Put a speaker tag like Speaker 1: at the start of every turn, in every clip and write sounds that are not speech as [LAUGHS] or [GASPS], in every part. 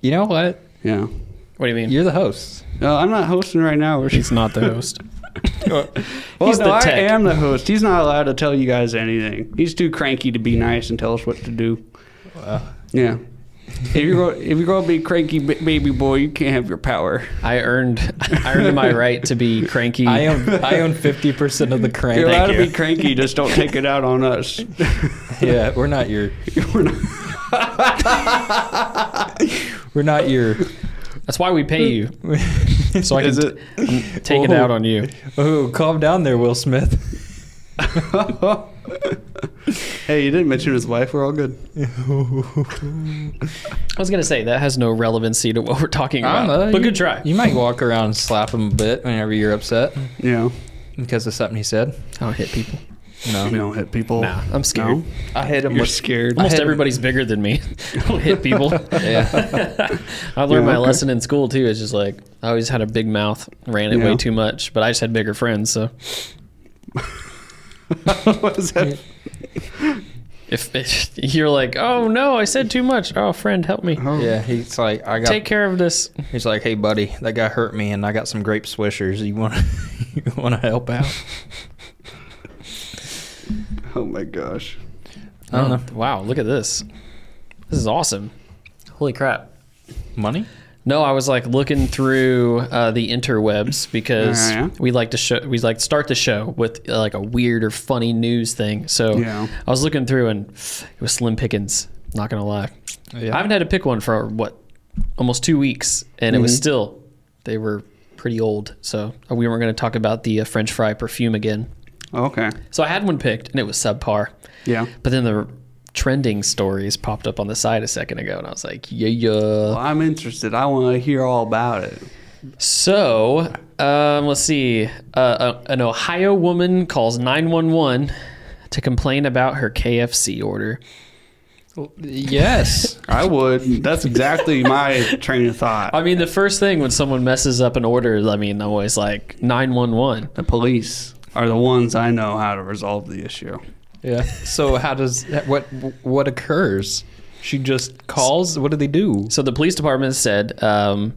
Speaker 1: You know what?
Speaker 2: Yeah.
Speaker 3: What do you mean?
Speaker 1: You're the host.
Speaker 2: Uh, I'm not hosting right now. We're
Speaker 3: [LAUGHS]
Speaker 2: [LAUGHS]
Speaker 3: He's not the host.
Speaker 2: well,
Speaker 3: He's
Speaker 2: no,
Speaker 3: the
Speaker 2: I
Speaker 3: tech.
Speaker 2: am the host. He's not allowed to tell you guys anything. He's too cranky to be nice and tell us what to do. Yeah. if you're go, if you're gonna be cranky b- baby boy, you can't have your power.
Speaker 3: I earned I earned my right to be cranky.
Speaker 1: I own I own fifty percent of the
Speaker 2: You're
Speaker 1: crank.
Speaker 2: allowed to
Speaker 3: you.
Speaker 2: be cranky, just don't take it out on
Speaker 3: [LAUGHS]
Speaker 2: us.
Speaker 1: [LAUGHS] yeah, we're not your
Speaker 2: We're not-
Speaker 1: we're not your.
Speaker 3: That's why we pay you. So I can
Speaker 2: Is
Speaker 3: t-
Speaker 2: it?
Speaker 3: take it
Speaker 1: Whoa.
Speaker 3: out on you.
Speaker 1: Oh, calm down there, Will Smith.
Speaker 2: [LAUGHS] hey, you didn't mention his wife. We're all good.
Speaker 3: I was gonna say that has no relevancy to what we're talking
Speaker 1: I
Speaker 3: about.
Speaker 1: don't know.
Speaker 3: But
Speaker 1: you,
Speaker 3: good try.
Speaker 1: You might walk around and slap him a bit whenever you're upset
Speaker 2: Yeah.
Speaker 1: because of something he said.
Speaker 3: I don't hit people.
Speaker 1: No,
Speaker 2: We don't hit people.
Speaker 3: Nah, I'm scared.
Speaker 2: No?
Speaker 1: I hit him
Speaker 2: You're scared.
Speaker 3: Almost
Speaker 1: had-
Speaker 3: everybody's bigger than me. [LAUGHS] I don't hit people.
Speaker 1: Yeah,
Speaker 3: [LAUGHS] I learned
Speaker 2: Yeah, okay.
Speaker 3: my lesson in school too. It's just like I always had a big mouth, ran it
Speaker 2: Yeah.
Speaker 3: way too much, but I just had bigger friends. So
Speaker 2: [LAUGHS] what is that?
Speaker 3: if [LAUGHS] you're like, oh no, I said too much. Oh, friend, help me.
Speaker 2: Oh.
Speaker 1: yeah. He's like, I got.
Speaker 3: Take care of this.
Speaker 1: He's like, hey, buddy, that guy hurt me, and I got some grape swishers. You want to [LAUGHS] you want to help out?
Speaker 2: Oh my gosh.
Speaker 1: I don't know.
Speaker 3: Oh, Wow, look at this. This is awesome. Holy crap.
Speaker 1: Money?
Speaker 3: No, I was like looking through uh, the interwebs because
Speaker 2: Yeah.
Speaker 3: we like to show we like start the show with uh, like a weird or funny news thing. So
Speaker 2: Yeah.
Speaker 3: I was looking through and it was slim pickings. Not gonna lie,
Speaker 1: Yeah.
Speaker 3: I haven't had to pick one for what almost two weeks, and it was still they were pretty old. So we weren't gonna talk about the uh, French fry perfume again.
Speaker 2: Okay.
Speaker 3: So I had one picked and it was subpar.
Speaker 2: Yeah.
Speaker 3: But then the trending stories popped up on the side a second ago, and I was like, yeah, yeah.
Speaker 2: Well, I'm interested. I want to hear all about it.
Speaker 3: So, um, let's see. Uh, uh, an Ohio woman calls 911 to complain about her KFC order.
Speaker 1: Yes.
Speaker 2: I would. That's exactly my train of thought.
Speaker 3: I mean, the first thing when someone messes up an order, I mean, I'm always like 911.
Speaker 2: The police are the ones I know how to resolve the issue.
Speaker 1: yeah. So how does what what occurs? She just calls. What do they do?
Speaker 3: So the police department said um,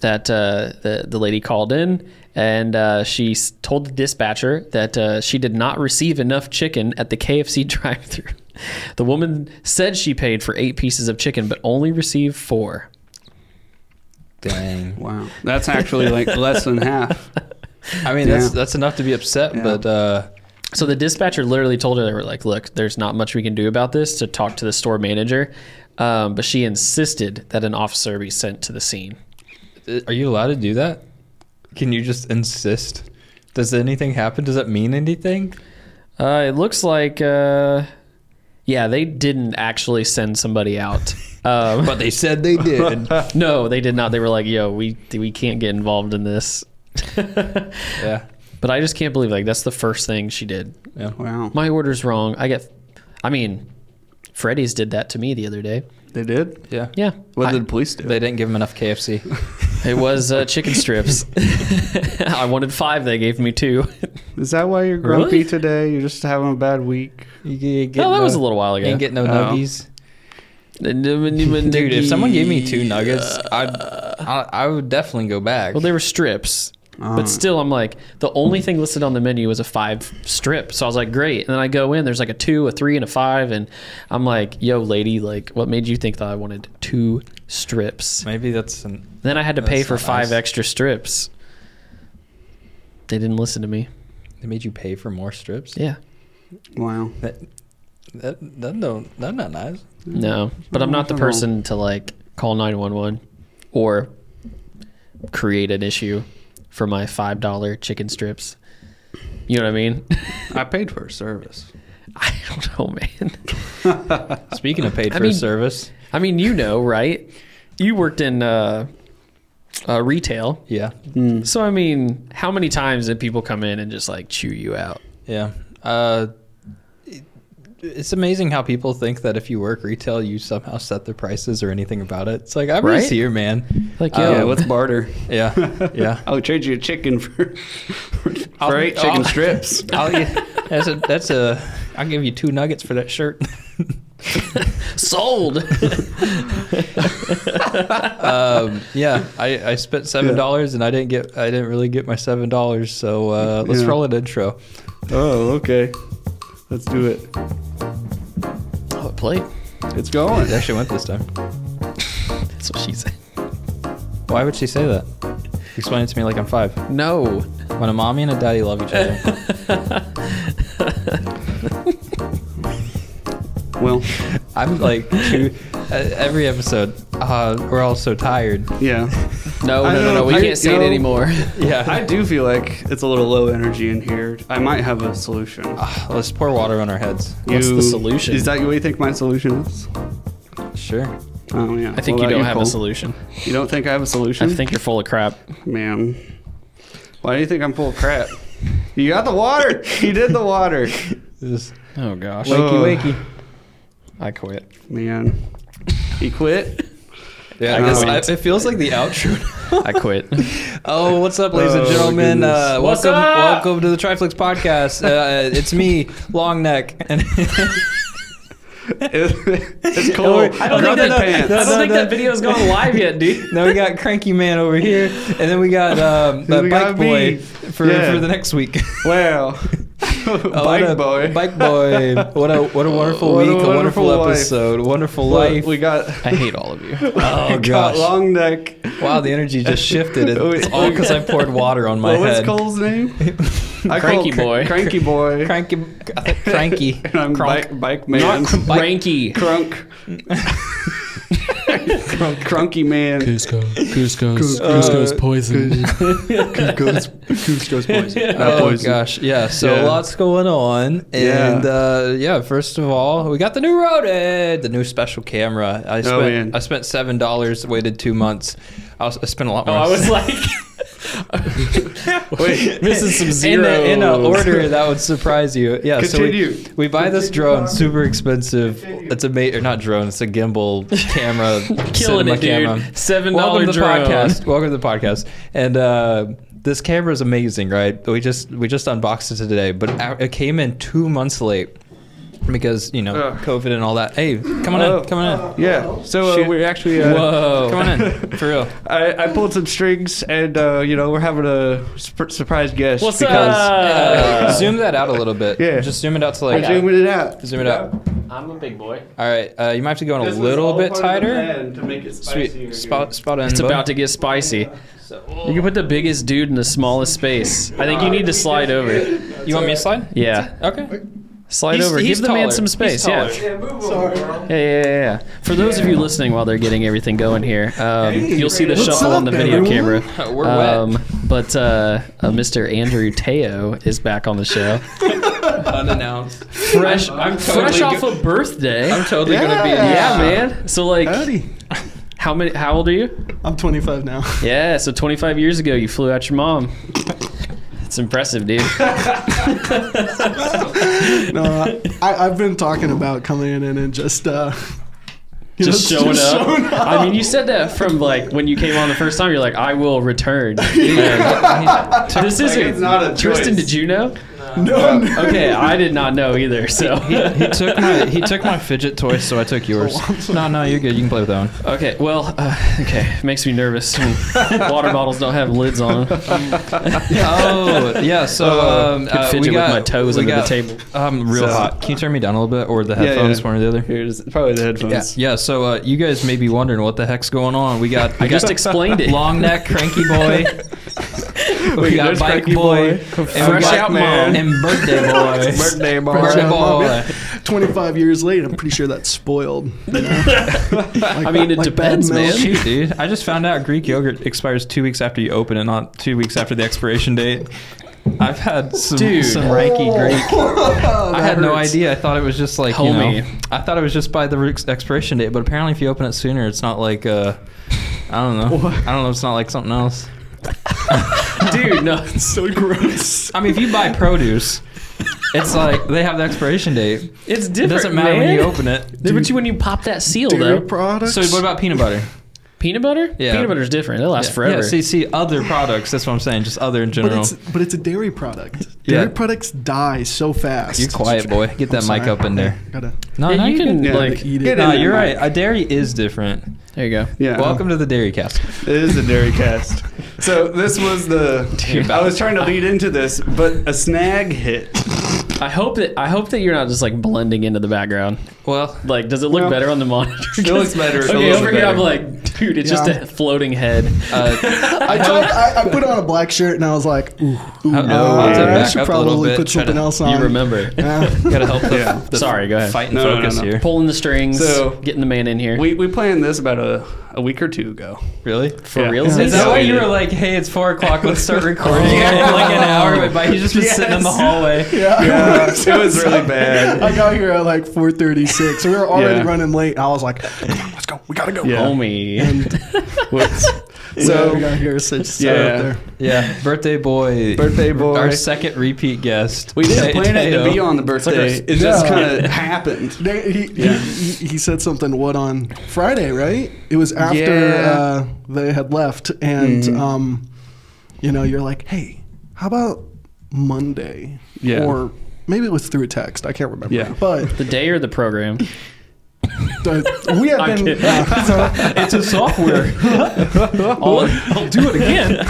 Speaker 3: that uh, the the lady called in and uh, she s- told the dispatcher that uh, she did not receive enough chicken at the KFC [LAUGHS] drive-thru. The woman said she paid for eight pieces of chicken, but only received four.
Speaker 1: Dang.
Speaker 2: Wow. That's actually like less than half.
Speaker 1: I mean, that's
Speaker 2: Yeah.
Speaker 1: that's enough to be upset,
Speaker 2: Yeah.
Speaker 1: but uh,
Speaker 3: So the dispatcher literally told her they were like, "Look, there's not much we can do about this." To talk to the store manager, um, but she insisted that an officer be sent to the scene.
Speaker 1: are you allowed to do that? Can you just insist? Does anything happen? Does it mean anything?
Speaker 3: Uh, it looks like, uh, yeah, they didn't actually send somebody
Speaker 1: [LAUGHS]
Speaker 3: out. Um,
Speaker 1: But they said
Speaker 3: [LAUGHS]
Speaker 1: they did.
Speaker 3: no, they did not. They were like, "Yo, we we can't get involved
Speaker 1: [LAUGHS]
Speaker 3: in this." but
Speaker 1: yeah.
Speaker 3: I just can't believe like that's the first thing she did.
Speaker 1: Yeah.
Speaker 2: Wow.
Speaker 3: My order's wrong. I get. I mean, Freddy's did that to me the other day.
Speaker 2: They did?
Speaker 1: Yeah.
Speaker 3: Yeah,
Speaker 2: What
Speaker 3: I-
Speaker 2: did the police do?
Speaker 1: They didn't give him enough KFC.
Speaker 3: it was uh, chicken strips. [LAUGHS] I wanted five. They gave me two.
Speaker 2: Is that why you're grumpy
Speaker 3: Really?
Speaker 2: today? You're just having a bad week?
Speaker 1: [LAUGHS] You get,
Speaker 3: Oh, that was a little while ago.
Speaker 1: Ain't get no
Speaker 2: Oh.
Speaker 1: nuggies. Dude, if someone gave me two nuggets, I'd, I I would definitely go back.
Speaker 3: uh, Well, they were strips.
Speaker 2: Ah.
Speaker 3: But still, I'm like, the only thing listed on the menu was a five strip. So I was like, great. And then I go in, there's like a two, a three, and a five. And I'm like, yo, lady, like, what made you think that I wanted two strips?
Speaker 1: Maybe that's an
Speaker 3: Then I had to pay
Speaker 1: That's
Speaker 3: for
Speaker 1: not
Speaker 3: five
Speaker 1: nice.
Speaker 3: extra strips. They didn't listen to me.
Speaker 1: They made you pay for more strips.
Speaker 3: Yeah.
Speaker 2: Wow.
Speaker 1: That that that don't that's not nice.
Speaker 3: No. But I'm not the
Speaker 2: Nothing wrong.
Speaker 3: person to like call 911 or create an issue for my $5 chicken strips. You know what I mean?
Speaker 2: I paid for a service.
Speaker 3: [LAUGHS] I don't know, man.
Speaker 1: Speaking of paid
Speaker 3: I
Speaker 1: for
Speaker 3: mean-
Speaker 1: service,
Speaker 3: I mean, you know, right? You worked in uh, uh, retail,
Speaker 1: yeah,
Speaker 3: so I mean, how many times did people come in and just like chew you out?
Speaker 1: yeah. Uh, it- it's amazing how people think that if you work retail, you somehow set the prices or anything about it. It's like I'm
Speaker 3: Right?
Speaker 1: just here, man.
Speaker 3: Like,
Speaker 1: Uh,
Speaker 3: yo,
Speaker 2: yeah, let's barter. [LAUGHS]
Speaker 1: Yeah, yeah.
Speaker 2: I'll trade you a chicken for, [LAUGHS] for
Speaker 1: I'll-
Speaker 2: eight chicken
Speaker 1: [LAUGHS] I'll-
Speaker 2: strips.
Speaker 1: I'll, gi- that's a that's a. I'll give you two nuggets for that shirt. [LAUGHS]
Speaker 3: Sold. [LAUGHS] Oh,
Speaker 1: um, yeah, I, I spent seven dollars and I didn't get I didn't really get my seven dollars. So uh, let's
Speaker 2: Yeah.
Speaker 1: roll an intro.
Speaker 2: Oh, okay. Let's do it.
Speaker 3: oh, it played.
Speaker 2: It's going.
Speaker 1: It actually went this time.
Speaker 3: That's what she said.
Speaker 1: Why would she say that? Explain it to me like I'm five.
Speaker 3: No.
Speaker 1: When a mommy and a daddy love each [LAUGHS] other.
Speaker 2: Well,
Speaker 1: I'm like two, uh, every episode. Uh, we're all so tired.
Speaker 2: yeah.
Speaker 3: No,
Speaker 2: I
Speaker 3: no, no, no.
Speaker 2: know,
Speaker 3: We
Speaker 2: I-
Speaker 3: can't say
Speaker 2: no.
Speaker 3: it anymore.
Speaker 1: Yeah.
Speaker 2: I do feel like it's a little low energy in here. I might have a solution.
Speaker 1: Let's pour water on our heads.
Speaker 3: What's the solution?
Speaker 2: Is that what you think my solution is?
Speaker 1: Sure.
Speaker 2: Oh yeah.
Speaker 3: I think you don't have a solution.
Speaker 2: You don't think I have a
Speaker 3: I
Speaker 2: solution?
Speaker 3: think you're full of crap.
Speaker 2: man. Why do you think I'm full of crap? You got the water. You did the water.
Speaker 1: This is
Speaker 3: Oh gosh.
Speaker 2: Ugh.
Speaker 1: wakey wakey.
Speaker 3: I quit.
Speaker 2: Man. He quit? [LAUGHS]
Speaker 1: Yeah,
Speaker 3: I
Speaker 1: I guess I,
Speaker 3: know.
Speaker 1: it feels like the outro.
Speaker 3: I quit.
Speaker 1: [LAUGHS] Oh, what's up, ladies and
Speaker 2: Oh,
Speaker 1: gentlemen?
Speaker 2: goodness.
Speaker 1: Uh,
Speaker 3: What's
Speaker 1: welcome,
Speaker 3: up?
Speaker 1: welcome to the Triflix podcast. Uh, it's me, Long Neck. [LAUGHS] And
Speaker 2: it's cool.
Speaker 1: worry. I don't think
Speaker 2: Rubbing
Speaker 4: uh,
Speaker 1: that-
Speaker 2: pants.
Speaker 1: No, no, no.
Speaker 3: video's gone live yet, dude.
Speaker 1: now we got Cranky Man over here, and then we got um, uh,
Speaker 2: [LAUGHS] We
Speaker 1: Bike
Speaker 2: got
Speaker 1: Boy
Speaker 2: me.
Speaker 1: for,
Speaker 2: Yeah.
Speaker 1: for the next week. [LAUGHS]
Speaker 2: Wow.
Speaker 1: Uh,
Speaker 2: [LAUGHS] Bike
Speaker 1: what a-
Speaker 2: boy.
Speaker 1: Bike Boy. What a what a
Speaker 2: [LAUGHS]
Speaker 1: wonderful
Speaker 2: What a
Speaker 1: week, a wonderful,
Speaker 2: wonderful life.
Speaker 1: episode, wonderful
Speaker 2: Look,
Speaker 1: life.
Speaker 2: We got
Speaker 1: [LAUGHS]
Speaker 2: [LAUGHS]
Speaker 3: I hate all of you.
Speaker 1: oh
Speaker 2: got
Speaker 1: gosh!
Speaker 2: long neck.
Speaker 1: Wow, the energy just
Speaker 2: [LAUGHS]
Speaker 1: shifted. It's
Speaker 2: Wait.
Speaker 1: all because I poured water on my
Speaker 2: What was
Speaker 1: head. [LAUGHS]
Speaker 2: Cole's name? I
Speaker 3: Cranky boy.
Speaker 2: Cranky boy.
Speaker 1: Cranky, Cranky.
Speaker 2: [LAUGHS] And I'm
Speaker 3: Cronk.
Speaker 2: bike, bike man.
Speaker 1: [LAUGHS]
Speaker 3: Cranky.
Speaker 2: Crunk. [LAUGHS] Crunk. Crunky
Speaker 5: [LAUGHS]
Speaker 2: man.
Speaker 5: Cusco. Cusco's,
Speaker 2: Cus-
Speaker 5: Cusco's
Speaker 2: uh,
Speaker 5: poison.
Speaker 2: Goose, goes [LAUGHS] poison.
Speaker 1: Oh gosh, yeah. So
Speaker 2: Yeah.
Speaker 1: lots going on,
Speaker 2: Yeah.
Speaker 1: and uh, yeah. First of all, we got the new Rodehead, the new special camera. I spent
Speaker 2: Oh, man.
Speaker 1: I spent seven dollars. Waited two months. I, was, I spent a lot more. [LAUGHS]
Speaker 3: like, [LAUGHS]
Speaker 2: Wait.
Speaker 3: missing
Speaker 1: [LAUGHS]
Speaker 3: some
Speaker 1: in
Speaker 3: zeros.
Speaker 1: a, in a order that would surprise you. Yeah.
Speaker 2: Continue.
Speaker 1: So we, we buy this
Speaker 2: Continue
Speaker 1: drone,
Speaker 2: on.
Speaker 1: super expensive.
Speaker 2: Continue.
Speaker 1: It's a ma- or not drone. It's a
Speaker 3: [LAUGHS]
Speaker 1: gimbal camera,
Speaker 3: Killing
Speaker 1: cinema
Speaker 3: it, dude. Seven
Speaker 1: Welcome
Speaker 3: dollar
Speaker 1: to the
Speaker 3: drone.
Speaker 1: podcast. Welcome to the podcast. And uh, this camera is amazing, right? We just we just unboxed it today, but a- it came in two months late because you know
Speaker 2: Ugh.
Speaker 1: COVID and all that. Hey, come on
Speaker 2: Oh.
Speaker 1: in, come on in.
Speaker 2: Yeah. So uh,
Speaker 1: Shit.
Speaker 2: we're actually. Uh,
Speaker 1: Whoa, come on in for
Speaker 3: [LAUGHS]
Speaker 1: real.
Speaker 2: I, I pulled some strings, and uh, you know we're having a sp- surprise guest.
Speaker 3: What's
Speaker 2: because
Speaker 1: Uh,
Speaker 3: up?
Speaker 1: zoom that out a little bit.
Speaker 2: Yeah.
Speaker 1: just zoom it out to
Speaker 2: I'm
Speaker 1: like
Speaker 2: zooming it out.
Speaker 1: zoom it out.
Speaker 3: I'm a big boy.
Speaker 1: All right, uh, you might have to go in a
Speaker 2: This is
Speaker 1: little
Speaker 2: all
Speaker 1: bit
Speaker 2: part of the
Speaker 1: tighter.
Speaker 2: plan To make it spicier
Speaker 1: Sweet,
Speaker 2: here.
Speaker 1: spot, spot in.
Speaker 3: It's about to get spicy. You can put the biggest dude in the smallest space. I think you need to slide over.
Speaker 1: You want me to slide?
Speaker 3: Yeah,
Speaker 1: Okay.
Speaker 3: slide
Speaker 1: He's-
Speaker 3: over.
Speaker 1: he's
Speaker 3: Give the man
Speaker 1: taller.
Speaker 3: some
Speaker 1: He's
Speaker 3: space. Yeah.
Speaker 1: taller.
Speaker 2: Yeah, move over, girl.
Speaker 3: Yeah, yeah, yeah, yeah. For those of you listening while they're getting everything going here, um, you'll see the
Speaker 2: What's
Speaker 3: shuffle
Speaker 2: up,
Speaker 3: on the video
Speaker 2: everyone?
Speaker 1: [LAUGHS]
Speaker 3: camera.
Speaker 1: We're
Speaker 3: Um, but uh, uh, Mr. Andrew Teo is back on
Speaker 1: [LAUGHS]
Speaker 3: the show.
Speaker 1: wet. Unannounced.
Speaker 3: Fresh,
Speaker 1: I'm totally
Speaker 3: fresh off
Speaker 1: go-
Speaker 3: a birthday.
Speaker 1: I'm
Speaker 5: [LAUGHS]
Speaker 1: totally gonna be.
Speaker 2: Yeah.
Speaker 3: yeah, man. So like,
Speaker 4: Howdy.
Speaker 3: how many? How old are you?
Speaker 4: I'm 25 now.
Speaker 3: Yeah. So 25 years ago, you flew out your mom. It's impressive, dude.
Speaker 4: No, I, I- I've been talking about coming in and just uh, you
Speaker 3: Just
Speaker 4: know,
Speaker 3: showing up.
Speaker 4: showing up.
Speaker 3: I mean, you said that from like when you came on the first time. You're like, I will return. this
Speaker 2: it's
Speaker 3: isn't.
Speaker 2: not a
Speaker 3: Tristan,
Speaker 2: choice.
Speaker 3: did you know?
Speaker 4: No, no.
Speaker 3: Okay, I did not know either. So
Speaker 1: He took my he took my fidget toy, so I took [LAUGHS] yours. no, no, you're good. You can play with that one.
Speaker 3: okay, well, uh, okay, it makes me nervous. when Water bottles don't have lids on them.
Speaker 1: oh yeah, so um,
Speaker 3: Could
Speaker 1: uh,
Speaker 3: fidget
Speaker 1: we
Speaker 3: with
Speaker 1: got,
Speaker 3: my toes
Speaker 1: we
Speaker 3: under
Speaker 1: got,
Speaker 3: the table.
Speaker 1: I'm real
Speaker 2: So-
Speaker 1: hot. Can you turn me down a little bit, or the
Speaker 2: yeah.
Speaker 1: headphones, one or the other?
Speaker 2: Here's probably the
Speaker 1: Yeah,
Speaker 2: headphones.
Speaker 1: yeah. So uh, you guys may be wondering what the heck's going on. We got we
Speaker 3: I just
Speaker 1: got
Speaker 3: explained it.
Speaker 1: long neck, cranky boy.
Speaker 2: [LAUGHS]
Speaker 1: we
Speaker 2: Wait,
Speaker 1: got
Speaker 2: there's
Speaker 1: bike
Speaker 2: Cranky
Speaker 1: boy, and we
Speaker 3: Fresh
Speaker 1: got
Speaker 3: out
Speaker 2: mom.
Speaker 1: [LAUGHS] and
Speaker 2: [LAUGHS]
Speaker 1: birthday boy.
Speaker 2: Birthday boy.
Speaker 1: Birthday boy.
Speaker 4: Mom. 25 years late, I'm pretty sure that's spoiled. you know?
Speaker 3: [LAUGHS]
Speaker 4: Like-
Speaker 3: I mean, it
Speaker 4: like bad
Speaker 3: depends, man.
Speaker 4: milk.
Speaker 1: Shoot, dude. I just found out Greek yogurt expires two weeks after you open it, not two weeks after the expiration date. I've had some,
Speaker 3: Dude.
Speaker 1: some ranky Greek.
Speaker 4: Oh,
Speaker 1: I
Speaker 4: that
Speaker 1: had no
Speaker 4: hurts.
Speaker 1: idea. I thought it was just like, you
Speaker 3: Homie.
Speaker 1: know, I thought it was just by the re- expiration date, but apparently if you open it sooner, it's not like, uh, I don't know. I don't know. It's not like something else.
Speaker 3: Dude, no.
Speaker 4: [LAUGHS] So gross.
Speaker 1: I mean, if you buy produce, it's like they have the expiration date.
Speaker 3: It's different.
Speaker 1: It doesn't matter when
Speaker 3: man.
Speaker 1: you open it.
Speaker 3: Different when you pop that seal, though.
Speaker 4: Dairy products.
Speaker 1: So what about peanut butter?
Speaker 3: Peanut butter?
Speaker 1: Yeah.
Speaker 3: Peanut butter's different. It lasts
Speaker 1: Yeah,
Speaker 3: forever.
Speaker 1: see, see other products. That's what I'm saying. Just other in
Speaker 4: But
Speaker 1: general.
Speaker 4: it's but it's a
Speaker 1: [LAUGHS]
Speaker 4: dairy product.
Speaker 1: Yeah.
Speaker 4: Dairy products die so fast.
Speaker 1: You're quiet, boy. Get that
Speaker 4: I'm
Speaker 1: mic
Speaker 4: sorry.
Speaker 1: up in there.
Speaker 4: Gotta
Speaker 1: No,
Speaker 3: Yeah,
Speaker 1: no,
Speaker 3: you can
Speaker 2: Yeah,
Speaker 3: like.
Speaker 4: eat
Speaker 2: Get
Speaker 4: it.
Speaker 2: in
Speaker 1: No,
Speaker 2: there,
Speaker 1: you're
Speaker 2: Mike.
Speaker 1: right. A dairy is different.
Speaker 3: There you go.
Speaker 2: Yeah.
Speaker 1: Welcome to the dairy cast.
Speaker 2: It is a dairy cast. So this was the. I was trying to lead into this, but a snag hit.
Speaker 3: I hope that I hope that you're not just like blending into the background.
Speaker 1: Well,
Speaker 3: Like, does it look
Speaker 2: Well,
Speaker 3: better on the monitor? [LAUGHS]
Speaker 2: it looks better. It
Speaker 3: Okay,
Speaker 2: looks
Speaker 3: over here I'm
Speaker 2: better.
Speaker 3: like, dude, it's just
Speaker 4: Yeah.
Speaker 3: a floating head.
Speaker 1: uh,
Speaker 4: I, tried, I, I put on a black shirt and I was like, ooh, ooh
Speaker 1: I'll- I'll
Speaker 4: uh,
Speaker 2: take it
Speaker 4: I
Speaker 1: back
Speaker 4: should
Speaker 1: up a little
Speaker 4: probably
Speaker 1: bit,
Speaker 4: put
Speaker 1: try
Speaker 4: something
Speaker 1: to-
Speaker 4: else on.
Speaker 3: you remember?
Speaker 4: [LAUGHS]
Speaker 1: [LAUGHS]
Speaker 4: Yeah.
Speaker 1: gotta help the,
Speaker 2: Yeah.
Speaker 1: the
Speaker 3: Sorry, go ahead.
Speaker 1: fight and
Speaker 2: No, no, no,
Speaker 1: focus
Speaker 2: no.
Speaker 1: here.
Speaker 3: Pulling the strings,
Speaker 2: So-
Speaker 3: getting the man in here.
Speaker 2: We we planned this about a, a week or two ago.
Speaker 1: Really?
Speaker 3: For
Speaker 2: Yeah.
Speaker 3: real?
Speaker 4: Is
Speaker 1: Is that
Speaker 4: Yeah.
Speaker 1: why you were like, "Hey, it's four o'clock. Let's start recording"?
Speaker 2: Yeah.
Speaker 1: And, like an hour went by. He's just been sitting in the
Speaker 2: Yes.
Speaker 1: hallway.
Speaker 4: Yeah.
Speaker 2: Yeah,
Speaker 4: [LAUGHS]
Speaker 2: it was really bad.
Speaker 4: I got here at like 4:36. We were already
Speaker 2: Yeah.
Speaker 4: running late. I was like, "Come on, let's go. We gotta go."
Speaker 2: Yeah.
Speaker 3: Homie.
Speaker 2: Whoops.
Speaker 4: So we
Speaker 2: So
Speaker 4: got here such
Speaker 2: Yeah.
Speaker 4: yeah. there.
Speaker 1: Yeah, birthday boy.
Speaker 2: Birthday boy.
Speaker 1: Our second repeat guest.
Speaker 2: we didn't plan it to
Speaker 1: Teo.
Speaker 2: be on
Speaker 1: [LAUGHS]
Speaker 2: the birthday.
Speaker 1: It's like
Speaker 2: It just
Speaker 1: [LAUGHS]
Speaker 4: Yeah.
Speaker 2: kind of happened.
Speaker 4: They, he,
Speaker 2: Yeah.
Speaker 4: he, he, he said something. What on Friday, right? It was after
Speaker 2: Yeah.
Speaker 4: uh, they had left, and um, you know, you're like, hey, how about Monday?
Speaker 2: Yeah.
Speaker 4: Or maybe it was through a text. I can't remember.
Speaker 2: Yeah.
Speaker 3: [LAUGHS]
Speaker 4: But
Speaker 3: the day or
Speaker 2: [LAUGHS]
Speaker 3: the program?
Speaker 4: uh, we have
Speaker 3: I'm
Speaker 4: been.
Speaker 3: kidding.
Speaker 4: Uh, so-
Speaker 1: It's a software.
Speaker 3: [LAUGHS] I'll, I'll do it again.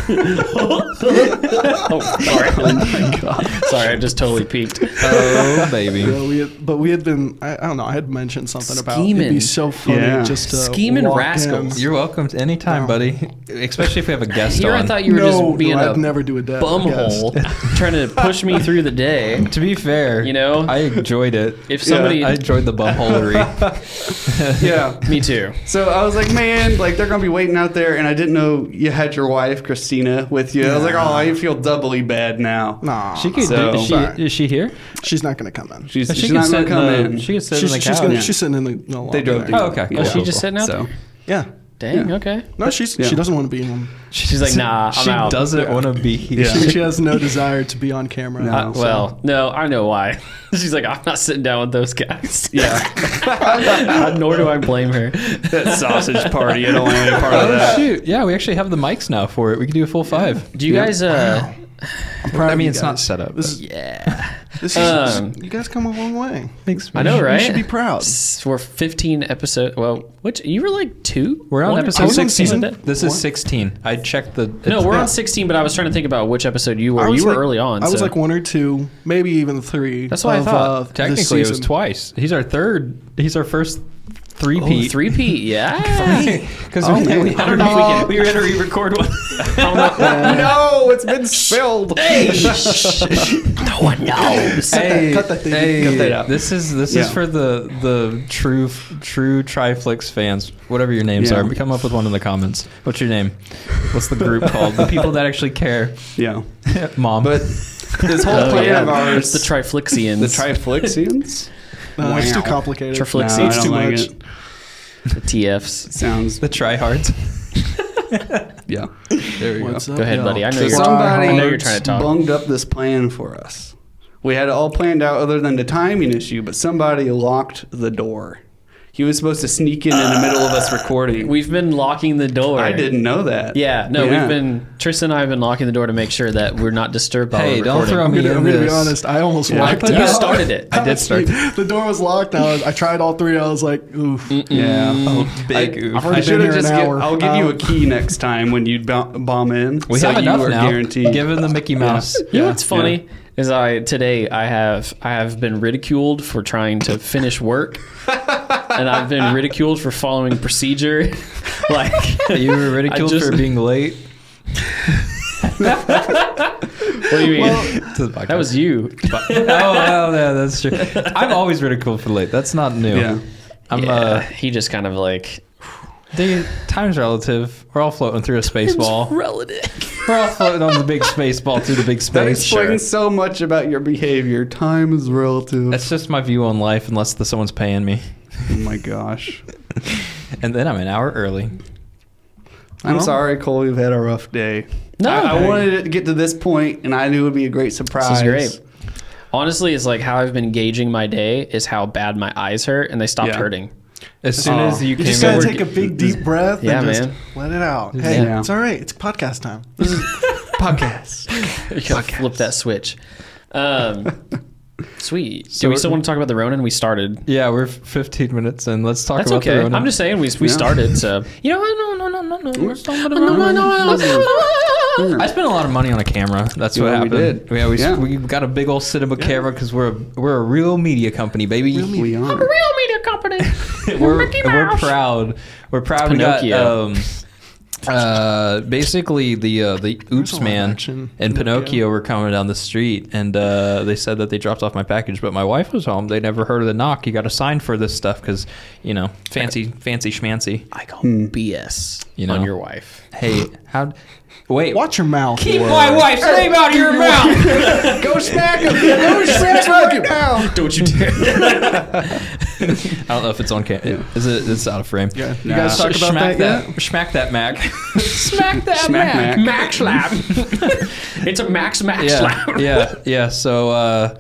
Speaker 2: [LAUGHS]
Speaker 3: [LAUGHS] oh, sorry. my god. Sorry, I just totally peeked.
Speaker 1: oh, baby.
Speaker 4: so we had, but we had been. I, I don't know. I had mentioned something about it'd
Speaker 3: Scheming.
Speaker 4: be so funny
Speaker 2: Yeah.
Speaker 4: just to
Speaker 3: Scheming
Speaker 4: walk
Speaker 3: rascals.
Speaker 4: in.
Speaker 1: You're welcome to anytime,
Speaker 4: No.
Speaker 1: buddy. Especially if we have a guest
Speaker 3: Here
Speaker 1: on.
Speaker 3: I thought you were
Speaker 4: No,
Speaker 3: just being
Speaker 4: no,
Speaker 3: a
Speaker 4: I'd never do a dad guest.
Speaker 3: bumhole
Speaker 4: [LAUGHS]
Speaker 3: trying to push me through the day.
Speaker 1: to be fair,
Speaker 3: You know?
Speaker 1: I enjoyed it.
Speaker 3: If somebody-
Speaker 1: I enjoyed the
Speaker 3: [LAUGHS]
Speaker 1: bumholery.
Speaker 2: Yeah.
Speaker 3: Me too.
Speaker 2: So I was like, man, like they're gonna be waiting out there, and I didn't know you had your wife Christina with you. I was like, oh, I feel doubly bad now.
Speaker 4: Nah,
Speaker 1: she could.
Speaker 2: So-
Speaker 1: do, is she
Speaker 4: Sorry.
Speaker 1: is she here?
Speaker 4: she's not gonna come in.
Speaker 2: She's,
Speaker 1: She
Speaker 2: she's
Speaker 1: can
Speaker 2: not gonna
Speaker 1: sit
Speaker 2: come
Speaker 1: in.
Speaker 2: in.
Speaker 1: The, she can sit
Speaker 4: she's,
Speaker 1: in the
Speaker 4: she's
Speaker 1: couch.
Speaker 2: [LAUGHS]
Speaker 4: gonna,
Speaker 2: Yeah.
Speaker 4: she's sitting in the. No,
Speaker 2: They drove
Speaker 4: Yeah.
Speaker 1: Oh, okay.
Speaker 3: Oh,
Speaker 1: Cool,
Speaker 3: she
Speaker 1: cool,
Speaker 3: just
Speaker 1: cool.
Speaker 3: sitting
Speaker 1: [LAUGHS]
Speaker 3: out
Speaker 2: So
Speaker 3: there.
Speaker 4: yeah.
Speaker 3: Dang.
Speaker 2: Yeah.
Speaker 3: Okay.
Speaker 4: No, she's
Speaker 2: Yeah.
Speaker 4: she doesn't want to be in one.
Speaker 3: She's like, nah, I'm
Speaker 1: she
Speaker 3: out.
Speaker 1: doesn't want to be here.
Speaker 2: Yeah.
Speaker 4: She, she has no desire to be on camera.
Speaker 2: No.
Speaker 3: Uh, well, no, I know why. [LAUGHS] She's like, I'm not sitting down with those
Speaker 4: [LAUGHS]
Speaker 3: guys.
Speaker 2: Yeah,
Speaker 3: Nor do I blame her.
Speaker 2: that sausage party. I don't want any part of
Speaker 1: Oh
Speaker 2: that.
Speaker 1: shoot! Yeah, we actually have the mics now for it. We can do a full five.
Speaker 3: Do you guys? uh
Speaker 4: I'm proud
Speaker 1: I
Speaker 4: of
Speaker 1: mean,
Speaker 4: you
Speaker 1: it's not
Speaker 4: guys.
Speaker 1: set up.
Speaker 4: This is,
Speaker 3: Yeah.
Speaker 4: this is
Speaker 3: Um,
Speaker 4: you guys come a long way.
Speaker 1: Thanks,
Speaker 3: I know,
Speaker 4: You
Speaker 3: right?
Speaker 4: should be proud.
Speaker 3: S- We're 15 episode. Well, which you were like two.
Speaker 1: We're on
Speaker 3: One
Speaker 1: episode
Speaker 3: episode?
Speaker 1: 16.
Speaker 4: season-
Speaker 1: This is
Speaker 4: one?
Speaker 1: 16. I checked the.
Speaker 3: No, we're
Speaker 4: Yeah.
Speaker 3: on 16, but I was trying to think about which episode you
Speaker 4: I
Speaker 3: were.
Speaker 4: was
Speaker 3: You were
Speaker 4: like-
Speaker 3: early on.
Speaker 4: I was
Speaker 3: so.
Speaker 4: like one or two, maybe even three.
Speaker 3: That's what I
Speaker 4: of, uh,
Speaker 3: thought.
Speaker 4: this
Speaker 1: technically it was
Speaker 4: season.
Speaker 1: twice. He's our third. He's our first three
Speaker 3: Oh,
Speaker 1: P. [LAUGHS]
Speaker 3: three P. Yeah.
Speaker 1: Because
Speaker 4: Oh,
Speaker 1: we, [LAUGHS]
Speaker 4: man.
Speaker 1: we,
Speaker 3: I don't know if we can. We were gonna re-record one.
Speaker 2: No, it's been spilled. [LAUGHS]
Speaker 3: no one knows.
Speaker 4: Hey, cut that thing.
Speaker 1: Hey,
Speaker 4: Cut
Speaker 2: that out.
Speaker 1: This is this is
Speaker 2: Yeah.
Speaker 1: for the the true true Triflix fans. Whatever your names
Speaker 2: Yeah.
Speaker 1: are, come up with one in the comments. What's your name? What's the group called? The people that actually care.
Speaker 2: Yeah,
Speaker 1: Mom.
Speaker 2: but this whole
Speaker 3: Oh,
Speaker 2: plan
Speaker 3: yeah.
Speaker 2: of ours,
Speaker 3: It's the Triflixians.
Speaker 2: the Triflixians,
Speaker 4: No, Uh, It's too
Speaker 2: Wow.
Speaker 4: complicated.
Speaker 3: Triflix-
Speaker 2: No, I
Speaker 4: It's
Speaker 2: don't
Speaker 4: too
Speaker 2: like
Speaker 4: much.
Speaker 2: it.
Speaker 3: the TFs.
Speaker 2: Sounds
Speaker 1: the tryhards.
Speaker 2: yeah.
Speaker 1: There we
Speaker 4: What's up,
Speaker 3: Go ahead,
Speaker 4: y'all?
Speaker 3: buddy. I know
Speaker 2: So
Speaker 3: you're.
Speaker 2: somebody
Speaker 3: I know you're trying to talk.
Speaker 2: bunged up this plan for us. We had it all planned out other than the timing issue, but somebody locked the door. He was supposed to sneak in in the middle of us recording.
Speaker 3: We've been locking the door.
Speaker 2: I didn't know that.
Speaker 3: Yeah, no,
Speaker 2: Yeah.
Speaker 3: we've been Tristan and I have been locking the door to make sure that we're not disturbed by
Speaker 1: Hey, don't
Speaker 3: the recording.
Speaker 1: throw
Speaker 4: I'm
Speaker 1: me
Speaker 4: gonna,
Speaker 1: in
Speaker 4: I'm gonna be
Speaker 1: this.
Speaker 4: honest. I almost
Speaker 1: [LAUGHS]
Speaker 2: Yeah.
Speaker 4: walked
Speaker 3: You
Speaker 4: out. [LAUGHS]
Speaker 3: started it.
Speaker 1: I did start.
Speaker 4: the door was locked. I, was, I tried all three. I was like, oof.
Speaker 2: Yeah.
Speaker 1: Big
Speaker 2: I,
Speaker 1: oof.
Speaker 2: I've
Speaker 4: already
Speaker 2: I
Speaker 4: been
Speaker 2: should
Speaker 4: here
Speaker 2: have
Speaker 4: an
Speaker 2: just. Give,
Speaker 4: hour.
Speaker 2: I'll give you
Speaker 4: Um,
Speaker 2: a key next time when you bom- bomb in.
Speaker 1: We
Speaker 2: so
Speaker 1: have
Speaker 2: you
Speaker 1: enough
Speaker 2: are
Speaker 1: now.
Speaker 2: guaranteed.
Speaker 1: Give him the Mickey Mouse.
Speaker 3: You know what's funny is I today I have I have been ridiculed for trying to finish work, and I've been ridiculed for following procedure. [LAUGHS] like
Speaker 1: You were ridiculed
Speaker 3: I just-
Speaker 1: for being late
Speaker 3: what do you mean?
Speaker 1: to the podcast.
Speaker 3: that was you.
Speaker 1: [LAUGHS] oh, well, yeah, that's true. I'm always ridiculed for late. That's not new.
Speaker 2: Yeah.
Speaker 1: I'm
Speaker 3: yeah,
Speaker 1: uh,
Speaker 3: he just kind of like
Speaker 1: the time's relative. We're all floating through a space ball.
Speaker 3: relative.
Speaker 1: We're all floating on the big space ball through the big
Speaker 2: That
Speaker 1: space.
Speaker 2: explains so much about your behavior. Time is relative.
Speaker 1: That's just my view on life, unless the, someone's paying me.
Speaker 2: oh my gosh.
Speaker 1: And then I'm an hour early.
Speaker 2: I'm sorry, Cole. We've had a rough day.
Speaker 3: No.
Speaker 2: I, I wanted it to get to this point, and I knew it would be a great
Speaker 3: This
Speaker 2: surprise.
Speaker 3: is great. Honestly, it's like how I've been gauging my day is how bad my eyes hurt and they stopped
Speaker 1: [LAUGHS]
Speaker 2: Yeah.
Speaker 3: hurting.
Speaker 1: As soon as you
Speaker 4: You
Speaker 1: came
Speaker 4: just
Speaker 1: in,
Speaker 4: gotta
Speaker 1: we're-
Speaker 4: take a big deep breath
Speaker 3: Yeah,
Speaker 4: and just
Speaker 3: man.
Speaker 4: let it out. Hey,
Speaker 2: Yeah.
Speaker 4: it's all right. It's podcast time. This is podcast.
Speaker 3: You gotta flip that switch.
Speaker 1: [LAUGHS]
Speaker 3: Um, sweet. Do we
Speaker 1: So-
Speaker 3: still want to talk about the Ronin? We started.
Speaker 1: [LAUGHS] yeah, we're 15 minutes in. Let's talk
Speaker 3: That's
Speaker 1: about
Speaker 3: okay.
Speaker 1: the Ronin.
Speaker 3: I'm just saying we, we
Speaker 2: Yeah.
Speaker 3: started. So you know, what? no, no, no, no, no.
Speaker 1: I spent a lot of money on a camera. That's
Speaker 2: Yeah,
Speaker 1: what happened.
Speaker 2: we did.
Speaker 1: Yeah, we,
Speaker 2: Yeah.
Speaker 1: we got a big old cinema camera because we're a, we're a real media company, baby. [LAUGHS]
Speaker 2: We are.
Speaker 3: Real media company.
Speaker 1: we're, we're proud. We're proud. We got
Speaker 3: Pinocchio.
Speaker 1: um, uh, basically the uh, the Oops
Speaker 4: a lot of
Speaker 1: Man
Speaker 4: action.
Speaker 1: and
Speaker 4: Pinocchio.
Speaker 1: Pinocchio were coming down the street, and uh, they said that they dropped off my package, but my wife was home. They never heard of the knock. You got to sign for this stuff because you know fancy fancy schmancy.
Speaker 3: I call BS
Speaker 1: You know.
Speaker 3: on your wife.
Speaker 1: Hey, how? Wait,
Speaker 4: Watch your mouth.
Speaker 1: Keep my wife's name out of your [LAUGHS] mouth.
Speaker 4: Go smack him. [LAUGHS] Go smack him right now.
Speaker 3: Don't you dare.
Speaker 1: I don't know if it's on camera. Is it? It's out of frame.
Speaker 4: Yeah. You guys
Speaker 1: Nah.
Speaker 4: talk about
Speaker 1: Smack
Speaker 4: that yet?
Speaker 1: Smack that
Speaker 4: [LAUGHS]
Speaker 1: Mac.
Speaker 3: smack that
Speaker 2: Smack Mac.
Speaker 3: Mac slap. it's a Max Mac
Speaker 1: yeah, Um,
Speaker 3: slap.
Speaker 1: yeah, yeah. So uh,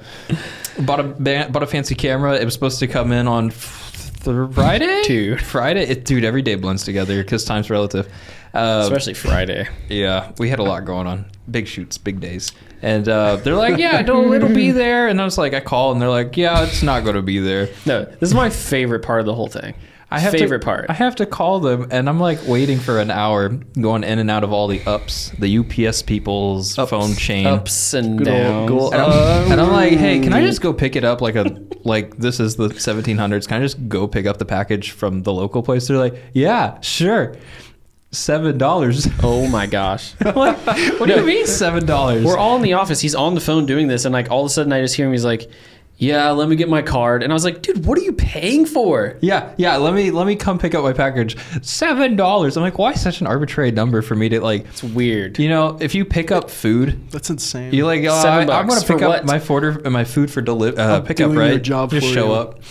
Speaker 1: bought a ba- bought a fancy camera. It was supposed to come in on f- th- Friday.
Speaker 3: Dude.
Speaker 1: Friday. It, dude, every day blends together because time's relative. Uh,
Speaker 3: Especially Friday.
Speaker 1: yeah, we had a lot going on. Big shoots, big days. And uh, they're like, yeah, it'll, it'll
Speaker 3: [LAUGHS]
Speaker 1: be there. And I was like, I call and they're like, yeah, it's not going to be there.
Speaker 3: No, this is my favorite part of the whole thing.
Speaker 1: I have
Speaker 3: favorite
Speaker 1: to,
Speaker 3: part.
Speaker 1: I have to call them, and I'm like waiting for an hour, going in and out of all the ups, the UPS people's phone chain,
Speaker 3: Ups Oh. and
Speaker 2: old
Speaker 3: downs.
Speaker 2: goal-
Speaker 1: and I'm, and I'm like, hey, can I just go pick it up? Like a like this is the 1700s. Can I just go pick up the package from the local place? They're like, yeah, sure, seven dollars. [LAUGHS]
Speaker 3: Oh my gosh.
Speaker 1: like, what do you mean seven dollars?
Speaker 3: [LAUGHS] We're all in the office. He's on the phone doing this, and like all of a sudden, I just hear him. He's like, "Yeah, let me get my card." And I was like, "Dude, what are you paying for?"
Speaker 1: Yeah, yeah. Let me let me come pick up my package. Seven dollars. I'm like, why such an arbitrary number for me to like?
Speaker 3: It's weird.
Speaker 1: You know, if you pick up food,
Speaker 4: That's insane.
Speaker 1: You like, oh,
Speaker 3: Seven
Speaker 1: I, am
Speaker 3: bucks
Speaker 1: gonna
Speaker 3: for
Speaker 1: pick up
Speaker 3: what?
Speaker 1: my order, my food for deli- uh,
Speaker 4: I'm
Speaker 1: pickup,
Speaker 4: doing
Speaker 1: right?
Speaker 4: your job
Speaker 1: Just
Speaker 4: for
Speaker 1: show
Speaker 4: you.
Speaker 1: up.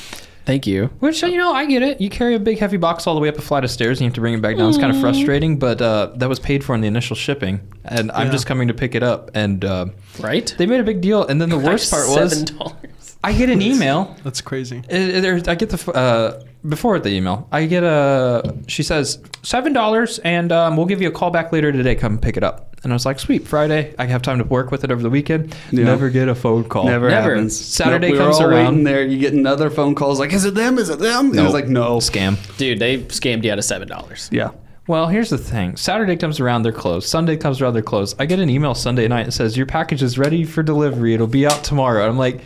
Speaker 3: Thank you.
Speaker 1: Which you know, I get it. You carry a big heavy box all the way up a flight of stairs, and you have to bring it back down. It's kind of frustrating, but uh, that was paid for in the initial shipping, and I'm
Speaker 4: Yeah.
Speaker 1: just coming to pick it up. And uh,
Speaker 3: Right?
Speaker 1: they made a big deal. And then the worst part was,
Speaker 3: seven dollars.
Speaker 1: I get an email.
Speaker 4: That's crazy.
Speaker 1: Uh, there- I get the f- uh, before the email. I get a. She says seven dollars, and um, we'll give you a call back later today. Come pick it up. And I was like, sweet, Friday. I have time to work with it over the weekend.
Speaker 2: Yeah.
Speaker 1: Never get a phone call.
Speaker 2: Never,
Speaker 3: Never.
Speaker 2: happens.
Speaker 1: Saturday
Speaker 2: we were
Speaker 1: comes
Speaker 2: all
Speaker 1: around.
Speaker 2: waiting there. You get another phone call. It's like, is it them? Is it them? And It was like, no.
Speaker 1: scam.
Speaker 3: Dude, they scammed you out of seven dollars. [LAUGHS]
Speaker 2: Yeah.
Speaker 1: Well, here's the thing. Saturday comes around, they're closed. Sunday comes around, they're closed. I get an email Sunday night that says your package is ready for delivery. It'll be out tomorrow. I'm like,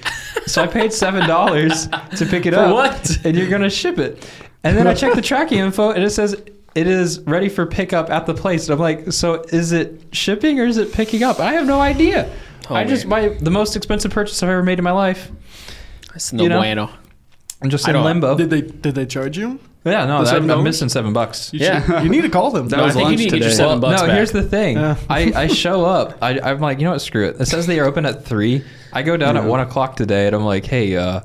Speaker 1: so I paid seven dollars to pick it up.
Speaker 3: what?
Speaker 1: And you're gonna ship it. And then I check the tracking info, and it says it is ready for pickup at the place. And I'm like, so is it shipping or is it picking up? I have no idea.
Speaker 3: Oh,
Speaker 1: I just
Speaker 3: man.
Speaker 1: my the most expensive purchase I've ever made in my life.
Speaker 3: That's no
Speaker 1: You know?
Speaker 3: bueno.
Speaker 1: I'm just
Speaker 3: I
Speaker 1: in
Speaker 3: don't-
Speaker 1: limbo.
Speaker 4: Did they did they charge [LAUGHS] you?
Speaker 1: Yeah, no,
Speaker 4: the
Speaker 1: that,
Speaker 4: $7?
Speaker 1: I'm missing seven bucks.
Speaker 4: You
Speaker 3: [LAUGHS] Yeah.
Speaker 4: should- you need to call them.
Speaker 2: That was
Speaker 3: I think you
Speaker 2: lunch
Speaker 3: need to get your
Speaker 2: today.
Speaker 3: seven
Speaker 1: Well,
Speaker 3: bucks
Speaker 1: no,
Speaker 3: back.
Speaker 1: here's the thing.
Speaker 4: Yeah.
Speaker 1: I,
Speaker 2: [LAUGHS]
Speaker 1: I show up. I, I'm like, you know what? Screw it. It says they are open at three. I go down at one o'clock today, and I'm like, hey, uh,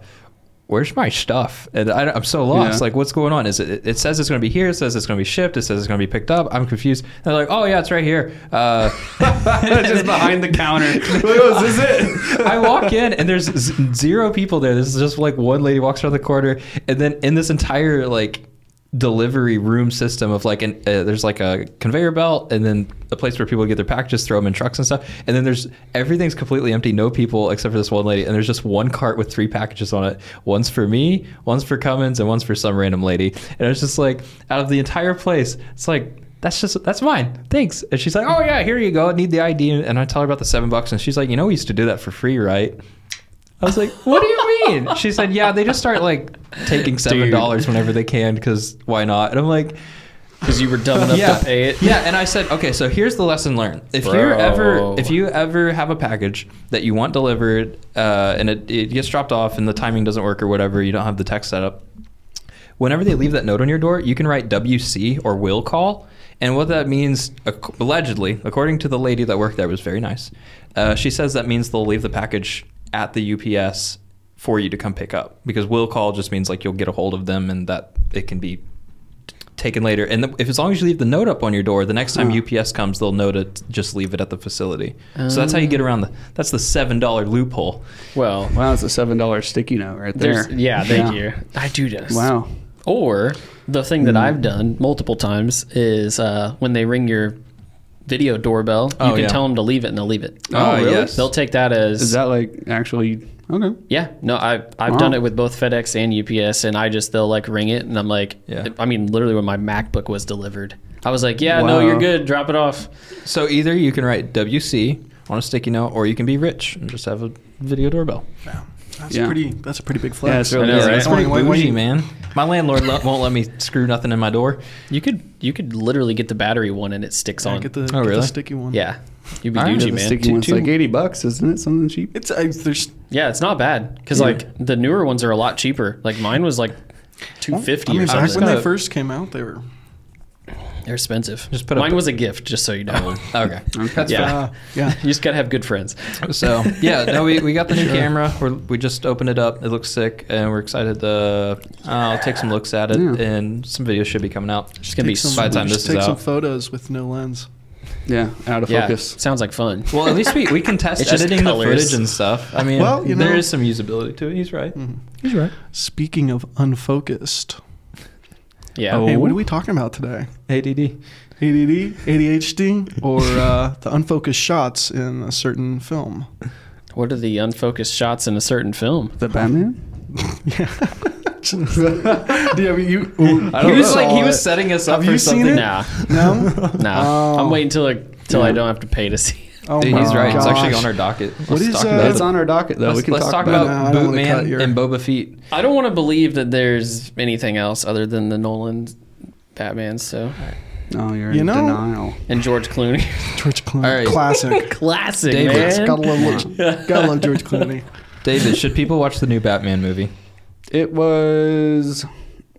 Speaker 1: where's my stuff? And I, am so lost.
Speaker 2: Yeah.
Speaker 1: Like, what's going on? Is it? It says it's going to be here. It says it's going to be shipped. It says it's going to be picked up. I'm confused. And they're like, oh yeah, it's right here. Uh, [LAUGHS]
Speaker 2: [LAUGHS] just behind the
Speaker 3: [LAUGHS]
Speaker 2: counter. Like, oh, is this it?
Speaker 1: I walk in and there's z- zero people there. This is just like one lady walks around the corner, and then in this entire like delivery room system of like an uh, there's like a conveyor belt and then a place where people get their packages throw them in trucks and stuff and then there's everything's completely empty no people except for this one lady and there's just one cart with three packages on it one's for me one's for cummins and one's for some random lady and it's just like out of the entire place it's like that's just that's mine. Thanks. And she's like, oh yeah, here you go. I need the ID. And I tell her about the seven bucks, and she's like, you know, we used to do that for free, right? I was like, what do you mean? She said, yeah, they just start like taking seven dollars whenever they can because why not? And I'm like,
Speaker 3: Because you were dumb enough
Speaker 1: yeah,
Speaker 3: to pay it.
Speaker 1: yeah. And I said, okay, so here's the lesson learned. If you
Speaker 3: Bro.
Speaker 1: ever if you ever have a package that you want delivered uh, and it, it gets dropped off and the timing doesn't work or whatever, you don't have the text set up. Whenever they leave that note on your door, you can write WC or will call. And what that means, ac- allegedly, according to the lady that worked there, was very nice. Uh, she says that means they'll leave the package at the UPS for you to come pick up because will call just means like you'll get a hold of them and that it can be taken later. And the, if as long as you leave the note up on your door, the next time
Speaker 2: Huh.
Speaker 1: UPS comes, they'll know to t- just leave it at the facility. so that's how you get around the that's the seven dollar loophole.
Speaker 3: Well,
Speaker 2: Wow, it's a seven dollar sticky note right there.
Speaker 3: there's yeah. Thank you. I do this.
Speaker 2: Wow. Hmm.
Speaker 3: Or the thing that I've done multiple times is uh, when they ring your video doorbell, you
Speaker 1: Oh,
Speaker 3: can
Speaker 1: yeah.
Speaker 3: tell them to leave it and they'll leave it.
Speaker 1: Oh, really? yes.
Speaker 3: They'll take that as
Speaker 2: Is that like actually okay?
Speaker 3: yeah. No, I I've
Speaker 2: Wow.
Speaker 3: done it with both FedEx and UPS, and I just they'll like ring it, and I'm like,
Speaker 1: Yeah.
Speaker 3: I mean, literally when my MacBook was delivered, I was like, yeah, no,
Speaker 2: Wow.
Speaker 3: you're good, drop it off.
Speaker 1: So either you can write WC on a sticky note, or you can be rich and just have a video doorbell.
Speaker 4: That's
Speaker 2: Yeah.
Speaker 4: pretty. That's a pretty big flex.
Speaker 2: Yeah, it's really
Speaker 3: I know,
Speaker 2: yeah,
Speaker 3: right?
Speaker 2: that's
Speaker 1: That's
Speaker 4: Why-
Speaker 1: pretty
Speaker 4: why- why
Speaker 1: bougie,
Speaker 4: you-
Speaker 1: man. My landlord lo- won't let me screw nothing in my door.
Speaker 3: You could you could literally get the battery one and it sticks
Speaker 4: Yeah,
Speaker 3: on.
Speaker 4: get the, get
Speaker 1: Oh, really?
Speaker 4: the sticky one.
Speaker 3: yeah, you'd be
Speaker 1: All right.
Speaker 3: Gucci,
Speaker 1: The
Speaker 3: man.
Speaker 2: Sticky
Speaker 3: Two-
Speaker 2: one's
Speaker 3: two-
Speaker 2: like eighty bucks, isn't it? Something cheap.
Speaker 4: It's I, there's
Speaker 3: yeah, it's not bad because like the newer ones are a lot cheaper. Like mine was like two fifty
Speaker 4: I mean,
Speaker 3: or
Speaker 4: back
Speaker 3: something.
Speaker 4: when they
Speaker 1: gotta-
Speaker 4: first came out, they were
Speaker 3: They're expensive.
Speaker 1: Just put
Speaker 3: mine
Speaker 1: up-
Speaker 3: was a gift, just so you know. [LAUGHS]
Speaker 1: Okay. [LAUGHS] That's
Speaker 3: Yeah.
Speaker 4: uh,
Speaker 1: [LAUGHS]
Speaker 4: yeah.
Speaker 3: you just gotta have good friends.
Speaker 1: fine. [LAUGHS] So yeah, no, we, we got the new camera. We're, we just opened it up. It looks sick, and we're excited to uh, I'll take some looks at it,
Speaker 2: Yeah.
Speaker 1: and some videos should be coming out.
Speaker 3: It's gonna be
Speaker 4: Take some-
Speaker 1: by the time
Speaker 4: just
Speaker 1: this is
Speaker 4: take some
Speaker 1: out.
Speaker 4: photos with no lens.
Speaker 2: Yeah, out of
Speaker 3: yeah,
Speaker 2: focus.
Speaker 3: sounds like fun.
Speaker 1: Well, at least we, we can test
Speaker 3: It's just
Speaker 1: editing the
Speaker 3: colors.
Speaker 1: footage and stuff. I mean,
Speaker 4: Well, you
Speaker 1: there
Speaker 4: know-
Speaker 1: is some usability to it. He's right.
Speaker 3: He's right.
Speaker 4: Speaking of unfocused,
Speaker 3: Yeah.
Speaker 1: Oh.
Speaker 4: hey, what are we talking about today?
Speaker 1: ADD.
Speaker 4: ADD, ADHD, or
Speaker 1: [LAUGHS]
Speaker 4: uh, the unfocused shots in a certain film?
Speaker 3: What are the unfocused shots in a certain film?
Speaker 2: The Batman.
Speaker 4: Yeah, but you,
Speaker 2: I
Speaker 1: He
Speaker 2: don't
Speaker 1: was
Speaker 2: know.
Speaker 1: like he was
Speaker 4: it.
Speaker 1: setting us up
Speaker 4: Have
Speaker 1: for
Speaker 4: you seen
Speaker 1: something.
Speaker 4: it?
Speaker 3: Nah,
Speaker 1: [LAUGHS]
Speaker 4: no.
Speaker 3: nah.
Speaker 4: Oh.
Speaker 3: I'm waiting till like, till I don't have to pay to see. it.
Speaker 4: Oh
Speaker 1: Dude, he's
Speaker 4: my
Speaker 1: right. It's actually
Speaker 4: gosh.
Speaker 1: on our docket. Let's
Speaker 4: is,
Speaker 1: talk
Speaker 4: uh,
Speaker 1: about
Speaker 4: That's
Speaker 2: That's
Speaker 1: it.
Speaker 2: on our docket though.
Speaker 1: Let's,
Speaker 2: we can
Speaker 1: let's talk
Speaker 2: talk, about,
Speaker 1: about,
Speaker 4: it. No, I don't
Speaker 1: Boot
Speaker 4: wanna
Speaker 1: Man
Speaker 4: cut your-
Speaker 1: and Boba Feet.
Speaker 3: I don't want to believe that there's anything else other than the Nolan Batman. So
Speaker 2: it. Oh, you're
Speaker 4: You
Speaker 2: in
Speaker 4: know-
Speaker 2: denial.
Speaker 3: and George Clooney,
Speaker 4: George Clooney,
Speaker 1: All right.
Speaker 3: [LAUGHS]
Speaker 4: classic.
Speaker 3: classic
Speaker 1: David.
Speaker 3: man.
Speaker 1: It's
Speaker 4: gotta
Speaker 1: [LAUGHS]
Speaker 4: love, gotta love George Clooney.
Speaker 1: David, should people watch the new Batman movie?
Speaker 2: It was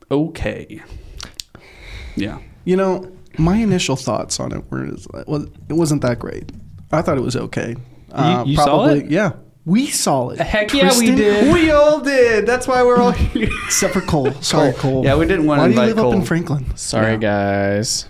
Speaker 2: okay. Yeah.
Speaker 4: You know, my initial thoughts on it were well, it wasn't that great. I thought it was okay. Uh,
Speaker 1: you saw it?
Speaker 4: Yeah, we saw it.
Speaker 1: Heck yeah, we
Speaker 4: Kristen,
Speaker 1: did.
Speaker 2: We all did. That's why we're all [LAUGHS] here.
Speaker 4: Except
Speaker 1: [LAUGHS]
Speaker 4: for Cole. Sorry, Cole.
Speaker 2: Yeah, we didn't want
Speaker 4: Why
Speaker 2: to
Speaker 4: do you
Speaker 2: invite
Speaker 4: live
Speaker 2: Cole.
Speaker 4: up in Franklin?
Speaker 3: Sorry guys.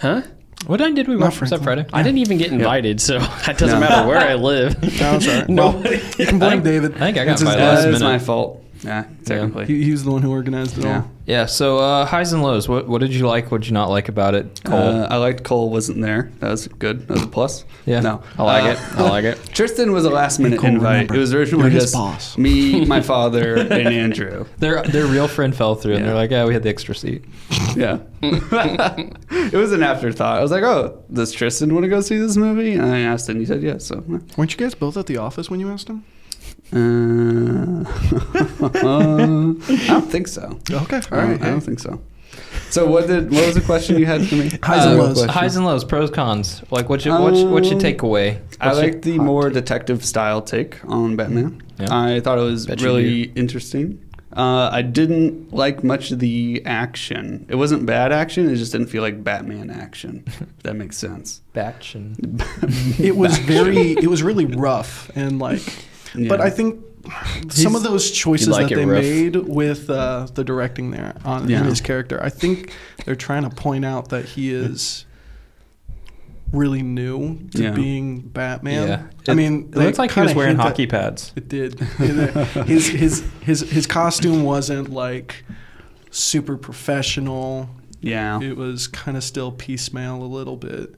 Speaker 3: Huh?
Speaker 1: What time did we
Speaker 4: Not
Speaker 1: watch? Was that Friday?
Speaker 4: Franklin.
Speaker 3: I didn't even get invited, so [LAUGHS] that doesn't
Speaker 2: No.
Speaker 3: matter where I live.
Speaker 4: No, I'm sorry.
Speaker 3: No.
Speaker 4: Well, you can blame David.
Speaker 1: I think I got
Speaker 4: It's his
Speaker 1: my
Speaker 4: dad.
Speaker 1: last
Speaker 2: That is
Speaker 1: minute.
Speaker 2: my fault. Yeah, technically.
Speaker 4: He, he's the one who organized it
Speaker 2: Yeah.
Speaker 4: all.
Speaker 1: Yeah. So uh, highs and lows. What what did you like? What did you not like about it? Cole.
Speaker 2: Uh, I liked Cole wasn't there. That was good. That was a plus.
Speaker 1: Yeah.
Speaker 2: No.
Speaker 1: I like it.
Speaker 2: I like it. [LAUGHS] Tristan was a last minute
Speaker 4: Cole,
Speaker 2: invite.
Speaker 4: remember,
Speaker 2: it was originally
Speaker 4: you're his
Speaker 2: just [LAUGHS]
Speaker 4: boss.
Speaker 2: me, my father, and Andrew.
Speaker 1: their their real friend fell through, and
Speaker 2: Yeah.
Speaker 1: they're like, yeah, we had the extra seat.
Speaker 2: [LAUGHS] Yeah. it was an afterthought. I was like, oh, does Tristan want to go see this movie? And I asked, and he said yes. So, yeah.
Speaker 4: Weren't you guys both at the office when you asked him?
Speaker 2: uh, [LAUGHS] I don't think so.
Speaker 4: Okay.
Speaker 2: I don't, I don't think so. So what did what was the question you had for me?
Speaker 4: Highs and
Speaker 2: Uh,
Speaker 4: lows.
Speaker 2: question.
Speaker 1: Highs and lows, pros cons. Like what you what you, what you
Speaker 2: Um,
Speaker 1: take away?
Speaker 2: I
Speaker 1: What's your-
Speaker 2: like the more detective style take on Batman.
Speaker 1: Yeah.
Speaker 2: I thought it was
Speaker 3: Bet you
Speaker 2: really interesting. Uh, I didn't like much of the action. It wasn't bad action. It just didn't feel like Batman action. if that makes
Speaker 4: [LAUGHS]
Speaker 2: sense.
Speaker 1: batch and [LAUGHS]
Speaker 4: It was very, it was really rough and like, but
Speaker 2: Yeah.
Speaker 4: I think some of those choices
Speaker 3: you like
Speaker 4: that
Speaker 3: it
Speaker 4: they
Speaker 3: rough.
Speaker 4: made with uh, the directing there on
Speaker 2: Yeah.
Speaker 4: in his character, I think they're trying to point out that he is really new to
Speaker 2: Yeah.
Speaker 4: being Batman.
Speaker 1: yeah.
Speaker 4: I mean,
Speaker 1: it
Speaker 4: they
Speaker 1: looks like he was
Speaker 4: kinda
Speaker 1: wearing
Speaker 4: hint at-
Speaker 1: hockey pads.
Speaker 4: It did.
Speaker 1: [LAUGHS]
Speaker 4: his his his his costume wasn't like super professional.
Speaker 2: Yeah.
Speaker 4: It was kind of still piecemeal a little bit,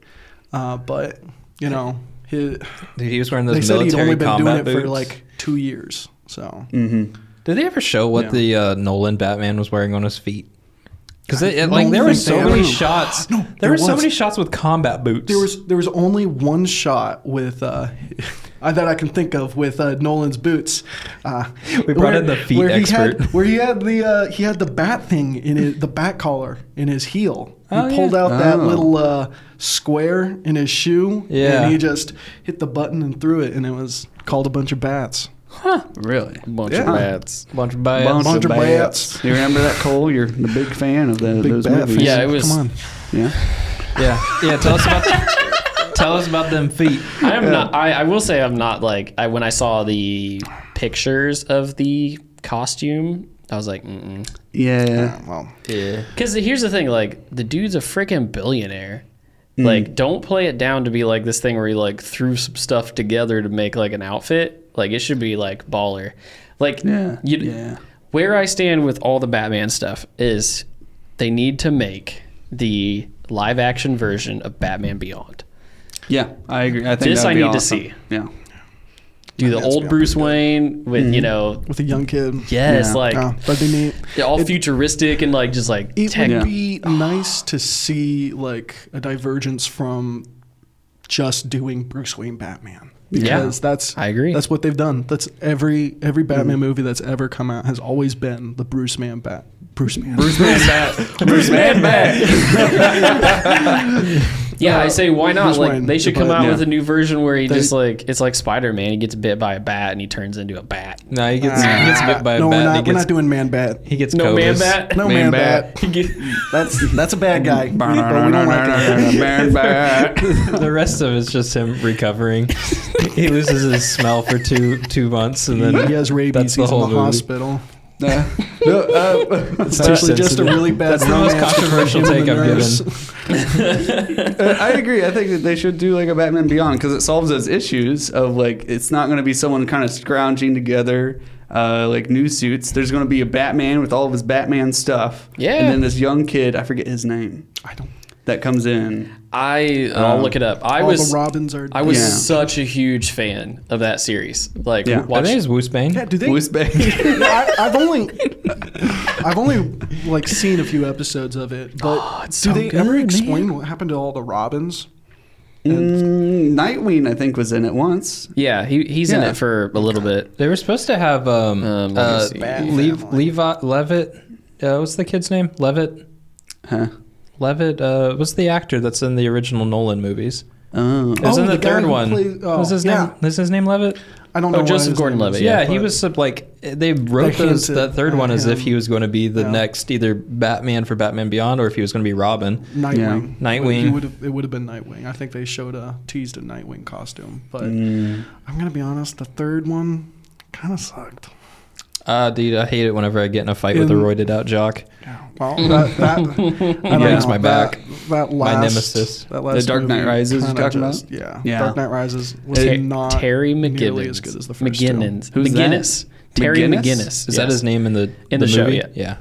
Speaker 4: uh, but you know, his,
Speaker 1: Dude, he was wearing those
Speaker 4: they said he'd
Speaker 1: military
Speaker 4: only been doing
Speaker 1: combat
Speaker 4: it
Speaker 1: boots.
Speaker 4: for like two years. So
Speaker 2: Mm-hmm.
Speaker 1: Did they ever show what
Speaker 4: Yeah.
Speaker 1: the uh, Nolan Batman was wearing on his feet? Because like
Speaker 4: don't
Speaker 1: there were
Speaker 4: think
Speaker 1: so
Speaker 4: they
Speaker 1: many
Speaker 4: ever-
Speaker 1: shots.
Speaker 4: [GASPS] No,
Speaker 1: there
Speaker 4: there
Speaker 1: were so
Speaker 4: was.
Speaker 1: many shots with combat boots.
Speaker 4: there was there was only one shot with. Uh, [LAUGHS] that I can think of with uh, Nolan's boots. Uh,
Speaker 1: We brought in the feet
Speaker 4: where
Speaker 1: expert.
Speaker 4: He had, where he had the uh, he had the bat thing in his, the bat collar in his heel. He
Speaker 1: Oh,
Speaker 4: pulled
Speaker 1: yeah.
Speaker 4: out that
Speaker 2: Oh.
Speaker 4: little uh, square in his shoe,
Speaker 1: Yeah.
Speaker 4: and he just hit the button and threw it, and it was called a bunch of bats.
Speaker 2: Really.
Speaker 3: Bunch of
Speaker 4: Yeah.
Speaker 3: rats.
Speaker 1: bunch of bias.
Speaker 2: Bunch,
Speaker 4: Bunch
Speaker 2: of
Speaker 4: of
Speaker 2: bats. You remember that, Cole? You're the big fan of the,
Speaker 4: Big
Speaker 2: those
Speaker 4: bat
Speaker 2: movies.
Speaker 4: fan.
Speaker 3: Yeah, it was-
Speaker 4: Come on.
Speaker 2: Yeah.
Speaker 1: Yeah, yeah. Tell us about [LAUGHS] tell us about them feet.
Speaker 3: [LAUGHS] I am not. I, I will say I'm not like I when I saw the pictures of the costume. I was like, mm
Speaker 2: Yeah.
Speaker 4: Well,
Speaker 1: Yeah,
Speaker 3: because here's the thing: like the dude's a freaking billionaire. Like, don't play it down to be like this thing where he like threw some stuff together to make like an outfit. Like it should be like baller. Like
Speaker 2: Yeah.
Speaker 3: you,
Speaker 2: yeah.
Speaker 3: where I stand with all the Batman stuff is they need to make the live action version of Batman Beyond.
Speaker 2: Yeah, I agree. I think
Speaker 3: This
Speaker 2: that'd
Speaker 3: I
Speaker 2: be
Speaker 3: need to
Speaker 2: awesome.
Speaker 3: see.
Speaker 2: Yeah,
Speaker 3: Do the
Speaker 4: think that's
Speaker 3: old
Speaker 4: Beyond
Speaker 3: Bruce Wayne with, you know,
Speaker 4: with a young kid. Oh,
Speaker 3: yes,
Speaker 2: Yeah.
Speaker 3: like
Speaker 4: Yeah, that'd be neat.
Speaker 3: they're all futuristic and like just like
Speaker 4: It
Speaker 3: tech.
Speaker 4: would
Speaker 2: Yeah.
Speaker 4: be nice to see like a divergence from just doing Bruce Wayne Batman. Because that's
Speaker 3: I agree.
Speaker 4: That's what they've done. That's every every
Speaker 1: Mm-hmm.
Speaker 4: Batman movie that's ever come out has always been the Bruce Man Bat Bruce Man. Bruce
Speaker 2: Bruce Man back.
Speaker 3: [LAUGHS]
Speaker 4: [LAUGHS]
Speaker 3: Yeah, I say why not?
Speaker 4: Bruce
Speaker 3: Like
Speaker 4: Wayne,
Speaker 3: they should
Speaker 4: but-
Speaker 3: come out
Speaker 2: yeah.
Speaker 3: with a new version where he just like it's like Spider Man. He gets bit by a bat and he turns into a bat.
Speaker 1: No, he gets, he gets bit by a
Speaker 4: no,
Speaker 1: bat.
Speaker 4: we're
Speaker 1: and
Speaker 4: not.
Speaker 1: he
Speaker 4: we're
Speaker 1: gets,
Speaker 4: not doing Man Bat.
Speaker 1: he gets
Speaker 3: No man
Speaker 1: cobras.
Speaker 3: bat.
Speaker 4: No
Speaker 2: Man
Speaker 4: Man,
Speaker 2: Bat.
Speaker 4: Bat.
Speaker 3: He get-
Speaker 4: That's that's a bad guy. but we don't like
Speaker 2: [LAUGHS]
Speaker 4: him.
Speaker 2: Man back.
Speaker 1: [LAUGHS]
Speaker 3: [LAUGHS]
Speaker 1: The rest of it's just him
Speaker 4: [LAUGHS]
Speaker 1: recovering. he loses his smell for two two months, and then
Speaker 4: He has rabies.
Speaker 1: That's the
Speaker 4: He's in
Speaker 1: whole
Speaker 4: the
Speaker 1: movie.
Speaker 4: hospital.
Speaker 2: Uh, no, uh,
Speaker 4: It's
Speaker 1: That's
Speaker 4: actually just a
Speaker 1: sensitive.
Speaker 4: really bad.
Speaker 1: That's the most
Speaker 4: romance
Speaker 1: controversial
Speaker 4: between him
Speaker 1: take
Speaker 4: and
Speaker 1: I've
Speaker 4: the nurse.
Speaker 1: given.
Speaker 2: Uh, I agree. I think that they should do like a Batman Beyond because it solves those issues of like it's not going to be someone kind of scrounging together uh, like new suits. There's going to be a Batman with all of his Batman stuff.
Speaker 3: Yeah.
Speaker 2: And then this young kid, I forget his name,
Speaker 4: I don't.
Speaker 2: that comes in.
Speaker 3: [LAUGHS] I I'll
Speaker 2: Um,
Speaker 3: look it up. I
Speaker 4: all
Speaker 3: was
Speaker 4: the Robins are.
Speaker 3: I was
Speaker 2: Yeah.
Speaker 3: such a huge fan of that series. Like
Speaker 2: Yeah.
Speaker 1: Are
Speaker 3: watch,
Speaker 1: they his Woosbane?
Speaker 4: yeah, do they?
Speaker 2: Bruce
Speaker 3: [LAUGHS]
Speaker 2: Banner.
Speaker 4: I, I've only, I've only like seen a few episodes of it. But do
Speaker 3: Oh, so
Speaker 4: they ever
Speaker 3: good,
Speaker 4: explain what happened to all the Robins?
Speaker 2: Mm, Nightwing, I think, was in it once.
Speaker 3: yeah, he, he's in
Speaker 2: Yeah.
Speaker 3: it for a little bit.
Speaker 1: They were supposed to have um,
Speaker 3: Um, let me
Speaker 1: uh,
Speaker 3: see.
Speaker 4: Bat
Speaker 1: Lev-
Speaker 4: family.
Speaker 1: Levi Levitt. Uh, what's the kid's name? Levitt.
Speaker 2: Huh.
Speaker 1: Levitt. Uh, what's the actor that's in the original Nolan movies?
Speaker 2: Oh.
Speaker 1: It was
Speaker 4: Oh,
Speaker 1: in the,
Speaker 4: the guy
Speaker 1: third
Speaker 4: who
Speaker 1: one.
Speaker 4: plays- oh,
Speaker 1: was his
Speaker 4: yeah.
Speaker 1: name? Was his name Levitt?
Speaker 4: I don't
Speaker 3: Oh,
Speaker 4: know. what
Speaker 3: Joseph
Speaker 4: his name
Speaker 3: Gordon-Levitt,
Speaker 4: is,
Speaker 3: Yeah,
Speaker 1: Yeah, he
Speaker 4: but-
Speaker 1: was sub- like they wrote
Speaker 4: They
Speaker 1: those
Speaker 4: hinted
Speaker 1: that third
Speaker 4: at
Speaker 1: one as if
Speaker 4: him.
Speaker 1: he was going to be the
Speaker 4: Yeah.
Speaker 1: next either Batman for Batman Beyond or if he was going to be Robin.
Speaker 4: Nightwing.
Speaker 1: Yeah. Nightwing.
Speaker 4: He would've- it would have been Nightwing. I think they showed a teased a Nightwing costume, but
Speaker 2: Mm.
Speaker 4: I'm gonna be honest. The third one kind of sucked.
Speaker 1: Ah, dude, I hate it whenever I get in a fight with a
Speaker 4: In-
Speaker 1: roided out jock.
Speaker 4: Yeah. Well,
Speaker 2: [LAUGHS]
Speaker 4: that, that I don't
Speaker 1: breaks
Speaker 4: know,
Speaker 1: my
Speaker 4: that-
Speaker 1: back.
Speaker 4: That, last,
Speaker 1: nemesis.
Speaker 4: That last
Speaker 2: The Dark Knight
Speaker 4: movie
Speaker 2: Rises you're
Speaker 4: kinda
Speaker 2: talking about?
Speaker 4: just- Yeah.
Speaker 2: Yeah.
Speaker 4: Dark Knight Rises was
Speaker 3: Ter-
Speaker 4: not
Speaker 3: Terry
Speaker 4: nearly
Speaker 3: McGinnis.
Speaker 4: as good as the first two.
Speaker 3: McGinnis.
Speaker 2: Who's that?
Speaker 3: McGinnis. Terry
Speaker 2: McGinnis?
Speaker 3: McGinnis.
Speaker 1: Is that his name in the
Speaker 3: In the show,
Speaker 1: movie?
Speaker 3: yeah.
Speaker 1: yeah.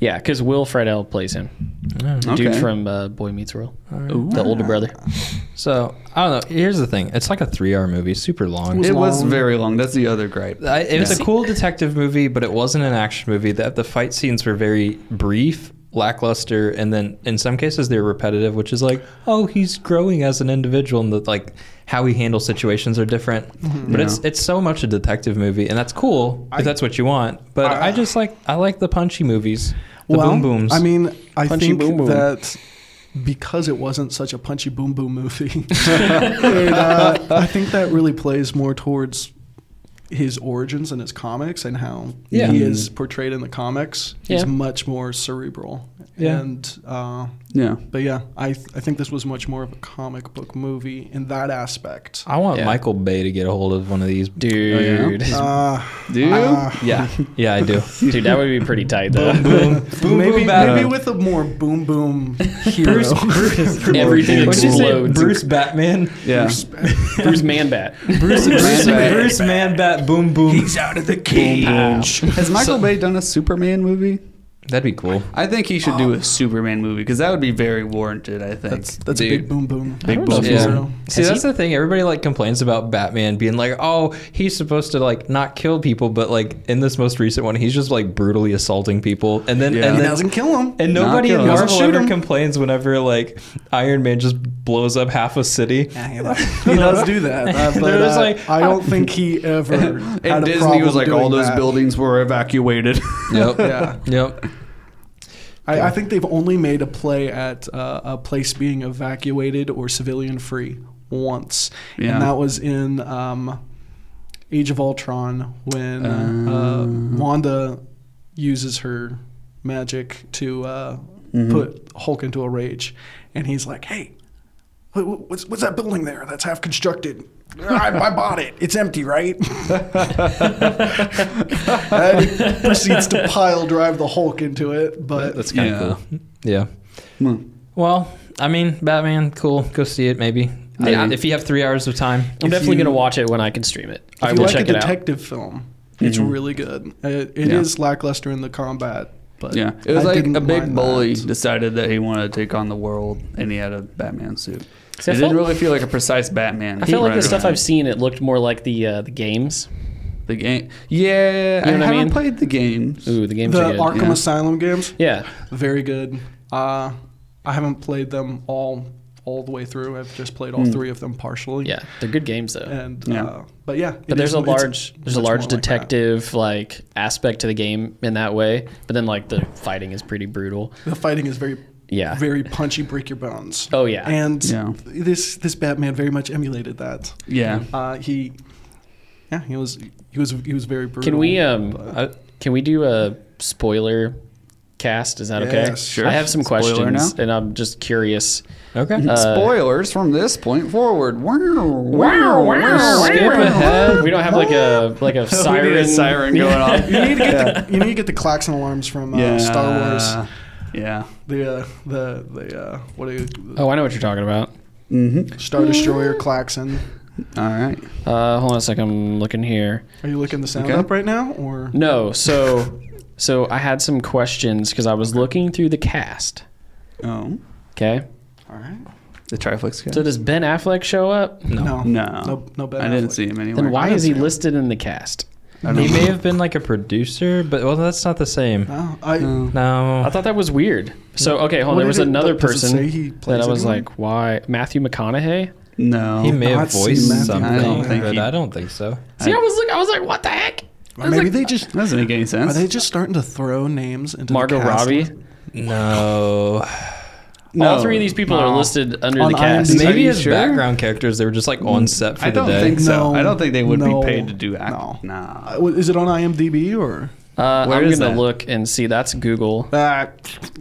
Speaker 3: Yeah, because Will Friedle plays him. The Dude
Speaker 2: Okay.
Speaker 3: from uh, Boy Meets World, the older brother.
Speaker 1: So I don't know. Here's the thing. It's like a three-hour movie, super long.
Speaker 4: was
Speaker 2: It was
Speaker 4: long.
Speaker 2: very long. That's the other gripe.
Speaker 1: I, it was a cool detective movie, but it wasn't an action movie. The, the fight scenes were very brief, lackluster, and then in some cases they're repetitive, which is like, oh, he's growing as an individual, and the, like how he handles situations are different. But it's it's so much a detective movie, and that's cool if that's what you want. But I, just like I like the punchy movies, the
Speaker 4: well,
Speaker 1: boom booms.
Speaker 4: I mean, I
Speaker 3: Punchy
Speaker 4: think
Speaker 3: boom boom.
Speaker 4: that because it wasn't such a punchy boom boom movie, it, uh, I think that really plays more towards his origins and his comics and how
Speaker 1: Yeah.
Speaker 4: he is portrayed in the comics.
Speaker 3: Yeah.
Speaker 4: He's much more cerebral.
Speaker 1: Yeah.
Speaker 4: And uh,
Speaker 2: Yeah.
Speaker 4: but yeah, I th- I think this was much more of a comic book movie in that aspect.
Speaker 1: I want
Speaker 3: Yeah.
Speaker 1: Michael Bay to get a hold of one of these.
Speaker 3: Dude,
Speaker 4: Uh,
Speaker 2: Do you?
Speaker 4: Uh,
Speaker 1: Yeah, yeah, I do.
Speaker 3: [LAUGHS] dude, that would be pretty tight though.
Speaker 4: maybe
Speaker 1: Bat-
Speaker 4: maybe with a more boom boom hero.
Speaker 3: Everything
Speaker 1: What'd you say?
Speaker 3: explodes.
Speaker 1: Bruce Batman.
Speaker 2: yeah.
Speaker 3: Bruce Manbat.
Speaker 1: Bruce, Bruce,
Speaker 2: Manbat.
Speaker 1: Bruce Man Bat Boom Boom.
Speaker 4: out of the
Speaker 3: Uh,
Speaker 4: cage.
Speaker 2: Has Michael Bay done a Superman movie?
Speaker 1: That'd be cool.
Speaker 2: I think he should do a Superman movie because that would be very warranted. I think
Speaker 4: Uh, That's that's a
Speaker 1: Dude.
Speaker 4: big boom boom.
Speaker 2: Big
Speaker 4: know
Speaker 2: boom. boom.
Speaker 4: if he's-
Speaker 2: Yeah.
Speaker 4: Yeah.
Speaker 1: See,
Speaker 3: Has
Speaker 1: that's the thing. Everybody like complains about Batman being like, oh, he's supposed to like not kill people, but like in this most recent one, he's just like brutally assaulting people, and then
Speaker 2: Yeah.
Speaker 1: and
Speaker 4: He
Speaker 1: then.
Speaker 4: doesn't kill him.
Speaker 1: and
Speaker 2: Not
Speaker 1: nobody
Speaker 2: kill
Speaker 1: in
Speaker 2: him.
Speaker 1: Marvel
Speaker 4: Doesn't shoot
Speaker 1: ever
Speaker 4: him.
Speaker 1: complains whenever like Iron Man just blows up half a city.
Speaker 4: he
Speaker 2: [LAUGHS]
Speaker 4: does do that, uh, but
Speaker 1: They're just
Speaker 4: uh,
Speaker 1: like,
Speaker 4: I don't think he ever. had
Speaker 2: And
Speaker 4: a
Speaker 2: Disney
Speaker 4: problem
Speaker 2: was like, all
Speaker 4: doing
Speaker 2: those
Speaker 4: that.
Speaker 2: buildings were [LAUGHS] evacuated.
Speaker 1: Yep.
Speaker 4: Yeah.
Speaker 1: Yep.
Speaker 4: I, I think they've only made a play at uh, a place being evacuated or civilian free once,
Speaker 2: Yeah.
Speaker 4: and that was in um, Age of Ultron when uh, Wanda uses her magic to uh, put Hulk into a rage, and he's like, "Hey, what, what- what's, what's that building there that's half constructed?" I, I bought it. It's empty, right? [LAUGHS] and he proceeds to pile drive the Hulk into it, but
Speaker 1: That's kind of
Speaker 2: Yeah.
Speaker 1: cool. Yeah. Well, I mean, Batman, cool. Go see it, maybe.
Speaker 2: Maybe.
Speaker 1: If you have three hours of time.
Speaker 3: I'm definitely
Speaker 4: you-
Speaker 3: gonna watch it when I can stream it.
Speaker 4: If
Speaker 3: I
Speaker 4: you
Speaker 3: will
Speaker 4: like
Speaker 3: check
Speaker 4: a
Speaker 3: it out. Mm-hmm.
Speaker 4: detective film, It's really good. Uh, It, it is
Speaker 2: Yeah.
Speaker 4: lackluster in the combat, but
Speaker 2: Yeah, it was
Speaker 4: I
Speaker 2: like
Speaker 4: didn't
Speaker 2: a big
Speaker 4: mind
Speaker 2: bully
Speaker 4: that.
Speaker 2: decided that he wanted to take on the world, and he had a Batman suit.
Speaker 3: See,
Speaker 2: it
Speaker 3: I
Speaker 2: didn't
Speaker 3: felt-
Speaker 2: really feel like a precise Batman.
Speaker 3: I feel like
Speaker 2: right
Speaker 3: the stuff
Speaker 2: away.
Speaker 3: I've seen, it looked more like the uh, the games.
Speaker 2: the game. Yeah,
Speaker 3: You know what I
Speaker 2: I haven't
Speaker 3: mean?
Speaker 2: played the games.
Speaker 3: Ooh, the games
Speaker 4: The
Speaker 3: are good.
Speaker 4: Arkham
Speaker 2: yeah.
Speaker 4: Asylum games,
Speaker 3: yeah,
Speaker 4: very good. Uh, I haven't played them all all the way through. I've just played all three of them partially.
Speaker 3: Hmm. yeah, they're good games though.
Speaker 4: And
Speaker 2: Yeah.
Speaker 4: Uh, but yeah, it
Speaker 3: but there's
Speaker 4: is-
Speaker 3: a
Speaker 4: it's-
Speaker 3: large there's a
Speaker 4: it's
Speaker 3: large
Speaker 4: more like that.
Speaker 3: detective like, aspect to the game in that way. But then like the fighting is pretty brutal.
Speaker 4: the fighting is very
Speaker 3: Yeah.
Speaker 4: very punchy, break your bones.
Speaker 3: Oh, yeah.
Speaker 4: and
Speaker 2: Yeah.
Speaker 4: this this Batman very much emulated that.
Speaker 2: Yeah,
Speaker 4: Uh, he, yeah, he was he was he was very brutal.
Speaker 3: Can we um uh, can we do a spoiler cast? Is that okay?
Speaker 4: Yes, sure.
Speaker 3: I have some
Speaker 2: Spoiler
Speaker 3: questions
Speaker 2: now.
Speaker 3: and I'm just curious. Uh,
Speaker 1: Okay.
Speaker 2: spoilers from this point forward. Wow, wow,
Speaker 3: Skip ahead. We don't have
Speaker 2: [LAUGHS]
Speaker 3: like a like a siren.
Speaker 2: We need a siren going [LAUGHS] off.
Speaker 4: You need to get the, you need to get the klaxon alarms from uh, Star Wars.
Speaker 2: Yeah.
Speaker 4: The uh, the the uh, what do you,
Speaker 3: [LAUGHS] Oh, I know what you're talking about.
Speaker 4: Star Destroyer klaxon?
Speaker 2: All right.
Speaker 3: Uh, hold on a second. I'm looking here.
Speaker 4: Are you looking the sound
Speaker 2: Okay.
Speaker 4: up right now or?
Speaker 3: No, so so I had some questions because I was looking through the cast.
Speaker 2: Oh,
Speaker 3: Okay,
Speaker 4: All right.
Speaker 2: the Triflex guy.
Speaker 3: so does Ben Affleck show up?
Speaker 1: No.
Speaker 4: No.
Speaker 2: no,
Speaker 4: No. No. Ben
Speaker 2: I didn't
Speaker 4: Affleck.
Speaker 2: see him anywhere.
Speaker 3: Then why
Speaker 4: don't
Speaker 3: is he
Speaker 4: see him.
Speaker 3: listed in the cast?
Speaker 2: I
Speaker 1: He
Speaker 2: don't
Speaker 1: may
Speaker 2: know.
Speaker 1: have been like a producer, but well, that's not the same.
Speaker 4: No. I.
Speaker 1: No.
Speaker 3: I thought that was weird. So okay, hold on.
Speaker 4: What
Speaker 3: There was
Speaker 4: did it-
Speaker 3: another
Speaker 4: does it
Speaker 3: person
Speaker 4: say he
Speaker 3: that
Speaker 4: plays
Speaker 3: I was
Speaker 4: anyone?
Speaker 3: like, why Matthew McConaughey?
Speaker 2: No,
Speaker 1: He may
Speaker 4: I've
Speaker 1: have
Speaker 4: seen
Speaker 1: voiced
Speaker 4: Matthew
Speaker 1: something,
Speaker 4: McConaughey.
Speaker 2: I don't think
Speaker 1: but
Speaker 2: he-
Speaker 1: I don't think so.
Speaker 3: See, I was like, I was like, what the heck? I
Speaker 4: Or
Speaker 3: was
Speaker 4: maybe
Speaker 3: like,
Speaker 4: they just
Speaker 2: doesn't make any sense.
Speaker 4: are they just starting to throw names into
Speaker 3: Margot
Speaker 4: the cast?
Speaker 3: Robbie.
Speaker 1: No.
Speaker 3: All
Speaker 2: No.
Speaker 3: three of these people are listed under
Speaker 4: On
Speaker 3: the cast.
Speaker 4: IMDb. Are
Speaker 1: Maybe
Speaker 2: you
Speaker 1: as
Speaker 2: sure?
Speaker 1: background characters, they were just like on set for
Speaker 2: I
Speaker 1: the
Speaker 2: don't
Speaker 1: day.
Speaker 2: think so.
Speaker 4: No.
Speaker 2: I don't think they would
Speaker 4: No.
Speaker 2: be paid to do act.
Speaker 4: No.
Speaker 2: Nah.
Speaker 4: Uh, Is it on IMDb or?
Speaker 3: Uh,
Speaker 2: Where
Speaker 3: I'm gonna
Speaker 2: is that?
Speaker 3: look and see. That's Google.
Speaker 4: Uh,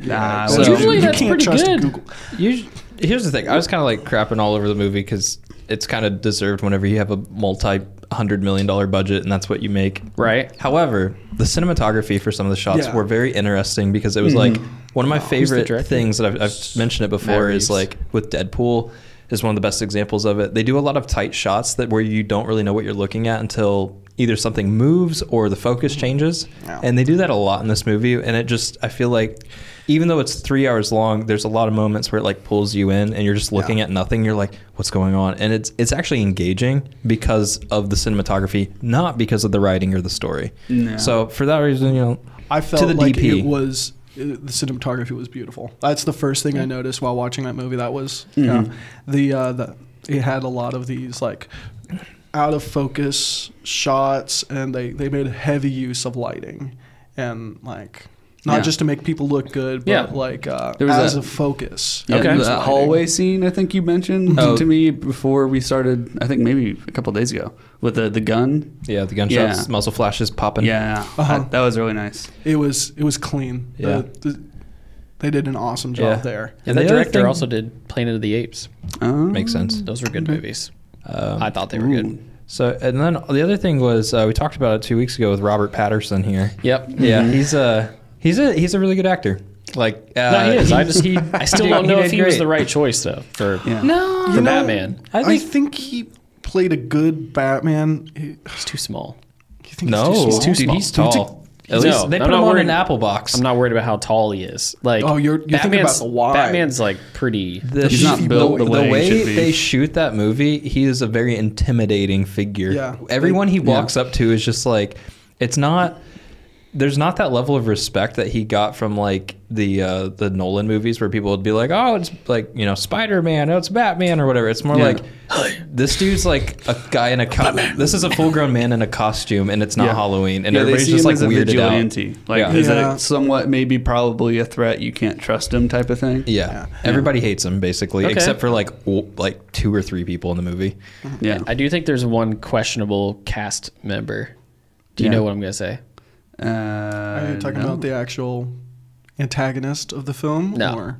Speaker 2: Nah,
Speaker 4: so
Speaker 2: well, Usually
Speaker 4: you
Speaker 3: that's
Speaker 4: can't
Speaker 3: pretty
Speaker 4: trust
Speaker 3: good.
Speaker 4: Google.
Speaker 1: You, here's the thing. I was kind of like crapping all over the movie because it's kind of deserved whenever you have a multi hundred million dollar budget and that's what you make.
Speaker 3: Right.
Speaker 1: However, the cinematography for some of the shots
Speaker 4: Yeah.
Speaker 1: were very interesting because it was
Speaker 2: Hmm.
Speaker 1: like one of my favorite
Speaker 3: director?
Speaker 1: things that I've, I've mentioned it before
Speaker 3: Reeves.
Speaker 1: is like with Deadpool is one of the best examples of it. They do a lot of tight shots that where you don't really know what you're looking at until either something moves or the focus changes.
Speaker 4: Yeah.
Speaker 1: And they do that a lot in this movie and it just I feel like even though it's 3 hours long, there's a lot of moments where it like pulls you in and you're just looking at nothing. You're like, what's going on? And it's it's actually engaging because of the cinematography, not because of the writing or the story. So for that reason, you know,
Speaker 4: I felt
Speaker 1: the
Speaker 4: like
Speaker 1: DP.
Speaker 4: it was uh, the cinematography was beautiful. That's the first thing I noticed while watching that movie. That was
Speaker 2: Mm-hmm.
Speaker 4: uh, the uh, the it had a lot of these like out of focus shots, and they they made heavy use of lighting and like. Not
Speaker 2: Yeah.
Speaker 4: just to make people look good, but
Speaker 3: Yeah.
Speaker 4: like uh,
Speaker 2: There was
Speaker 4: as
Speaker 2: that-
Speaker 4: a focus.
Speaker 2: Yeah,
Speaker 3: Okay.
Speaker 2: okay. That hallway scene I think you mentioned
Speaker 1: Oh.
Speaker 2: to me before we started. I think maybe a couple days ago with the the gun.
Speaker 1: Yeah, the gunshots,
Speaker 2: Yeah.
Speaker 1: muzzle flashes popping.
Speaker 2: Yeah,
Speaker 4: Uh-huh.
Speaker 2: that, that was really nice.
Speaker 4: It was it was clean. The-
Speaker 1: Yeah.
Speaker 4: the- they did an awesome job
Speaker 1: Yeah.
Speaker 4: there.
Speaker 3: And
Speaker 1: the
Speaker 3: the
Speaker 1: other
Speaker 3: director
Speaker 1: thing-
Speaker 3: also did Planet of the Apes.
Speaker 2: Um,
Speaker 1: makes sense.
Speaker 3: Those were
Speaker 4: Mm-hmm.
Speaker 3: good movies.
Speaker 1: Um,
Speaker 3: I thought they were good.
Speaker 1: so, and then the other thing was uh, we talked about it two weeks ago with Robert Patterson here.
Speaker 3: Yep.
Speaker 1: Yeah, he's a he's a he's a really good actor. Like, uh,
Speaker 3: No, he is. I just he. I still
Speaker 1: He
Speaker 3: don't know
Speaker 1: did
Speaker 3: if he was
Speaker 1: great.
Speaker 3: the right choice though for
Speaker 2: Yeah.
Speaker 1: [LAUGHS] no,
Speaker 3: for
Speaker 4: You know,
Speaker 3: Batman.
Speaker 1: I
Speaker 4: I
Speaker 1: think-
Speaker 4: think, he played a good Batman. He- you
Speaker 3: He's too small.
Speaker 4: think
Speaker 1: no,
Speaker 4: he's too small?
Speaker 1: dude,
Speaker 3: small.
Speaker 1: he's tall. At
Speaker 3: No,
Speaker 1: least they
Speaker 3: I'm
Speaker 1: put
Speaker 3: not
Speaker 1: him on
Speaker 3: worried-
Speaker 1: an apple box.
Speaker 3: I'm not worried about how tall he is. Like
Speaker 4: Oh, you're- you're thinking about
Speaker 3: Batman's-
Speaker 4: the wide.
Speaker 3: Batman's like pretty.
Speaker 1: the,
Speaker 2: He's not built the way he should be.
Speaker 1: they shoot that movie, he is a very intimidating figure.
Speaker 4: Yeah.
Speaker 1: Everyone he walks up to is just like, it's not. There's not that level of respect that he got from like the uh, the Nolan movies where people would be like, oh, it's like you know Spider Man, oh, it's Batman or whatever. It's more
Speaker 2: Yeah.
Speaker 1: like this dude's like a guy in a co- this is a full grown man in a costume and it's not
Speaker 2: Yeah.
Speaker 1: Halloween and
Speaker 2: Yeah, they
Speaker 1: everybody's
Speaker 2: see
Speaker 1: just
Speaker 2: him
Speaker 1: like
Speaker 2: as a
Speaker 1: weirded out.
Speaker 2: vigilante. Like,
Speaker 1: Yeah.
Speaker 2: is
Speaker 4: Yeah.
Speaker 2: it somewhat maybe probably a threat? You can't trust him, type of thing.
Speaker 1: Yeah. everybody hates him basically,
Speaker 3: Okay.
Speaker 1: except for like w- like two or three people in the movie.
Speaker 2: yeah.
Speaker 3: I do think there's one questionable cast member. Do you
Speaker 2: Yeah.
Speaker 3: know what I'm gonna say?
Speaker 2: Uh,
Speaker 4: Are you talking
Speaker 2: no.
Speaker 4: about the actual antagonist of the film?
Speaker 3: No.
Speaker 4: Or?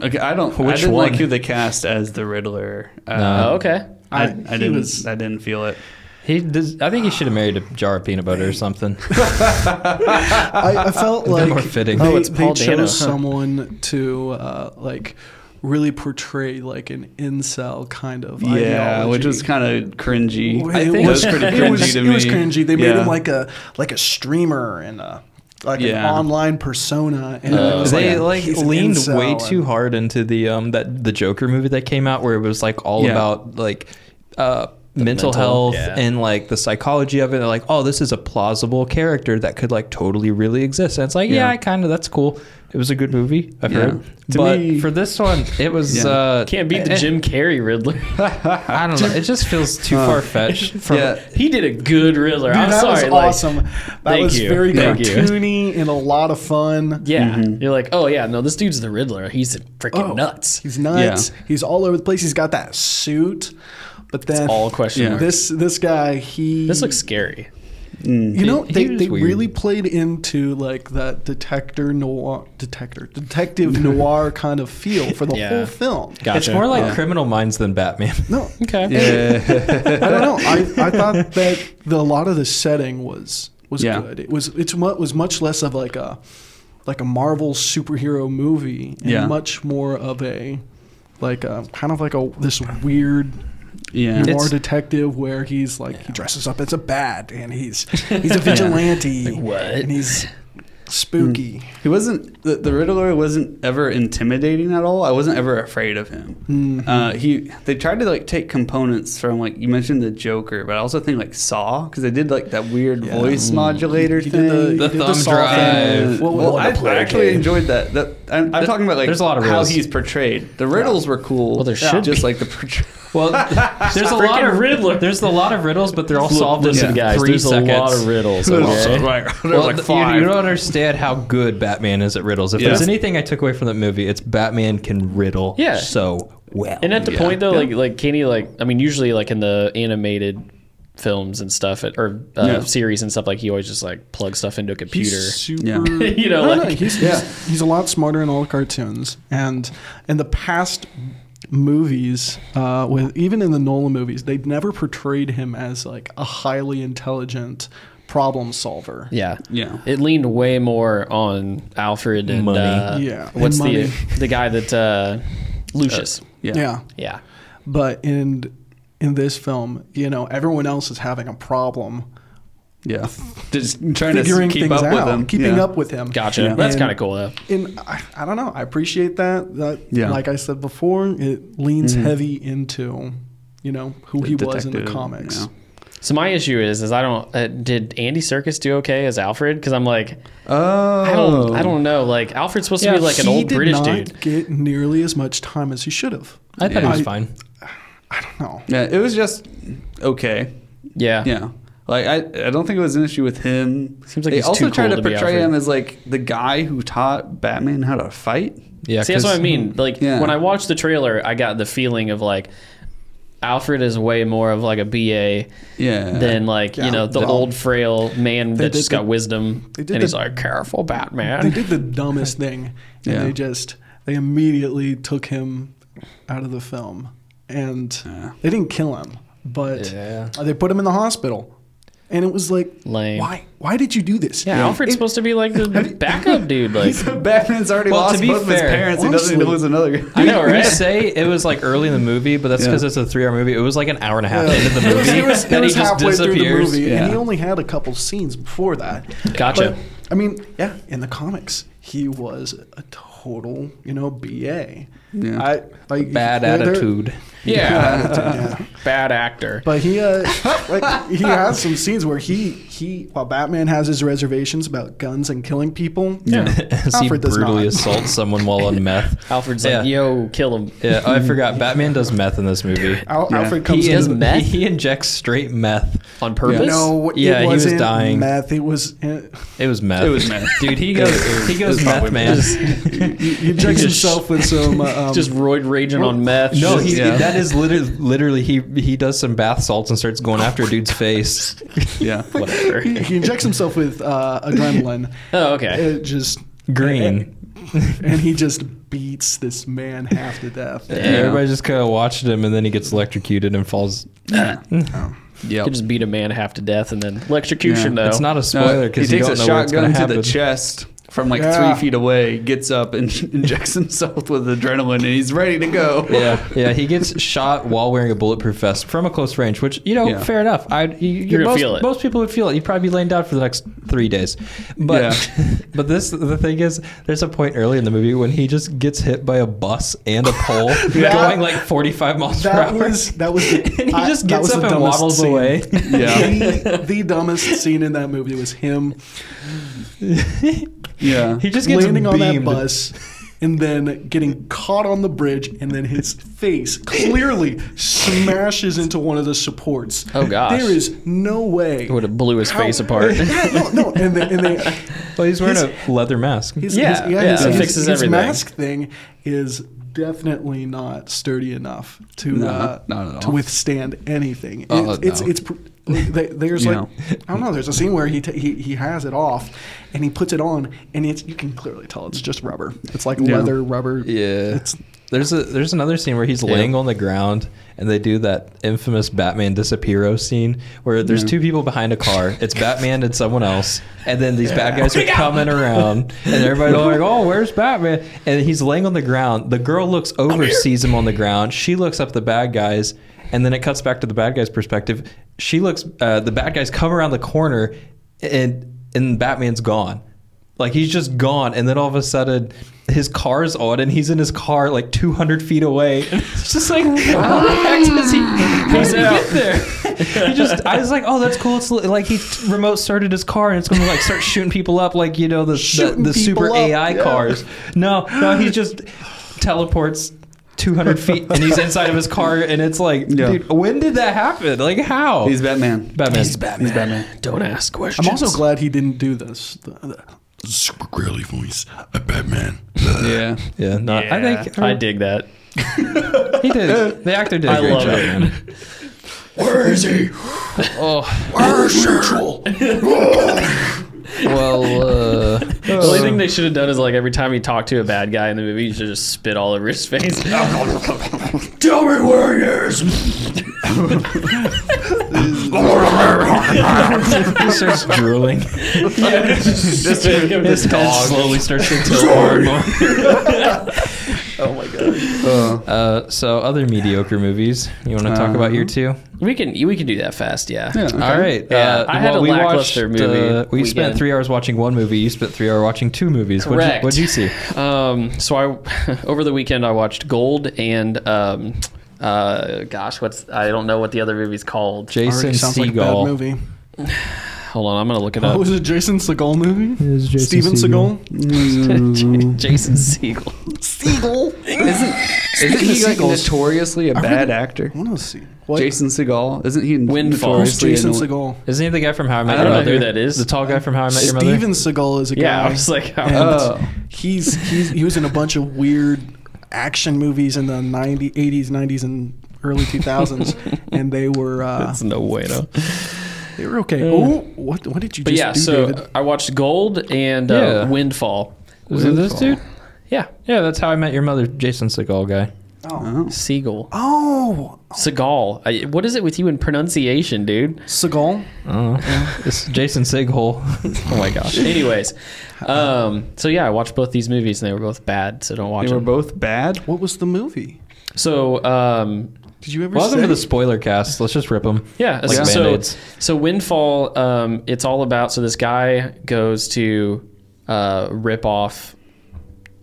Speaker 2: Okay, I don't. I
Speaker 1: Which
Speaker 2: didn't
Speaker 1: one?
Speaker 2: like who they cast as the Riddler. Uh,
Speaker 3: oh, okay.
Speaker 2: I, I,
Speaker 4: I- he
Speaker 2: didn't.
Speaker 4: was-
Speaker 2: I didn't feel it.
Speaker 1: He does. I think he should have married a jar of peanut butter or something.
Speaker 4: I, I felt like
Speaker 1: more fitting.
Speaker 4: They,
Speaker 1: Oh,
Speaker 3: it's
Speaker 4: they
Speaker 3: Paul
Speaker 4: chose
Speaker 3: Dano, huh?
Speaker 4: someone to uh, like really portray like an incel kind of
Speaker 2: Yeah,
Speaker 4: ideology.
Speaker 2: which was kind of cringy.
Speaker 4: It
Speaker 2: That was pretty
Speaker 1: [LAUGHS]
Speaker 2: cringy
Speaker 4: it was,
Speaker 2: to
Speaker 4: it
Speaker 2: me.
Speaker 4: was cringy. They made
Speaker 2: Yeah.
Speaker 4: him like a like a streamer and a like an
Speaker 2: Yeah.
Speaker 4: online persona. And it
Speaker 1: [LAUGHS]
Speaker 4: was
Speaker 1: Oh. they
Speaker 4: a-
Speaker 1: like
Speaker 4: he's an
Speaker 1: leaned
Speaker 4: incel
Speaker 1: way
Speaker 4: and-
Speaker 1: too hard into the um that the Joker movie that came out where it was like all
Speaker 2: Yeah.
Speaker 1: about like uh mental,
Speaker 3: mental,
Speaker 1: health
Speaker 3: yeah.
Speaker 1: and like the psychology of it. They're like, oh, this is a plausible character that could like totally really exist. And it's like, yeah,
Speaker 2: Yeah.
Speaker 1: I kind of that's cool. It was a good movie. I've
Speaker 2: Yeah.
Speaker 1: heard,
Speaker 2: To
Speaker 1: but
Speaker 2: me-
Speaker 1: for this one, it was
Speaker 2: Yeah.
Speaker 1: uh,
Speaker 3: Can't beat the
Speaker 1: eh,
Speaker 3: Jim Carrey
Speaker 4: [LAUGHS]
Speaker 3: Riddler.
Speaker 1: I don't know. It just feels too far
Speaker 3: [LAUGHS]
Speaker 1: fetched. From
Speaker 2: Yeah.
Speaker 3: he did a good Riddler.
Speaker 4: Dude,
Speaker 3: I'm
Speaker 4: that
Speaker 3: sorry. like,
Speaker 4: was awesome. That
Speaker 3: thank
Speaker 4: was
Speaker 3: you,
Speaker 4: very
Speaker 3: thank you.
Speaker 4: cartoony and a lot of fun.
Speaker 3: Yeah, you're like, oh yeah, no, this dude's the Riddler. He's freaking
Speaker 4: Oh.
Speaker 3: nuts.
Speaker 4: He's nuts. He's all over the place. He's got that suit, but then
Speaker 3: All question
Speaker 2: Yeah.
Speaker 3: marks. This,
Speaker 4: this this guy he
Speaker 3: looks scary.
Speaker 4: you know
Speaker 1: he
Speaker 4: they,
Speaker 1: was
Speaker 4: they
Speaker 1: weird.
Speaker 4: really played into like that detector noir detector detective
Speaker 3: [LAUGHS]
Speaker 4: noir kind of feel for the
Speaker 3: Yeah.
Speaker 4: whole film.
Speaker 3: Gotcha.
Speaker 1: it's more like
Speaker 2: Yeah.
Speaker 1: Criminal Minds than [LAUGHS] Batman.
Speaker 3: [LAUGHS]
Speaker 4: No,
Speaker 3: okay.
Speaker 4: I don't know. I, I thought that the, a lot of the setting was was
Speaker 2: Yeah.
Speaker 4: good. It was it's mu was much less of like a like a Marvel superhero movie and
Speaker 2: Yeah.
Speaker 4: much more of a like a kind of like a this weird
Speaker 2: [LAUGHS] yeah.
Speaker 4: noir
Speaker 1: It's-
Speaker 4: detective where he's like he dresses up [LAUGHS] as a bat and
Speaker 3: [LAUGHS]
Speaker 4: he's he's a vigilante
Speaker 3: what?
Speaker 4: and he's Mm. spooky.
Speaker 2: He wasn't the, the Riddler wasn't ever intimidating at all. I wasn't ever afraid of him. Uh, he they tried to like take components from like you mentioned the Joker, but I also think like Saw because they did like that weird voice modulator
Speaker 4: He
Speaker 2: thing.
Speaker 4: did the, he
Speaker 1: The
Speaker 4: did
Speaker 1: thumb
Speaker 4: Saw thing.
Speaker 1: drive.
Speaker 2: Mm-hmm. well,
Speaker 4: Well,
Speaker 2: I, I actually enjoyed that. that I'm, I'm talking about like
Speaker 1: there's a lot of
Speaker 2: how
Speaker 1: riddles.
Speaker 2: he's portrayed. The riddles were cool. Well,
Speaker 3: there should
Speaker 2: just
Speaker 3: be.
Speaker 2: like the portray-
Speaker 1: [LAUGHS] Well, there's a lot
Speaker 3: Freaking
Speaker 1: of
Speaker 3: Riddler.
Speaker 1: There's a lot of riddles, but they're all solved in
Speaker 3: Listen, guys,
Speaker 1: three
Speaker 3: there's
Speaker 1: seconds.
Speaker 3: a lot of riddles.
Speaker 2: [LAUGHS] Right.
Speaker 3: Okay?
Speaker 2: There were,
Speaker 1: Well,
Speaker 2: like,
Speaker 1: th- you,
Speaker 2: five.
Speaker 1: you don't understand how good Batman is at riddles. If there's
Speaker 2: Yeah.
Speaker 1: anything I took away from that movie, it's Batman can riddle
Speaker 3: Yeah.
Speaker 1: so well.
Speaker 3: And at the
Speaker 2: Yeah.
Speaker 3: point though,
Speaker 2: Yeah.
Speaker 3: like like can he like I mean usually like in the animated films and stuff it- or uh,
Speaker 2: Yeah.
Speaker 3: series and stuff like he always just like plugs stuff into a computer.
Speaker 4: He's
Speaker 3: [LAUGHS]
Speaker 4: super.
Speaker 2: Yeah.
Speaker 3: You know,
Speaker 4: I don't
Speaker 3: like-
Speaker 4: he's,
Speaker 2: Yeah.
Speaker 4: he's he's a lot smarter in all cartoons, and in the past movies, uh, with even in the Nolan movies, they never portrayed him as like a highly intelligent problem solver.
Speaker 3: yeah.
Speaker 2: Yeah.
Speaker 3: It leaned way more on Alfred and
Speaker 1: Money.
Speaker 3: uh,
Speaker 4: Yeah.
Speaker 3: What's
Speaker 4: And money.
Speaker 3: the the guy that uh, Lucius?
Speaker 2: Yeah.
Speaker 4: yeah.
Speaker 3: yeah.
Speaker 4: But in in this film, you know, everyone else is having a problem
Speaker 2: Yeah. Just trying
Speaker 4: figuring
Speaker 2: to keep
Speaker 4: things
Speaker 2: up
Speaker 4: out,
Speaker 2: with him.
Speaker 4: keeping
Speaker 2: Yeah.
Speaker 4: up with him.
Speaker 3: Gotcha.
Speaker 2: Yeah.
Speaker 3: That's
Speaker 4: And-
Speaker 3: kind of cool though.
Speaker 4: and I, I don't know. I appreciate that. That,
Speaker 2: Yeah. Mm-hmm.
Speaker 4: like I said before, it leans heavy into, you know, who he was in the
Speaker 2: detective,
Speaker 4: comics.
Speaker 2: yeah.
Speaker 3: So my issue is, is I don't. Uh, did Andy Circus do okay as Alfred? Because I'm like,
Speaker 2: Oh.
Speaker 3: I don't, I don't know. Like Alfred's supposed
Speaker 1: Yeah,
Speaker 3: to be like an
Speaker 4: he
Speaker 3: old
Speaker 4: did
Speaker 3: British
Speaker 4: not
Speaker 3: dude.
Speaker 4: get nearly as much time as he should have.
Speaker 1: I thought it was
Speaker 4: Yeah.
Speaker 1: fine.
Speaker 4: I don't know.
Speaker 2: Yeah, it was just okay.
Speaker 3: Yeah.
Speaker 2: Yeah. Like I, I don't think it was an issue with him.
Speaker 3: Seems like
Speaker 2: they
Speaker 3: he's
Speaker 2: also
Speaker 3: too
Speaker 2: tried
Speaker 3: cool
Speaker 2: to
Speaker 3: to be
Speaker 2: portray
Speaker 3: Alfred.
Speaker 2: him as like the guy who taught Batman how to fight.
Speaker 1: Yeah,
Speaker 3: See, that's what
Speaker 1: 'cause-
Speaker 3: I mean. Like
Speaker 2: Yeah.
Speaker 3: when I watched the trailer, I got the feeling of like Alfred is way more of like a BA
Speaker 2: Yeah. [LAUGHS]
Speaker 3: than like you
Speaker 4: Yeah.
Speaker 3: know the
Speaker 4: Well,
Speaker 3: old frail man that
Speaker 4: did
Speaker 3: just
Speaker 4: the-
Speaker 3: got wisdom,
Speaker 4: they
Speaker 3: and
Speaker 4: did
Speaker 3: he's
Speaker 4: the-
Speaker 3: like careful Batman.
Speaker 4: They did
Speaker 2: [LAUGHS]
Speaker 4: the dumbest thing, and
Speaker 2: Yeah.
Speaker 4: they just they immediately took him out of the film, and they didn't kill him, but
Speaker 1: Yeah.
Speaker 4: they put him in the hospital, and it was like,
Speaker 3: Lame.
Speaker 4: why? Why did you do this?
Speaker 3: yeah, Alfred's supposed to be like the
Speaker 4: [LAUGHS]
Speaker 3: backup dude. Like
Speaker 2: Batman's already
Speaker 1: Well, to
Speaker 2: lost
Speaker 1: be
Speaker 2: both of
Speaker 1: fair,
Speaker 2: his parents. he doesn't need to
Speaker 4: honestly-
Speaker 2: lose another. guy.
Speaker 3: I
Speaker 4: [LAUGHS]
Speaker 3: know,
Speaker 1: We
Speaker 3: right?
Speaker 1: say it was like early in the movie, but that's
Speaker 2: Yeah.
Speaker 1: because it's a three-hour movie. It was like an hour and a half
Speaker 4: Yeah.
Speaker 1: into Oh, the
Speaker 4: [LAUGHS] It was,
Speaker 1: movie
Speaker 4: it was,
Speaker 1: [LAUGHS]
Speaker 4: it
Speaker 1: that
Speaker 4: was
Speaker 1: he just
Speaker 4: halfway through the
Speaker 1: disappears.
Speaker 4: movie,
Speaker 2: Yeah.
Speaker 4: and he only had a couple scenes before that.
Speaker 3: Gotcha.
Speaker 4: But, I mean, yeah, in the comics, he was a total, you know, BA.
Speaker 2: Yeah.
Speaker 4: I, like,
Speaker 1: Bad
Speaker 4: they're- they're-
Speaker 1: attitude. [LAUGHS]
Speaker 3: yeah, bad actor.
Speaker 4: But he,
Speaker 1: [LAUGHS]
Speaker 4: uh, like, he has some scenes where he, he, while Batman has his reservations about guns and killing people,
Speaker 1: As he
Speaker 4: Alfred does
Speaker 1: brutally
Speaker 4: not.
Speaker 1: assaults someone while on [LAUGHS] meth.
Speaker 3: Alfred's
Speaker 1: Yeah.
Speaker 3: like, yo, kill him.
Speaker 1: Yeah, oh, I forgot. Batman does meth in this movie.
Speaker 4: Al-
Speaker 2: Yeah.
Speaker 4: Alfred comes
Speaker 1: he,
Speaker 4: in.
Speaker 1: is-
Speaker 3: does meth?
Speaker 1: he [LAUGHS] injects straight meth
Speaker 3: On purpose?
Speaker 4: No,
Speaker 1: Yeah,
Speaker 4: it
Speaker 1: he was
Speaker 4: wasn't
Speaker 1: dying.
Speaker 4: Meth. It was. Uh,
Speaker 1: It was meth.
Speaker 2: It was meth.
Speaker 1: [LAUGHS] Dude, he goes he goes
Speaker 2: was
Speaker 1: meth
Speaker 2: probably
Speaker 1: man.
Speaker 4: he injects himself with some. Uh, um,
Speaker 3: Just roid raging on
Speaker 1: [LAUGHS]
Speaker 3: meth.
Speaker 1: No,
Speaker 3: Just-
Speaker 1: he,
Speaker 2: Yeah.
Speaker 1: that is literally, literally he he does some bath salts and starts going after a dude's face.
Speaker 2: [LAUGHS] [LAUGHS] Yeah.
Speaker 3: whatever.
Speaker 4: he, he injects himself with uh, adrenaline.
Speaker 3: [LAUGHS] Oh, okay.
Speaker 4: It just
Speaker 1: Green.
Speaker 4: and he just beats this man half to death.
Speaker 1: And Everybody just kind of watched him, and then he gets electrocuted and falls.
Speaker 2: Oh. Yep.
Speaker 3: You just beat a man half to death and then electrocution
Speaker 2: Yeah.
Speaker 3: though.
Speaker 1: It's not a
Speaker 2: No,
Speaker 1: spoiler because
Speaker 2: he
Speaker 1: you
Speaker 2: takes
Speaker 1: don't
Speaker 2: a
Speaker 1: know what's going
Speaker 2: shotgun
Speaker 1: to
Speaker 2: to the
Speaker 1: happen.
Speaker 2: chest. from like
Speaker 4: Yeah.
Speaker 2: three feet away, gets up and [LAUGHS] injects himself with adrenaline, and he's ready to go.
Speaker 1: Yeah, [LAUGHS] yeah. He gets shot while wearing a bulletproof vest from a close range, which you know,
Speaker 2: Yeah.
Speaker 1: fair enough. I you, you-
Speaker 3: gonna
Speaker 1: most,
Speaker 3: feel it.
Speaker 1: Most people would feel it. You'd probably be laying down for the next three days. But [LAUGHS] but this the thing is, there's a point early in the movie when he just gets hit by a bus and a
Speaker 4: [LAUGHS]
Speaker 1: pole [LAUGHS] going like 45 miles per
Speaker 4: That
Speaker 1: hour.
Speaker 4: was that was the,
Speaker 1: [LAUGHS] and he
Speaker 4: I-
Speaker 1: just
Speaker 4: that
Speaker 1: gets
Speaker 4: was
Speaker 1: up and
Speaker 4: the dumbest
Speaker 1: waddles
Speaker 4: scene.
Speaker 1: away. [LAUGHS]
Speaker 2: Yeah.
Speaker 4: the, the dumbest scene in that movie was him
Speaker 2: Yeah.
Speaker 1: He just gets
Speaker 4: landing on that
Speaker 1: beamed.
Speaker 4: bus and then getting caught on the bridge and then his face clearly smashes into one of the supports.
Speaker 3: Oh, gosh.
Speaker 4: There is no way.
Speaker 3: Would have blew his [LAUGHS]
Speaker 4: How-
Speaker 3: face apart.
Speaker 4: Yeah, no, no. And they, and
Speaker 3: [LAUGHS]
Speaker 4: they,
Speaker 1: Well, he's wearing a leather mask.
Speaker 4: his,
Speaker 3: Yeah,
Speaker 4: his,
Speaker 3: yeah,
Speaker 4: his,
Speaker 3: it
Speaker 4: his-
Speaker 3: fixes
Speaker 4: his
Speaker 3: everything.
Speaker 4: mask thing is definitely not sturdy enough to
Speaker 2: No,
Speaker 4: uh,
Speaker 2: not at all.
Speaker 4: to withstand anything.
Speaker 2: Oh,
Speaker 4: It's- it's
Speaker 2: no.
Speaker 4: it's pr- they, there's
Speaker 2: You
Speaker 4: like
Speaker 2: know.
Speaker 4: I don't know. There's a scene where he, t- he he has it off, and he puts it on, and it's you can clearly tell it's just rubber. It's like
Speaker 2: Yeah.
Speaker 4: leather rubber.
Speaker 1: Yeah.
Speaker 4: It's
Speaker 1: there's a there's another scene where he's laying on the ground and they do that infamous Batman disappearo scene where there's two people behind a car. It's Batman and someone else, and then these bad guys are coming around, and everybody's all like, "Oh, where's Batman?" And he's laying on the ground. The girl looks over, sees him on the ground. She looks up the bad guys, and then it cuts back to the bad guy's perspective. She looks. Uh, the bad guys come around the corner, and and Batman's gone. Like he's just gone, and then all of a sudden, his car's on, and he's in his car like 200 feet away. [LAUGHS] And it's just like, how the heck does he, how does he get there? he just, I was like, oh, that's cool. It's li- like he t- remote started his car, and it's going to like start shooting people up, like you know the the,
Speaker 4: Shooting
Speaker 1: the super
Speaker 4: people up,
Speaker 1: AI
Speaker 4: yeah.
Speaker 1: cars. No, no, he just teleports. 200 feet and he's inside of his car and it's like
Speaker 2: Yeah.
Speaker 1: dude when did that happen like how
Speaker 2: He's Batman.
Speaker 1: Batman. He's
Speaker 2: Batman. He's Batman.
Speaker 3: Don't ask questions.
Speaker 4: I'm also glad he didn't do this. The- the-
Speaker 5: super girly voice of Batman.
Speaker 2: Yeah.
Speaker 1: yeah, no, I think
Speaker 3: I dig that.
Speaker 1: he did the actor did a
Speaker 3: I
Speaker 1: great
Speaker 3: love
Speaker 1: job
Speaker 3: it.
Speaker 1: man. Oh.
Speaker 5: Where is he?
Speaker 1: [LAUGHS] Well, uh,
Speaker 3: The only thing they should have done is like every time he talked to a bad guy in the movie, you should just spit all over his [LAUGHS] face.
Speaker 5: Tell me where he is.
Speaker 1: he starts drooling.
Speaker 3: Just spit him
Speaker 1: His
Speaker 3: to
Speaker 1: head
Speaker 3: dog. [LAUGHS]
Speaker 1: slowly starts to tilt more and more.
Speaker 3: Oh my god.
Speaker 1: Uh, so, other mediocre movies. You want to talk about your two?
Speaker 3: We can we can do that fast, yeah.
Speaker 1: All right. uh,
Speaker 3: Yeah, I had
Speaker 1: well, uh,
Speaker 3: a lackluster movie
Speaker 1: we spent
Speaker 3: weekend.
Speaker 1: three hours watching one movie. You spent three hours watching two movies. What'd you,
Speaker 3: Correct.
Speaker 1: what'd you see?
Speaker 3: Um, so I [LAUGHS] over the weekend I watched Gold and um, uh, gosh, what's I don't know what the other movie's called.
Speaker 1: Jason
Speaker 4: already sounds like a bad
Speaker 1: Seagal.
Speaker 4: movie.
Speaker 3: Hold on, I'm gonna look it
Speaker 1: Oh,
Speaker 4: What
Speaker 3: up.
Speaker 4: was it? Jason Seagal movie?
Speaker 1: is Jason
Speaker 4: Steven
Speaker 1: Seagal.
Speaker 4: Seagal.
Speaker 3: [LAUGHS] Jason Siegel.
Speaker 2: Isn't he like
Speaker 4: Seagulls.
Speaker 2: notoriously a bad actor?
Speaker 4: I want to see what
Speaker 2: Jason Seagal. Isn't he
Speaker 3: Windfall.
Speaker 4: Who's
Speaker 2: notoriously
Speaker 4: Jason
Speaker 2: anno-
Speaker 4: Seagal.
Speaker 1: Isn't he the guy from How I Met
Speaker 3: I don't
Speaker 1: Your
Speaker 3: know
Speaker 1: Mother?
Speaker 3: who that is.
Speaker 1: The tall guy from How I Met Your Mother.
Speaker 4: Steven Seagal is a guy.
Speaker 3: Yeah, I was like,
Speaker 4: and
Speaker 2: Oh.
Speaker 4: he's, he's he was in a bunch of weird action movies in the 90, 80s, 90s, and early 2000s, and they were
Speaker 3: [LAUGHS] [LAUGHS]
Speaker 4: uh,
Speaker 3: that's no way no.
Speaker 4: they were okay. Oh, what what did
Speaker 3: Mm.
Speaker 4: you
Speaker 3: But
Speaker 4: just
Speaker 3: yeah,
Speaker 4: do,
Speaker 3: so
Speaker 4: David?
Speaker 3: I watched Gold and
Speaker 1: Yeah.
Speaker 3: uh, Windfall.
Speaker 1: Is it this dude?
Speaker 3: Yeah,
Speaker 1: Yeah, that's How I Met Your Mother. Jason Seagal guy.
Speaker 4: Oh.
Speaker 3: Siegel.
Speaker 4: oh,
Speaker 3: Seagal. I, what is it with you in pronunciation, dude?
Speaker 4: Seagal.
Speaker 1: It's Jason Sighole. [LAUGHS] oh my gosh.
Speaker 3: Anyways, um, so yeah, I watched both these movies and they were both bad, so don't watch
Speaker 2: They were
Speaker 3: them.
Speaker 2: both bad.
Speaker 4: What was the movie?
Speaker 3: so um,
Speaker 4: Did you ever?
Speaker 1: Welcome
Speaker 4: say?
Speaker 1: to the spoiler cast. Let's just rip them.
Speaker 3: Yeah,
Speaker 1: Like
Speaker 3: so
Speaker 1: Band-Aids.
Speaker 3: so Windfall, um, it's all about. So this guy goes to uh, rip off,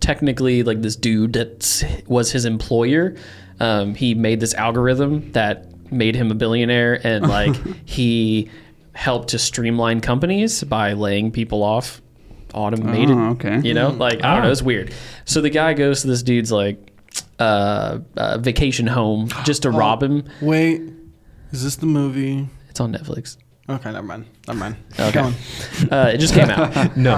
Speaker 3: technically like this dude that was his employer. Um, he made this algorithm that made him a billionaire, and like he helped to streamline companies by laying people off, automated.
Speaker 2: Oh, okay.
Speaker 3: You know, like I don't know, it's weird. So the guy goes to this dude's like uh, uh vacation home just to rob him.
Speaker 4: Wait, is this the movie?
Speaker 3: It's on Netflix.
Speaker 4: Okay, never mind. Never mind.
Speaker 3: Okay.
Speaker 4: Go on.
Speaker 3: Uh, it just came out.
Speaker 1: No.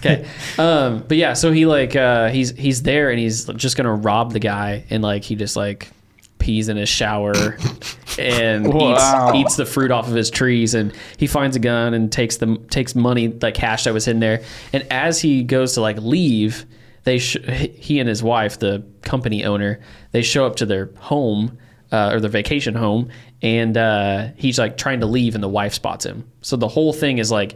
Speaker 3: Okay. Um, but yeah, so he like uh, he's he's there and he's just gonna rob the guy and like he just like pees in his shower and
Speaker 2: Wow.
Speaker 3: eats, eats the fruit off of his trees and he finds a gun and takes the takes money like cash that was in there and as he goes to like leave they sh- he and his wife the company owner they show up to their home uh, or their vacation home and uh, he's like trying to leave and the wife spots him so the whole thing is like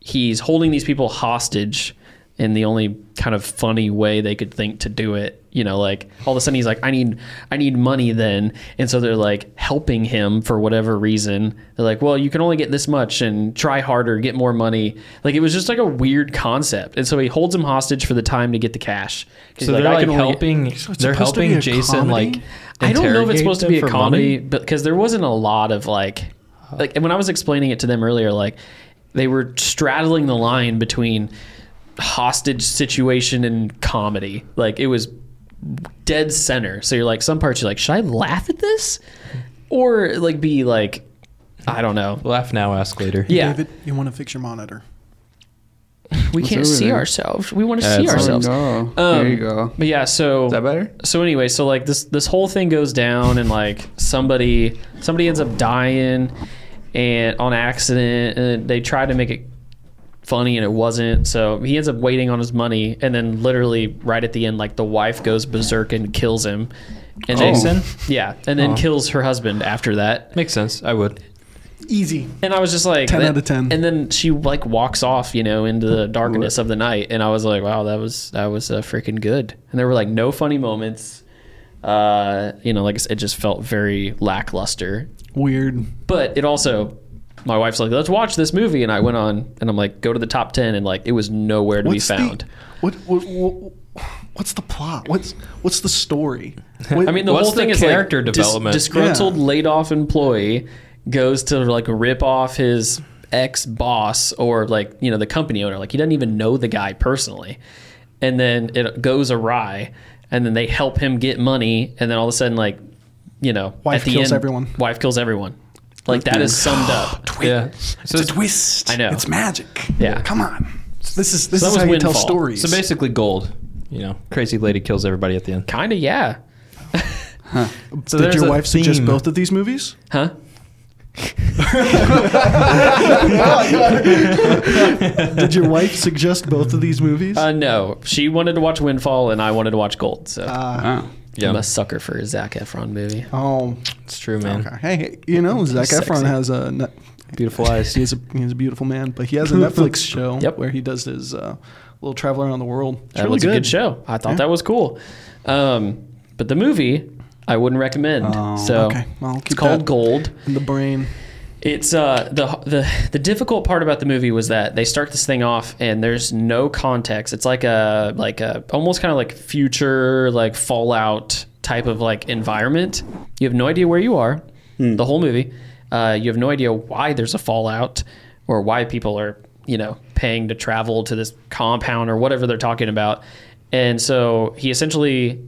Speaker 3: he's holding these people hostage in the only kind of funny way they could think to do it. You know, like all of a sudden he's like, I need, I need money then, and so they're like helping him for whatever reason. They're like, well, you can only get this much, and try harder, get more money. Like it was just like a weird concept, and so he holds him hostage for the time to get the cash. 'Cause
Speaker 1: So
Speaker 3: he's
Speaker 1: they're
Speaker 3: "I
Speaker 1: like
Speaker 3: can only get-"
Speaker 1: helping.
Speaker 4: it's
Speaker 1: They're
Speaker 4: supposed to be
Speaker 1: helping
Speaker 4: a
Speaker 1: Jason.
Speaker 4: comedy?
Speaker 1: Like
Speaker 3: I don't know if it's supposed to be a
Speaker 1: interrogate them for money?
Speaker 3: comedy, but because there wasn't a lot of like, like and when I was explaining it to them earlier, like they were straddling the line between hostage situation and comedy. Like it was dead center. So you're like, some parts you're like, should I laugh at this, or like be like, I don't know.
Speaker 1: Laugh now, ask later.
Speaker 3: Yeah,
Speaker 4: David, you want to fix your monitor.
Speaker 3: we can't
Speaker 2: over
Speaker 3: see
Speaker 2: there?
Speaker 3: ourselves. We want to
Speaker 1: Yeah,
Speaker 3: see
Speaker 1: it's over
Speaker 3: ourselves.
Speaker 2: Oh,
Speaker 3: Um,
Speaker 2: there you go. Is
Speaker 3: But yeah, so
Speaker 2: that better?
Speaker 3: so anyway, so like this this whole thing goes down and like somebody somebody ends up dying and on accident and they tried to make it funny and it wasn't. So he ends up waiting on his money and then literally right at the end like the wife goes berserk and kills him. And then-
Speaker 1: Jason?
Speaker 3: yeah, and then kills her husband after that.
Speaker 1: Oh. Makes sense. I would.
Speaker 4: Easy.
Speaker 3: And I was just like
Speaker 4: 10
Speaker 3: that-
Speaker 4: out of 10.
Speaker 3: And then she like walks off, you know, into the darkness of the night, and I was like, wow, that was that was uh, freaking good. And there were like no funny moments. Uh, you know, like I said, it just felt very lackluster.
Speaker 4: Weird.
Speaker 3: But it also, my wife's like, let's watch this movie, and I went on, and I'm like, go to the top ten, and like it was nowhere to be found.
Speaker 4: The, what, what, what what's the plot? What's what's the story?
Speaker 3: [LAUGHS]
Speaker 4: What-
Speaker 3: I mean, the
Speaker 1: What's
Speaker 3: whole
Speaker 1: the
Speaker 3: thing is
Speaker 1: character
Speaker 3: like, dis-
Speaker 1: development?
Speaker 3: disgruntled,
Speaker 4: Yeah.
Speaker 3: laid off employee goes to like rip off his ex boss or like you know the company owner. Like he doesn't even know the guy personally, and then it goes awry, and then they help him get money, and then all of a sudden like you know
Speaker 4: Wife
Speaker 3: at the end,
Speaker 4: kills everyone.
Speaker 3: Wife kills everyone. Like that is summed
Speaker 4: [GASPS]
Speaker 3: up.
Speaker 1: Yeah. So,
Speaker 4: it's a twist.
Speaker 3: I know.
Speaker 4: It's magic.
Speaker 3: Yeah.
Speaker 4: Come on. This is this
Speaker 3: So that
Speaker 4: is
Speaker 3: was
Speaker 4: how you tell
Speaker 3: Windfall.
Speaker 4: stories.
Speaker 1: so basically, gold. You know, crazy lady kills everybody at the end.
Speaker 3: Kind of yeah.
Speaker 1: So
Speaker 4: Did
Speaker 1: there's
Speaker 4: your
Speaker 1: a
Speaker 4: wife suggest
Speaker 1: theme.
Speaker 4: both of these movies?
Speaker 3: Huh?
Speaker 4: Did
Speaker 3: [LAUGHS]
Speaker 4: your wife suggest both of these movies?
Speaker 3: Uh, no, she wanted to watch Windfall, and I wanted to watch Gold.
Speaker 4: Uh,
Speaker 3: So
Speaker 2: Wow.
Speaker 3: I'm
Speaker 1: Yeah,
Speaker 3: a sucker for a Zac Efron movie.
Speaker 4: oh,
Speaker 1: it's true, man.
Speaker 4: okay. Hey, you know Zac
Speaker 3: Sexy.
Speaker 4: Efron has a ne-
Speaker 3: [LAUGHS]
Speaker 1: Beautiful eyes.
Speaker 4: he is a he's a beautiful man, but he has a Netflix show
Speaker 3: Yep.
Speaker 4: where he does his uh, little travel around the world. It's
Speaker 3: That
Speaker 4: really
Speaker 3: was a good show. I thought that was cool. Um, but the movie, I wouldn't recommend. so
Speaker 4: Oh, okay. Well, I'll
Speaker 3: it's
Speaker 4: keep
Speaker 3: called
Speaker 4: that.
Speaker 3: Gold.
Speaker 4: In the brain.
Speaker 3: It's uh, the the the difficult part about the movie was that they start this thing off and there's no context. It's like a like a almost kind of like future like Fallout type of like environment. You have no idea where you are. The whole movie, uh, you have no idea why there's a Fallout or why people are you know paying to travel to this compound or whatever they're talking about. And so he essentially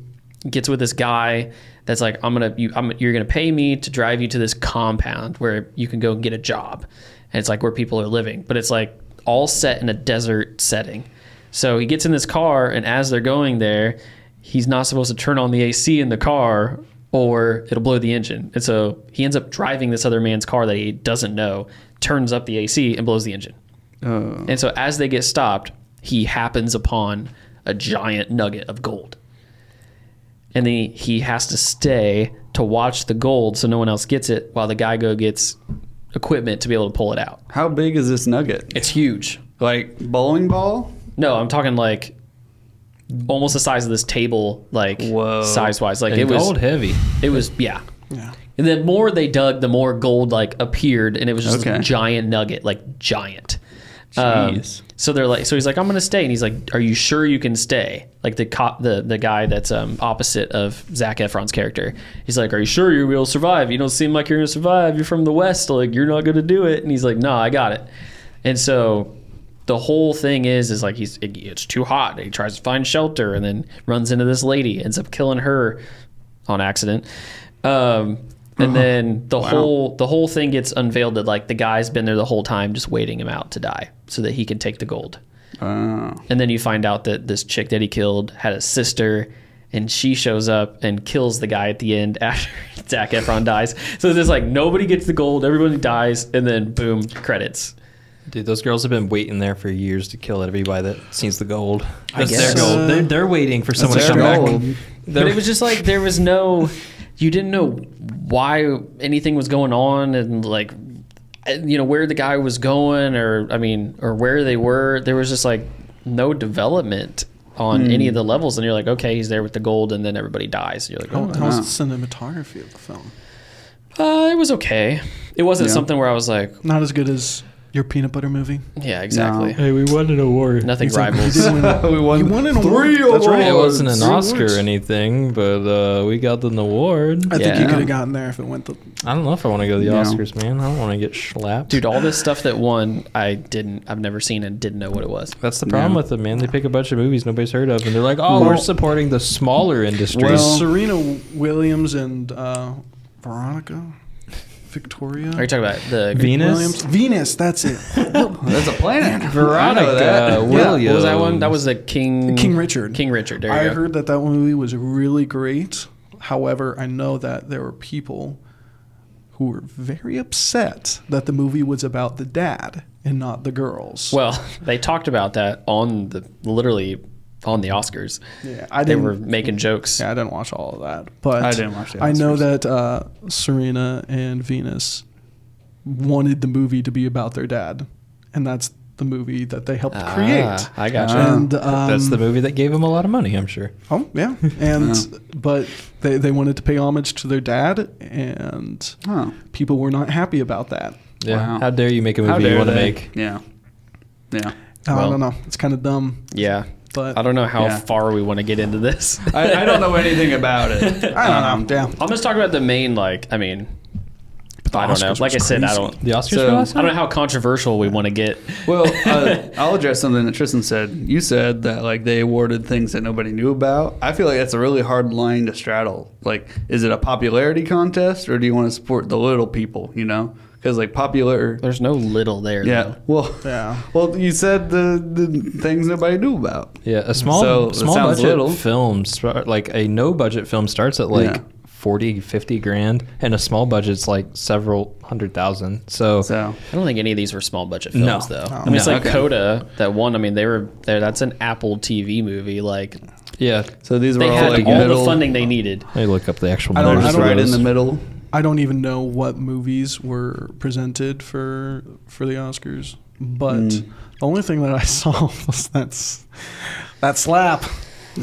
Speaker 3: gets with this guy that's like, I'm gonna, you, I'm, you're gonna pay me to drive you to this compound where you can go and get a job, and it's like where people are living, but it's like all set in a desert setting. So he gets in this car, and as they're going there, he's not supposed to turn on the AC in the car, or it'll blow the engine. And so he ends up driving this other man's car that he doesn't know, turns up the AC, and blows the engine. And so as they get stopped, he happens upon a giant nugget of gold. And then he- he has to stay to watch the gold so no one else gets it while the guy go gets equipment to be able to pull it out.
Speaker 2: How big is this nugget?
Speaker 3: It's huge.
Speaker 2: Like bowling ball? [LAUGHS]
Speaker 3: No, I'm talking like almost the size of this table, like
Speaker 2: Whoa.
Speaker 3: size wise. Like
Speaker 1: And
Speaker 3: it was
Speaker 1: gold heavy.
Speaker 3: it was yeah.
Speaker 4: Yeah.
Speaker 3: And the more they dug, the more gold like appeared, and it was just a
Speaker 2: Okay.
Speaker 3: giant nugget, like giant. Um,
Speaker 2: Jeez.
Speaker 3: so they're like, so he's like, I'm gonna stay, and he's like, Are you sure you can stay? Like the cop, the the guy that's um, opposite of Zach Efron's character, he's like, Are you sure you will survive? You don't seem like you're gonna survive. You're from the west, like you're not gonna do it. And he's like, No, I got it. And so the whole thing is is like he's it, it's too hot. and He tries to find shelter and then runs into this lady, ends up killing her on accident. Um, and then the whole the whole thing gets unveiled that like the guy's been there the whole time just waiting him out to die so that he can take the gold.
Speaker 2: Oh.
Speaker 3: And then you find out that this chick that he killed had a sister, and she shows up and kills the guy at the end [LAUGHS] after Zac Efron dies. So there's like nobody gets the gold, everybody dies, and then boom, credits.
Speaker 1: Dude, those girls have been waiting there for years to kill everybody that sees the gold. That's
Speaker 3: guess
Speaker 1: their
Speaker 3: so.
Speaker 1: gold. They're, they're waiting for someone to
Speaker 2: their
Speaker 1: come
Speaker 2: gold.
Speaker 1: back.
Speaker 3: But it was just like there was no, you didn't know why anything was going on, and like, you know where the guy was going, or I mean, or where they were. There was just like no development on
Speaker 4: Hmm.
Speaker 3: any of the levels, and you're like, okay, he's there with the gold, and then everybody dies. You're like,
Speaker 4: How,
Speaker 3: oh,
Speaker 4: how's the cinematography of the film?
Speaker 3: uh, it was okay. It wasn't
Speaker 2: Yeah.
Speaker 3: something where I was like,
Speaker 4: Not as good as your peanut butter movie.
Speaker 3: yeah, exactly.
Speaker 4: [LAUGHS]
Speaker 1: Hey, we won an award.
Speaker 3: Nothing
Speaker 4: Exactly. [LAUGHS]
Speaker 3: rivals.
Speaker 4: You did win-
Speaker 2: we won,
Speaker 4: You won an
Speaker 2: three
Speaker 4: award. That's
Speaker 1: That's right. It
Speaker 2: awards.
Speaker 1: wasn't an Oscar or anything, but uh, we got an award.
Speaker 4: I think you
Speaker 2: Yeah.
Speaker 4: could have gotten there if it went the.
Speaker 1: I don't know if I want to go to the
Speaker 2: No.
Speaker 1: Oscars, man. I don't want to get slapped.
Speaker 3: Dude, all this stuff that won, I didn't, I've never seen and didn't know what it was.
Speaker 1: that's the problem
Speaker 2: Yeah.
Speaker 1: with them, man. They pick a bunch of movies nobody's heard of, and they're like, "Oh, we're
Speaker 2: Well-
Speaker 1: supporting the smaller industries."
Speaker 2: Well-
Speaker 4: Serena Williams and uh, Veronica, Victoria.
Speaker 3: Are you talking about the
Speaker 1: Venus,
Speaker 4: Williams? Venus. That's it.
Speaker 2: Oh, That's a planet. I know
Speaker 1: Veronica,
Speaker 2: that.
Speaker 1: Williams.
Speaker 3: What was that one? That was the King
Speaker 4: King
Speaker 3: [LAUGHS]
Speaker 4: Richard.
Speaker 3: King Richard. There you
Speaker 4: I
Speaker 3: go.
Speaker 4: heard that that movie was really great. However, I know that there were people who were very upset that the movie was about the dad and not the girls.
Speaker 3: Well, they talked about that on the literally on the Oscars.
Speaker 4: yeah, I
Speaker 3: They
Speaker 4: didn't.
Speaker 3: were making jokes.
Speaker 4: yeah, I didn't watch all of that, but
Speaker 2: I didn't watch the
Speaker 4: I know
Speaker 2: Oscars.
Speaker 4: that uh, Serena and Venus wanted the movie to be about their dad, and that's the movie that they helped
Speaker 3: Ah,
Speaker 4: create.
Speaker 3: I gotcha.
Speaker 4: And um,
Speaker 1: That's the movie that gave him a lot of money, I'm sure.
Speaker 4: Oh yeah, and but they they wanted to pay homage to their dad, and
Speaker 2: Huh.
Speaker 4: people were not happy about that.
Speaker 1: Yeah.
Speaker 2: Wow.
Speaker 1: How dare you make a
Speaker 2: How
Speaker 1: movie you
Speaker 2: dare
Speaker 1: want to
Speaker 2: they?
Speaker 1: make?
Speaker 2: Yeah.
Speaker 3: [LAUGHS]
Speaker 2: Yeah.
Speaker 4: I
Speaker 3: Well-
Speaker 4: don't know. It's kind of dumb,
Speaker 3: Yeah.
Speaker 4: but
Speaker 3: I don't know how
Speaker 2: Yeah.
Speaker 3: far we want to get into
Speaker 4: [LAUGHS]
Speaker 3: this. [LAUGHS]
Speaker 2: I, I don't know anything about it.
Speaker 4: I don't know. Damn.
Speaker 3: I'll just talk about the main like I mean I don't know.
Speaker 4: Oscars
Speaker 3: Like I
Speaker 4: was
Speaker 3: said, I
Speaker 4: crazy.
Speaker 3: don't
Speaker 1: The Oscars
Speaker 2: So-
Speaker 1: for last
Speaker 3: I
Speaker 1: night?
Speaker 3: don't know how controversial we want to get.
Speaker 2: Well, uh, I'll address something that Tristan said. You said that like they awarded things that nobody knew about. I feel like that's a really hard line to straddle. Like, is it a popularity contest or do you want to support the little people? You know, because like popular.
Speaker 3: There's no little there.
Speaker 2: Yeah. Well.
Speaker 4: Yeah.
Speaker 2: Well, you said the, the things nobody knew about.
Speaker 1: Yeah, a small
Speaker 2: So, it
Speaker 1: small
Speaker 2: sounds
Speaker 1: budget
Speaker 2: little.
Speaker 1: film, start, like a no budget film starts at like
Speaker 2: Yeah.
Speaker 1: forty, fifty 40, 50 grand and a small budget's like several hundred thousand. So,
Speaker 2: So
Speaker 3: I don't think any of these were small budget
Speaker 1: No.
Speaker 3: films, though.
Speaker 1: No.
Speaker 3: I mean, it's
Speaker 2: No.
Speaker 3: like
Speaker 2: Okay.
Speaker 3: Coda, that one. I mean, they were there. That's an Apple TV movie. Like
Speaker 1: yeah,
Speaker 2: so these
Speaker 3: they
Speaker 2: were all
Speaker 3: had
Speaker 2: like
Speaker 3: all
Speaker 2: middle.
Speaker 3: the funding they needed.
Speaker 1: let me look up the actual
Speaker 4: I don't-
Speaker 2: They're
Speaker 1: numbers
Speaker 2: just
Speaker 1: for
Speaker 2: right in
Speaker 1: those.
Speaker 2: the middle.
Speaker 4: I don't even know what movies were presented for for the Oscars. But the only thing that I [LAUGHS] saw was that's that slap.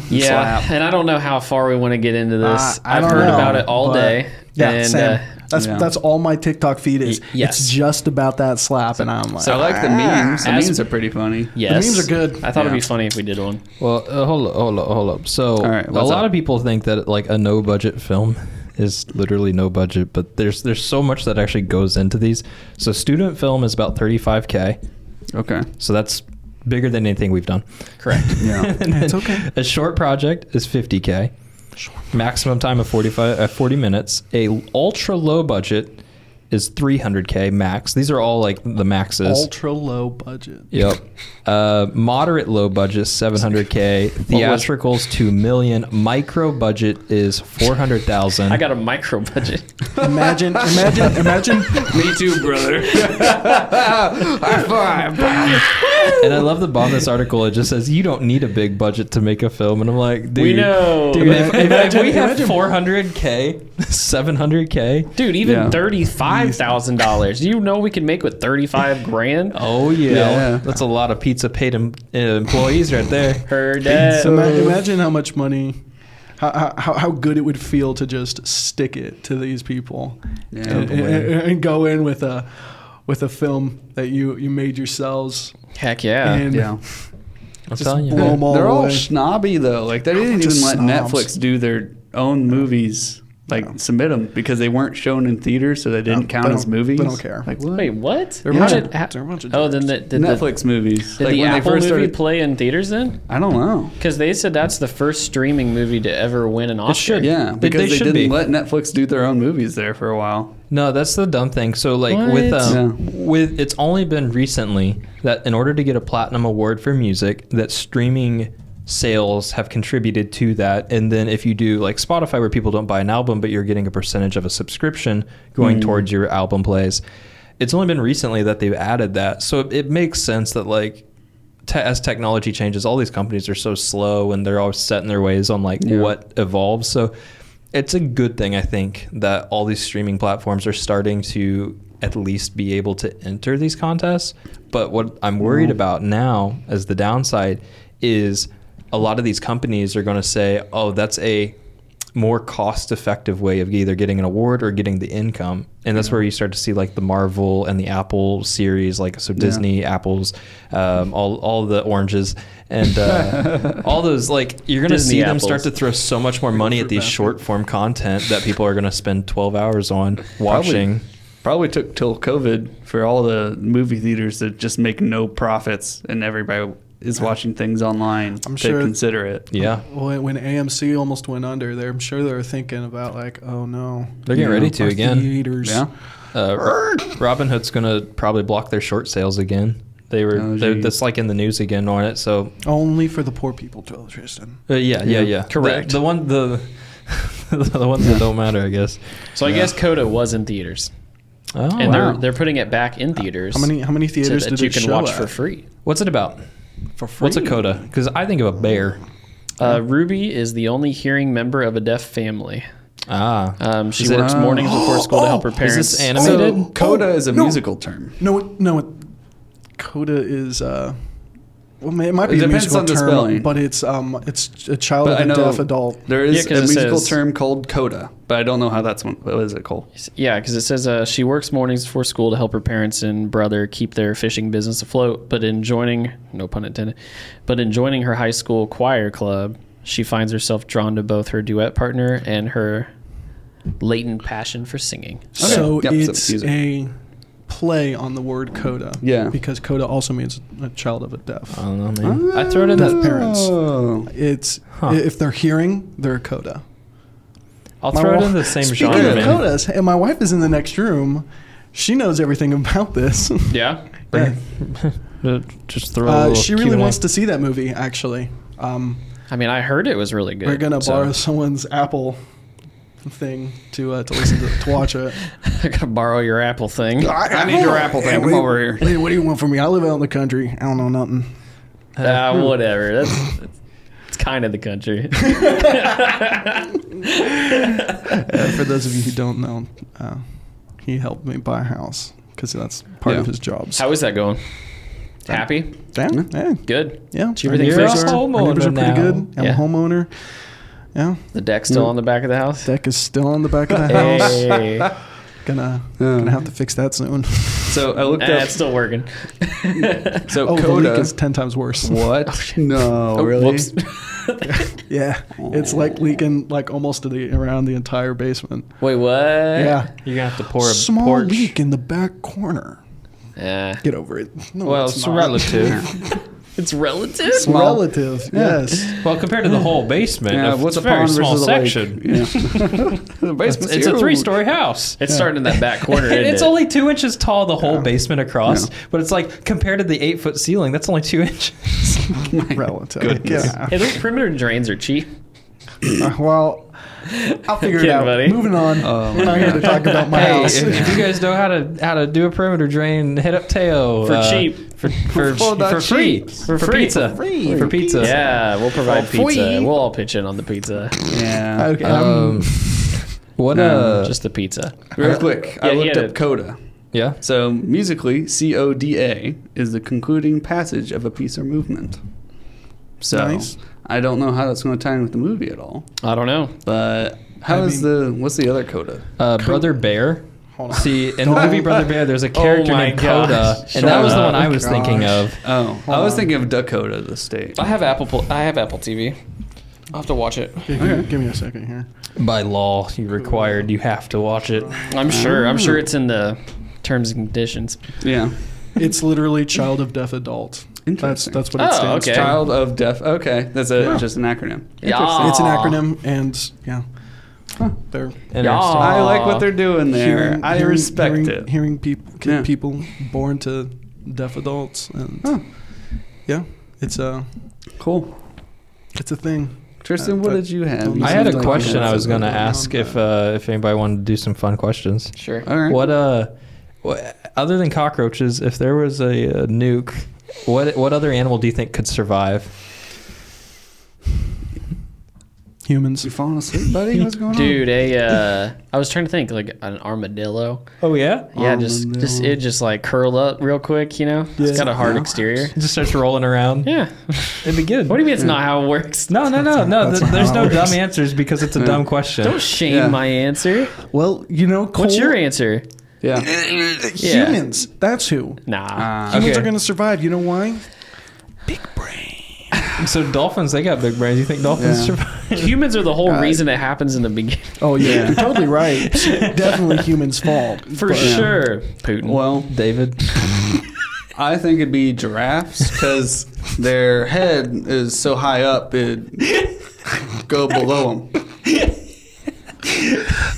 Speaker 3: Yeah,
Speaker 2: Slap.
Speaker 3: and I don't know how far we want to get into this.
Speaker 4: Uh, I
Speaker 3: I've
Speaker 4: don't
Speaker 3: heard
Speaker 4: know,
Speaker 3: about it all
Speaker 4: but-
Speaker 3: day.
Speaker 4: Yeah,
Speaker 3: and,
Speaker 4: same.
Speaker 3: uh,
Speaker 4: that's
Speaker 2: yeah.
Speaker 4: that's all my TikTok feed is.
Speaker 3: Y- yes.
Speaker 4: It's just about that slap, and I'm like,
Speaker 2: So I like the memes. The
Speaker 3: As-
Speaker 2: memes are pretty funny.
Speaker 3: yes,
Speaker 4: memes are good.
Speaker 3: I thought it'd be
Speaker 2: Yeah.
Speaker 3: funny if we did one.
Speaker 1: Well, uh, hold up, hold up, hold up. So,
Speaker 2: right,
Speaker 1: a
Speaker 2: what's
Speaker 1: lot
Speaker 2: up?
Speaker 1: of people think that like a no budget film is literally no budget, but there's there's so much that actually goes into these. So, student film is about 35k.
Speaker 2: Okay.
Speaker 1: So that's bigger than anything we've done. [LAUGHS]
Speaker 3: Correct.
Speaker 2: Yeah.
Speaker 1: And
Speaker 4: It's
Speaker 1: then
Speaker 4: okay.
Speaker 1: A short project is 50k. Maximum time of 45 uh, 40 minutes. A ultra low budget is 300k max. These are all like the maxes.
Speaker 4: ultra low budget.
Speaker 1: Yep. Uh, moderate low budget 700k. Theatricals 2 million. Micro budget is 400,000.
Speaker 3: I got a micro budget.
Speaker 4: [LAUGHS] Imagine, imagine, imagine.
Speaker 2: Me too, brother. High five.
Speaker 1: and I love the bottom of this article. It just says you don't need a big budget to make a film, and I'm like, dude,
Speaker 3: we know,
Speaker 1: Dude, if, if- if
Speaker 4: Imagine-
Speaker 1: we had
Speaker 4: imagine-
Speaker 1: 400k, 700k.
Speaker 3: dude. Even
Speaker 2: Yeah.
Speaker 3: thirty-five thousand dollars. You know we can make with thirty-five grand.
Speaker 1: Oh yeah.
Speaker 2: Yeah.
Speaker 1: that's a lot of pizza paid em- uh, employees right
Speaker 3: [LAUGHS]
Speaker 1: there.
Speaker 3: Heard that.
Speaker 4: Ima- imagine how much money, how, how, how good it would feel to just stick it to these people and,
Speaker 3: Oh,
Speaker 4: and- and go in with a with a film that you, you made yourselves
Speaker 3: Heck yeah.
Speaker 4: and
Speaker 2: Yeah.
Speaker 1: I'm
Speaker 4: just
Speaker 1: telling you.
Speaker 4: blow
Speaker 1: man.
Speaker 4: them all
Speaker 2: They're all
Speaker 4: away.
Speaker 2: snobby though. Like they didn't
Speaker 4: bunch
Speaker 2: even
Speaker 4: of
Speaker 2: let
Speaker 4: snobs.
Speaker 2: Netflix do their own movies. Like submit them because they weren't shown in theaters, so they didn't
Speaker 4: No,
Speaker 2: count
Speaker 4: they
Speaker 2: as
Speaker 4: don't-
Speaker 2: movies.
Speaker 4: they don't care.
Speaker 2: Like what?
Speaker 3: Wait, what?
Speaker 2: a
Speaker 3: How
Speaker 2: bunch
Speaker 3: did-
Speaker 2: of-
Speaker 3: ha-
Speaker 4: they're a bunch of
Speaker 3: oh, then the, did the-
Speaker 2: Netflix movies.
Speaker 3: Did
Speaker 2: like
Speaker 3: the
Speaker 2: when
Speaker 3: Apple
Speaker 2: they first
Speaker 3: movie
Speaker 2: started.
Speaker 3: play in theaters then?
Speaker 2: I don't know.
Speaker 3: Because they said that's the first streaming movie to ever win an Oscar.
Speaker 1: should.
Speaker 2: Yeah,
Speaker 1: They-
Speaker 2: because
Speaker 1: they
Speaker 2: they,
Speaker 1: should
Speaker 2: didn't
Speaker 1: be.
Speaker 2: let Netflix do their own movies there for a while.
Speaker 1: No, that's the dumb thing. So like with
Speaker 3: What?
Speaker 1: um, with it's only been recently that in order to get a platinum award for music, that streaming sales have contributed to that. And then if you do like Spotify where people don't buy an album but you're getting a percentage of a subscription going towards your album plays. It's only been recently that they've added that. So it, it makes sense that like te- as technology changes, all these companies are so slow and they're always set in their ways on like what evolves. So it's a good thing, I think, that all these streaming platforms are starting to at least be able to enter these contests. But what I'm worried about now as the downside is a lot of these companies are going to say, oh, that's a more cost effective way of either getting an award or getting the income. And that's where you start to see like the Marvel and the Apple series, like so Disney, Apples, um, all, all the oranges, and uh, all those. Like, you're going to
Speaker 3: Disney
Speaker 1: see them start
Speaker 3: apples.
Speaker 1: to throw so much more money at these short form content that people are going to spend 12 hours on watching.
Speaker 2: Probably took till COVID for all the movie theaters that just make no profits, and everybody is watching things online
Speaker 4: I'm
Speaker 2: to
Speaker 4: sure-
Speaker 2: consider it.
Speaker 1: Yeah.
Speaker 4: When, when AMC almost went under, there I'm sure they were thinking about like, oh no,
Speaker 1: They're getting
Speaker 2: Yeah.
Speaker 1: ready to
Speaker 4: our
Speaker 1: again.
Speaker 4: [LAUGHS] theaters.
Speaker 2: Yeah.
Speaker 1: Uh, Ro- Robinhood's going to probably block their short sales again. They were
Speaker 2: Oh,
Speaker 1: they're
Speaker 2: geez.
Speaker 1: that's like in the news again on it. So
Speaker 4: Only for the poor people, Tristan.
Speaker 1: Uh, yeah, yeah,
Speaker 2: Yeah.
Speaker 1: yeah.
Speaker 3: Correct.
Speaker 1: The, the one, the [LAUGHS] the ones that don't matter, I guess.
Speaker 3: So I
Speaker 2: Yeah.
Speaker 3: guess Coda was in theaters,
Speaker 1: Oh,
Speaker 3: and
Speaker 1: wow.
Speaker 3: they're they're putting it back in theaters.
Speaker 4: How many how many
Speaker 3: so
Speaker 4: theaters
Speaker 3: that
Speaker 4: did
Speaker 3: you
Speaker 4: it
Speaker 3: can
Speaker 4: show
Speaker 3: watch
Speaker 4: at?
Speaker 3: for free?
Speaker 1: what's it about?
Speaker 4: For free.
Speaker 1: What's a coda? Because I think of a bear.
Speaker 3: Uh, Ruby is the only hearing member of a deaf family.
Speaker 1: Ah,
Speaker 3: Um, she
Speaker 1: Is it-
Speaker 3: works mornings before school
Speaker 1: [GASPS]
Speaker 3: to help her parents.
Speaker 1: this anime?
Speaker 2: So
Speaker 1: Animated?
Speaker 2: coda is a
Speaker 4: no.
Speaker 2: musical term.
Speaker 4: No, it, no. It, coda is. Uh, well, ma- it might
Speaker 2: It
Speaker 4: be a
Speaker 2: depends
Speaker 4: musical
Speaker 2: on the
Speaker 4: term,
Speaker 2: spelling.
Speaker 4: but it's um, it's a child
Speaker 2: But I
Speaker 4: and a
Speaker 2: know
Speaker 4: deaf adult.
Speaker 2: there
Speaker 3: Yeah,
Speaker 2: is
Speaker 3: 'cause
Speaker 2: a
Speaker 3: it
Speaker 2: musical
Speaker 3: says-
Speaker 2: term called coda, but I don't know how that's one. What is it called?
Speaker 3: Yeah, because it says uh, she works mornings before school to help her parents and brother keep their fishing business afloat. But in joining, no pun intended, but in joining her high school choir club, she finds herself drawn to both her duet partner and her latent passion for singing.
Speaker 2: Okay.
Speaker 4: So
Speaker 2: Yep, so
Speaker 4: it's
Speaker 2: music.
Speaker 4: a play on the word coda.
Speaker 2: Yeah.
Speaker 4: Because coda also means a child of a deaf.
Speaker 1: I don't know, man. I throw it in the.
Speaker 4: Deaf parents.
Speaker 2: Oh.
Speaker 4: It's i- if they're hearing, they're a coda.
Speaker 1: I'll throw it
Speaker 4: wa-
Speaker 1: in the same
Speaker 4: Speaking
Speaker 1: genre,
Speaker 4: of
Speaker 1: man.
Speaker 4: codas, and my wife is in the next room. She knows everything about this.
Speaker 3: Yeah.
Speaker 4: Yeah.
Speaker 1: Uh, [LAUGHS] Just throw. a
Speaker 4: Uh,
Speaker 1: little
Speaker 4: she really
Speaker 1: Q&A.
Speaker 4: wants to see that movie. Actually, um,
Speaker 3: I mean, I heard it was really good.
Speaker 4: we're gonna
Speaker 3: so- [LAUGHS]
Speaker 4: borrow someone's Apple thing to uh, to listen to, to watch it.
Speaker 3: I gotta borrow your Apple
Speaker 4: [LAUGHS]
Speaker 3: thing.
Speaker 2: I need your Apple thing.
Speaker 4: Hey,
Speaker 2: Come
Speaker 4: what do you-
Speaker 2: over here.
Speaker 4: What do, you, what do you want from me? I live out in the country. I don't know nothing.
Speaker 3: Ah,
Speaker 4: [LAUGHS]
Speaker 3: whatever. That's, that's it's kind of the country.
Speaker 4: Uh, for those of you who don't know, uh, he helped me buy a house because that's part
Speaker 2: Yeah.
Speaker 4: of his job. So,
Speaker 3: How is that going? Happy?
Speaker 4: Damn, hey,
Speaker 3: Good.
Speaker 4: yeah,
Speaker 3: Cheaper than
Speaker 1: You're a
Speaker 3: Fixed?
Speaker 4: Our neighbors are
Speaker 1: homeowner
Speaker 4: pretty
Speaker 1: now.
Speaker 4: good. I'm
Speaker 3: Yeah.
Speaker 4: a homeowner. Yeah,
Speaker 3: The deck still on the back of the house.
Speaker 4: deck is still on the back of the house.
Speaker 3: Hey.
Speaker 4: Gonna
Speaker 2: Yeah.
Speaker 4: gonna have to fix that soon. [LAUGHS]
Speaker 2: So I looked
Speaker 3: Nah,
Speaker 2: up.
Speaker 3: Ah, it's still working.
Speaker 2: So
Speaker 4: Oh, the leak
Speaker 2: coda.
Speaker 4: is Oh, ten times
Speaker 2: [LAUGHS]
Speaker 4: worse.
Speaker 2: what? No, really.
Speaker 3: Oh, Whoops.
Speaker 4: Yeah, it's like leaking like almost to the around the entire basement.
Speaker 3: Wait, what?
Speaker 4: Yeah,
Speaker 1: You're gonna have to pour a
Speaker 4: small
Speaker 1: porch.
Speaker 4: leak in the back corner.
Speaker 3: Yeah.
Speaker 4: Get over it. No,
Speaker 2: Oh,
Speaker 1: Well,
Speaker 4: it's
Speaker 1: it's
Speaker 4: not.
Speaker 1: relative.
Speaker 4: [LAUGHS]
Speaker 3: It's relative.
Speaker 4: relative. Yes.
Speaker 1: well, compared to the whole basement,
Speaker 2: Yeah,
Speaker 1: a
Speaker 2: what's a
Speaker 1: very
Speaker 2: pond
Speaker 1: small
Speaker 2: versus a lake?
Speaker 1: section.
Speaker 3: [LAUGHS]
Speaker 2: Yeah. the basement's
Speaker 1: It's a
Speaker 2: huge. [LAUGHS]
Speaker 1: three-story house. [LAUGHS]
Speaker 3: It's starting in that back corner.
Speaker 1: And
Speaker 4: [LAUGHS]
Speaker 3: isn't
Speaker 1: it's
Speaker 3: it?
Speaker 1: only two inches tall, the whole basement across.
Speaker 2: Yeah.
Speaker 1: But it's like compared to the eight foot ceiling, that's only two inches.
Speaker 4: [LAUGHS] relative.
Speaker 2: goodness.
Speaker 4: Yeah.
Speaker 3: Hey, those perimeter drains are cheap.
Speaker 4: Uh, [LAUGHS] well, I'll figure it
Speaker 3: Kidding,
Speaker 4: out.
Speaker 3: buddy.
Speaker 4: Moving on.
Speaker 2: Oh,
Speaker 4: We're not here to talk about my
Speaker 1: [LAUGHS] hey,
Speaker 3: [LAUGHS]
Speaker 4: house.
Speaker 1: if, if you guys know how to how to do a perimeter drain, hit up Teo
Speaker 3: For
Speaker 1: uh,
Speaker 3: cheap.
Speaker 1: for for,
Speaker 2: For
Speaker 1: for
Speaker 2: that
Speaker 1: free
Speaker 2: cheap.
Speaker 1: for, pizza for, pizza.
Speaker 3: Yeah, we'll
Speaker 4: Oh,
Speaker 3: provide
Speaker 2: For free.
Speaker 3: pizza. We'll all pitch in on the pizza.
Speaker 2: Yeah.
Speaker 4: Okay.
Speaker 1: Um, what uh?
Speaker 3: Just the pizza.
Speaker 2: Real quick,
Speaker 3: Yeah,
Speaker 2: I
Speaker 3: he
Speaker 2: looked
Speaker 3: had
Speaker 2: up
Speaker 3: it.
Speaker 2: coda.
Speaker 1: yeah.
Speaker 2: So musically, C O D A is the concluding passage of a piece or movement. So
Speaker 4: Nice.
Speaker 2: I don't know how that's going to tie in with the movie at all.
Speaker 3: I don't know.
Speaker 2: But how
Speaker 4: I
Speaker 2: is
Speaker 4: mean-
Speaker 2: the what's the other coda?
Speaker 1: Uh, Brother Bear.
Speaker 4: Hold on.
Speaker 1: See, in [LAUGHS] the movie Brother Bear, there's a character
Speaker 3: my
Speaker 1: named
Speaker 3: gosh.
Speaker 1: Coda, and
Speaker 2: Shut
Speaker 1: that was the
Speaker 2: up.
Speaker 1: one I was thinking of.
Speaker 2: Oh, I was thinking of Dakota, the state.
Speaker 3: have Apple. I have Apple TV. I'll have to watch it.
Speaker 4: Give me- Give me a second here.
Speaker 1: By law, you required you have to watch it.
Speaker 3: I'm sure. I'm sure it's in the terms and conditions.
Speaker 2: Yeah.
Speaker 4: It's literally child of deaf adult. That's
Speaker 2: Interesting.
Speaker 4: that's what it
Speaker 3: Oh,
Speaker 4: stands
Speaker 3: okay.
Speaker 4: for.
Speaker 2: Child of deaf. Okay, that's a, just an acronym.
Speaker 3: Yeah.
Speaker 4: It's an acronym, and yeah, they're
Speaker 1: Interesting.
Speaker 2: I
Speaker 3: Aw.
Speaker 2: like what they're doing there.
Speaker 4: hearing-
Speaker 2: I
Speaker 4: hearing-
Speaker 2: respect
Speaker 4: hearing,
Speaker 2: it.
Speaker 4: Hearing people,
Speaker 2: Yeah.
Speaker 4: people born to deaf adults, and
Speaker 2: Huh.
Speaker 4: yeah, it's a
Speaker 2: Cool.
Speaker 4: it's a thing.
Speaker 2: Tristan, what did you have? You
Speaker 1: I had
Speaker 2: seemed
Speaker 1: a
Speaker 2: like
Speaker 1: question
Speaker 2: you had
Speaker 1: I was
Speaker 2: something.
Speaker 1: going to ask if uh, if anybody wanted to do some fun questions.
Speaker 3: Sure.
Speaker 2: All right.
Speaker 1: What uh, wha- other than cockroaches, if there was a, uh nuke, what what other animal do you think could survive?
Speaker 4: humans.
Speaker 2: You falling asleep, buddy? What's going
Speaker 3: Dude, a uh, I was trying to think like an armadillo.
Speaker 1: Oh yeah.
Speaker 3: Yeah, just just it just like curl up real quick, you know. It's got a hard exterior.
Speaker 1: It just starts rolling around.
Speaker 3: Yeah. [LAUGHS]
Speaker 1: It'd be good.
Speaker 3: What do you mean it's not how it works?
Speaker 1: No, no, no, no.
Speaker 2: that's
Speaker 1: th-
Speaker 2: not
Speaker 1: There's
Speaker 2: how
Speaker 1: no
Speaker 2: it
Speaker 1: dumb
Speaker 2: works.
Speaker 1: answers because it's a dumb question.
Speaker 3: Don't shame
Speaker 2: Yeah.
Speaker 3: my answer.
Speaker 2: on? Well, you know,
Speaker 3: What's your answer?
Speaker 2: Yeah.
Speaker 3: Yeah.
Speaker 4: Humans. That's who.
Speaker 3: Nah.
Speaker 4: Humans
Speaker 1: Okay.
Speaker 4: are going to survive. You know why?
Speaker 1: So dolphins, they got big brains. You think dolphins
Speaker 2: Yeah.
Speaker 1: survive?
Speaker 3: [LAUGHS] Humans are the whole reason it happens in the beginning.
Speaker 4: Oh yeah,
Speaker 2: Yeah.
Speaker 4: you're totally right. [LAUGHS] Definitely humans' fault.
Speaker 3: [LAUGHS] For sure. uh, Putin.
Speaker 2: Well,
Speaker 1: David.
Speaker 2: I think it'd be giraffes because their head is so high up it go below them.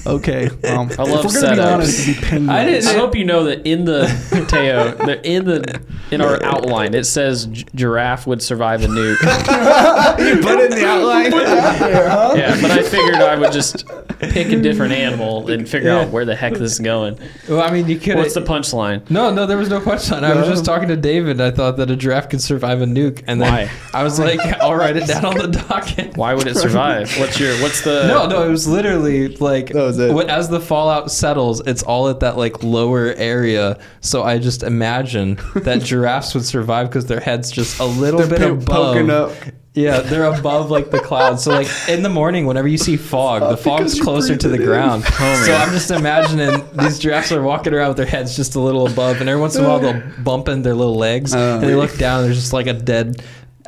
Speaker 4: Okay. Well,
Speaker 3: I love
Speaker 4: if we're gonna be
Speaker 3: setups.
Speaker 4: honest, it'd be penguins.
Speaker 3: I didn't. I hope you know that in the Teo, that in the in our outline, it says gi- giraffe would survive a nuke.
Speaker 2: But in the outline,
Speaker 3: Yeah, but I figured I would just pick a different animal and figure out where the heck this is going.
Speaker 1: Well, I mean, you could.
Speaker 3: What's the punchline?
Speaker 1: No, no, there was no punchline. I was just talking to David. I thought that a giraffe could survive a nuke, and then
Speaker 3: Why?
Speaker 1: I was like, "I'll write it down on the docket."
Speaker 3: Why would it survive? What's your?
Speaker 1: [LAUGHS]
Speaker 3: What's the?
Speaker 1: No, no, it was literally like
Speaker 2: Uh, was it.
Speaker 1: when- as the fallout settles, it's all at that like lower area. So I just imagine
Speaker 2: [LAUGHS]
Speaker 1: that giraffes would survive because their heads just a little bit
Speaker 2: po-
Speaker 1: above.
Speaker 2: poking up.
Speaker 1: Yeah, they're above like the clouds. So like in the morning, whenever you see fog, the fog's closer to the
Speaker 2: [LAUGHS]
Speaker 1: ground. so I'm just imagining these giraffes are walking around with their heads just a little above, and every once in a while they'll bump in their little legs,
Speaker 2: Uh.
Speaker 1: and they look down. And there's just like a dead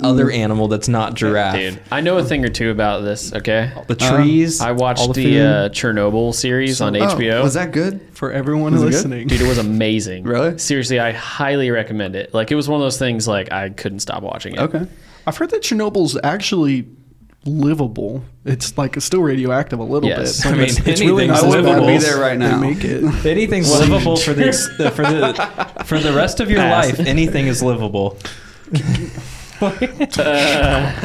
Speaker 1: other animal that's not giraffe.
Speaker 3: dude. I know a thing or two about this. Okay.
Speaker 1: The trees.
Speaker 3: I watched
Speaker 1: all
Speaker 3: the,
Speaker 1: food.
Speaker 3: uh, Chernobyl series on HBO.
Speaker 2: Oh, was that good?
Speaker 4: for everyone
Speaker 2: it good?
Speaker 4: listening.
Speaker 3: Dude, it was amazing.
Speaker 2: Really?
Speaker 3: Seriously, I highly recommend it. Like, it was one of those things. Like, I couldn't stop watching it.
Speaker 2: Okay.
Speaker 4: I've heard that Chernobyl's actually livable. It's like it's still radioactive a little
Speaker 3: Yes.
Speaker 4: bit.
Speaker 1: I
Speaker 4: Like,
Speaker 1: mean,
Speaker 4: it's, it's really
Speaker 1: anything's
Speaker 4: not
Speaker 2: I
Speaker 4: as
Speaker 2: would
Speaker 4: bad
Speaker 2: not be
Speaker 4: as
Speaker 2: there right
Speaker 4: they
Speaker 2: now.
Speaker 4: make it.
Speaker 1: Anything's livable
Speaker 2: [LAUGHS]
Speaker 1: for the ex- the for the for the rest of your life. Anything is [LAUGHS] livable.
Speaker 3: [LAUGHS]
Speaker 4: [LAUGHS]
Speaker 2: [LAUGHS]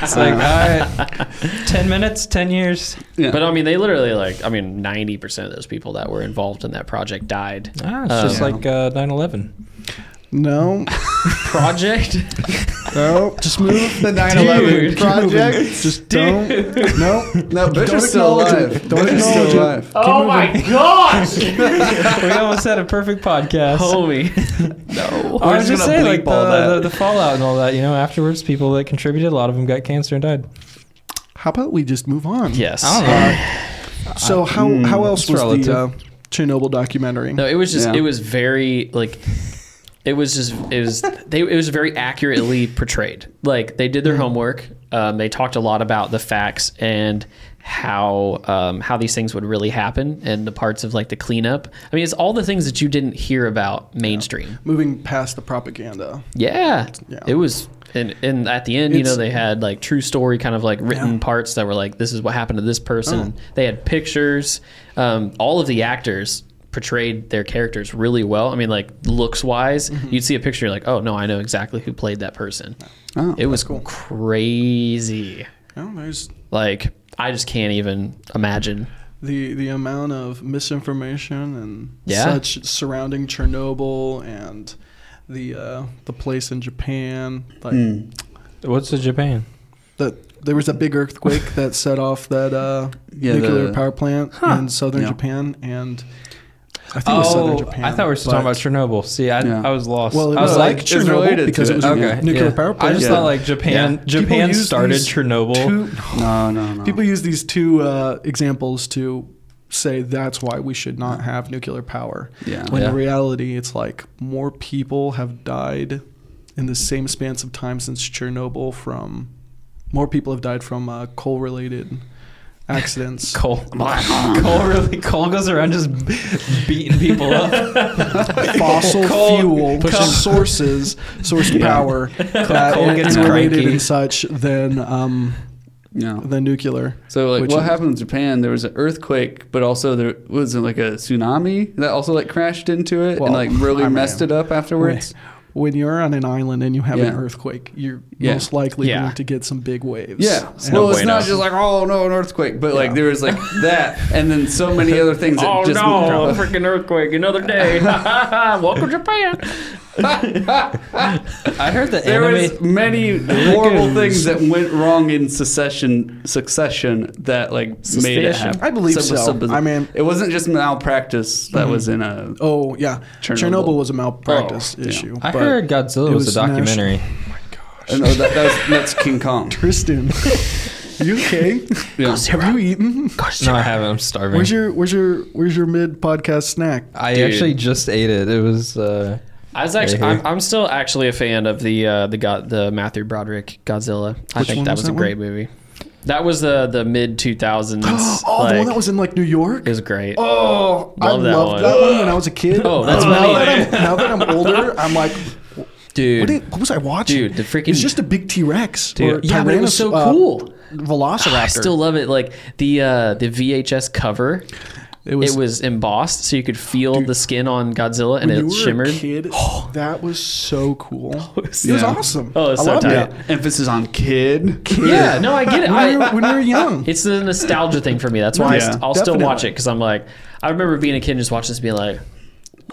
Speaker 1: It's like all right, ten minutes, ten years.
Speaker 2: Yeah.
Speaker 3: [LAUGHS] But I mean, they literally like. I mean, ninety percent of those people that were involved in that
Speaker 1: [LAUGHS]
Speaker 3: project died.
Speaker 1: Ah, it's just like uh, 9/11.
Speaker 4: No,
Speaker 3: [LAUGHS] Project?
Speaker 4: no, just move.
Speaker 2: the 9/11
Speaker 3: Dude.
Speaker 2: project.
Speaker 4: Just don't. No,
Speaker 2: No, Bush
Speaker 4: Don't
Speaker 2: is still
Speaker 4: acknowledge
Speaker 2: alive.
Speaker 4: it. Don't
Speaker 2: Bush is still
Speaker 4: acknowledge it.
Speaker 2: alive.
Speaker 3: oh my gosh,
Speaker 1: We almost had a perfect podcast.
Speaker 3: homie!
Speaker 1: I was
Speaker 2: We're
Speaker 1: just
Speaker 2: just gonna
Speaker 1: saying, like
Speaker 2: bleep all
Speaker 1: the, the,
Speaker 2: that.
Speaker 1: the fallout and all that. You know, afterwards, people that contributed, a lot of them got cancer and died.
Speaker 4: How about we just move on?
Speaker 3: Yes.
Speaker 1: I don't know.
Speaker 4: So how how else
Speaker 1: it's
Speaker 4: was
Speaker 1: relative.
Speaker 4: the uh, Chernobyl documentary?
Speaker 3: No, it was just.
Speaker 2: Yeah.
Speaker 3: It was very like. It was just. It was. They. It was very accurately portrayed. Like they did their homework. Um, they talked a lot about the facts and how um, how these things would really happen and the parts of like the cleanup. I mean, it's all the things that you didn't hear about mainstream.
Speaker 4: Moving past the propaganda.
Speaker 3: Yeah.
Speaker 4: Yeah.
Speaker 3: It was and and at the end, you know,
Speaker 4: It's-
Speaker 3: they had like true story kind of like written parts that were like this is what happened to this person.
Speaker 4: Oh.
Speaker 3: They had pictures. Um, all of the actors portrayed their characters really well. I mean, like looks wise,
Speaker 4: Mm-hmm.
Speaker 3: you'd see a picture you're like, "Oh, no, I know exactly who played that person."
Speaker 2: Oh,
Speaker 3: it was crazy.
Speaker 4: No, there's
Speaker 3: Like I just can't even imagine.
Speaker 4: the the amount of misinformation and
Speaker 3: Yeah.
Speaker 4: such surrounding Chernobyl and the uh, the place in Japan. Like
Speaker 1: What's the Japan?
Speaker 4: that there was a big earthquake that set off that uh,
Speaker 2: Yeah,
Speaker 4: nuclear
Speaker 2: the-
Speaker 4: power plant in southern
Speaker 2: Yeah.
Speaker 4: Japan and I think it was southern
Speaker 1: Oh,
Speaker 4: Japan.
Speaker 1: I thought we were still
Speaker 4: but-
Speaker 1: talking about Chernobyl. See, I,
Speaker 2: Yeah.
Speaker 1: I was lost.
Speaker 4: Well, it
Speaker 1: I
Speaker 4: was,
Speaker 1: was
Speaker 4: like,
Speaker 2: like, it's
Speaker 4: Chernobyl
Speaker 2: related
Speaker 4: because
Speaker 2: to-
Speaker 4: it was
Speaker 2: okay,
Speaker 4: a nuclear
Speaker 1: yeah.
Speaker 4: power
Speaker 1: I
Speaker 4: plant.
Speaker 1: just
Speaker 2: Yeah.
Speaker 1: thought like Japan.
Speaker 4: People
Speaker 1: Japan
Speaker 4: use
Speaker 1: started
Speaker 4: these
Speaker 1: Chernobyl.
Speaker 4: two-
Speaker 2: No, no, no.
Speaker 4: People use these two uh, examples to say that's why we should not have nuclear power.
Speaker 2: Yeah.
Speaker 4: When
Speaker 1: Yeah.
Speaker 4: in reality, it's like more people have died in the same spans of time since Chernobyl from more people have died from uh, coal related accidents. [LAUGHS]
Speaker 1: Cole.
Speaker 3: [LAUGHS]
Speaker 1: Cole really. Cole goes around just beating people
Speaker 4: [LAUGHS]
Speaker 1: up.
Speaker 4: fossil
Speaker 1: [LAUGHS] Coal-
Speaker 4: fuel
Speaker 1: coal-
Speaker 4: sources, source power
Speaker 1: [LAUGHS]
Speaker 4: that
Speaker 1: Coal gets
Speaker 4: is related
Speaker 1: cranky.
Speaker 4: and such than um,
Speaker 2: no.
Speaker 4: than nuclear.
Speaker 2: So like,
Speaker 4: Which
Speaker 2: what
Speaker 4: is-
Speaker 2: happened in Japan? There was an earthquake, but also there was like a tsunami that also like crashed into it
Speaker 4: Well,
Speaker 2: and like really
Speaker 4: I mean,
Speaker 2: messed it up afterwards.
Speaker 4: [LAUGHS] When you're on an island and you have an
Speaker 2: Yeah.
Speaker 4: earthquake, you're
Speaker 2: Yeah.
Speaker 4: most likely
Speaker 3: Yeah.
Speaker 4: going to get some big waves.
Speaker 2: Yeah.
Speaker 4: And-
Speaker 2: well,
Speaker 3: no
Speaker 2: it's not
Speaker 3: bueno.
Speaker 2: just like oh no an earthquake, but like there was like that, and then so [LAUGHS] Oh, many other things that just
Speaker 3: [LAUGHS] freaking earthquake! Another day. Welcome Japan.
Speaker 1: I heard the
Speaker 2: There
Speaker 1: anime.
Speaker 2: was
Speaker 3: [LAUGHS]
Speaker 2: many horrible things that went wrong in succession succession that like made it
Speaker 3: Succession.
Speaker 2: happen.
Speaker 4: I believe so. I mean-
Speaker 2: it wasn't just malpractice that was in a.
Speaker 4: Oh yeah, Chernobyl,
Speaker 2: Chernobyl
Speaker 4: was a malpractice
Speaker 2: Oh, yeah.
Speaker 4: issue.
Speaker 1: I
Speaker 4: but
Speaker 1: heard Godzilla
Speaker 4: it
Speaker 1: was,
Speaker 4: was
Speaker 1: a documentary.
Speaker 4: Mm-hmm.
Speaker 2: No, that, that was, that's King
Speaker 4: [LAUGHS]
Speaker 2: Kong.
Speaker 4: Kristen, you okay?
Speaker 2: Yeah.
Speaker 4: Have you eaten?
Speaker 1: No, I haven't. I'm starving.
Speaker 4: Where's your where's your where's your mid podcast snack? Oh,
Speaker 1: I
Speaker 2: Dude.
Speaker 1: actually just ate it. It was. Uh,
Speaker 3: I was actually,
Speaker 1: Hey, hey.
Speaker 3: I'm, I'm still actually a fan of the uh, the God, the Matthew Broderick Godzilla. I
Speaker 4: Which
Speaker 3: think
Speaker 4: one
Speaker 3: that
Speaker 4: was
Speaker 3: was, a
Speaker 4: that
Speaker 3: great movie. That was the the mid two thousands.
Speaker 4: [GASPS] Oh, the one that was in like New York.
Speaker 3: it was great.
Speaker 4: Oh, I
Speaker 3: Love that
Speaker 4: loved
Speaker 3: one.
Speaker 4: that one when I was a kid. Uh,
Speaker 3: Oh, that's
Speaker 4: now
Speaker 3: funny.
Speaker 4: that, I'm, now that I'm
Speaker 3: [LAUGHS]
Speaker 4: older, I'm like,
Speaker 3: dude,
Speaker 4: what, did, what was I watching?
Speaker 3: Dude, the freaking-
Speaker 4: it's just a big T Rex.
Speaker 3: yeah, but it was so cool.
Speaker 4: uh, Velociraptor.
Speaker 3: I
Speaker 1: Ah,
Speaker 3: still love it. Like the uh, the VHS cover,
Speaker 4: it
Speaker 3: it was embossed, so you could feel the skin on Godzilla, and
Speaker 4: when you
Speaker 3: it
Speaker 4: were
Speaker 3: shimmered.
Speaker 4: a kid. That was so cool. It was,
Speaker 2: yeah.
Speaker 4: awesome.
Speaker 3: Oh, it's
Speaker 4: I
Speaker 3: so
Speaker 4: loved
Speaker 3: tight.
Speaker 4: it.
Speaker 2: Emphasis on kid.
Speaker 3: Yeah, no, I get it.
Speaker 4: When,
Speaker 3: I-
Speaker 4: we were, when we were young,
Speaker 3: [LAUGHS] It's the nostalgia thing for me. That's why I
Speaker 2: Yeah,
Speaker 3: st- I'll still watch
Speaker 4: definitely.
Speaker 3: it because I'm like, I remember being a kid and just watching this, and being like,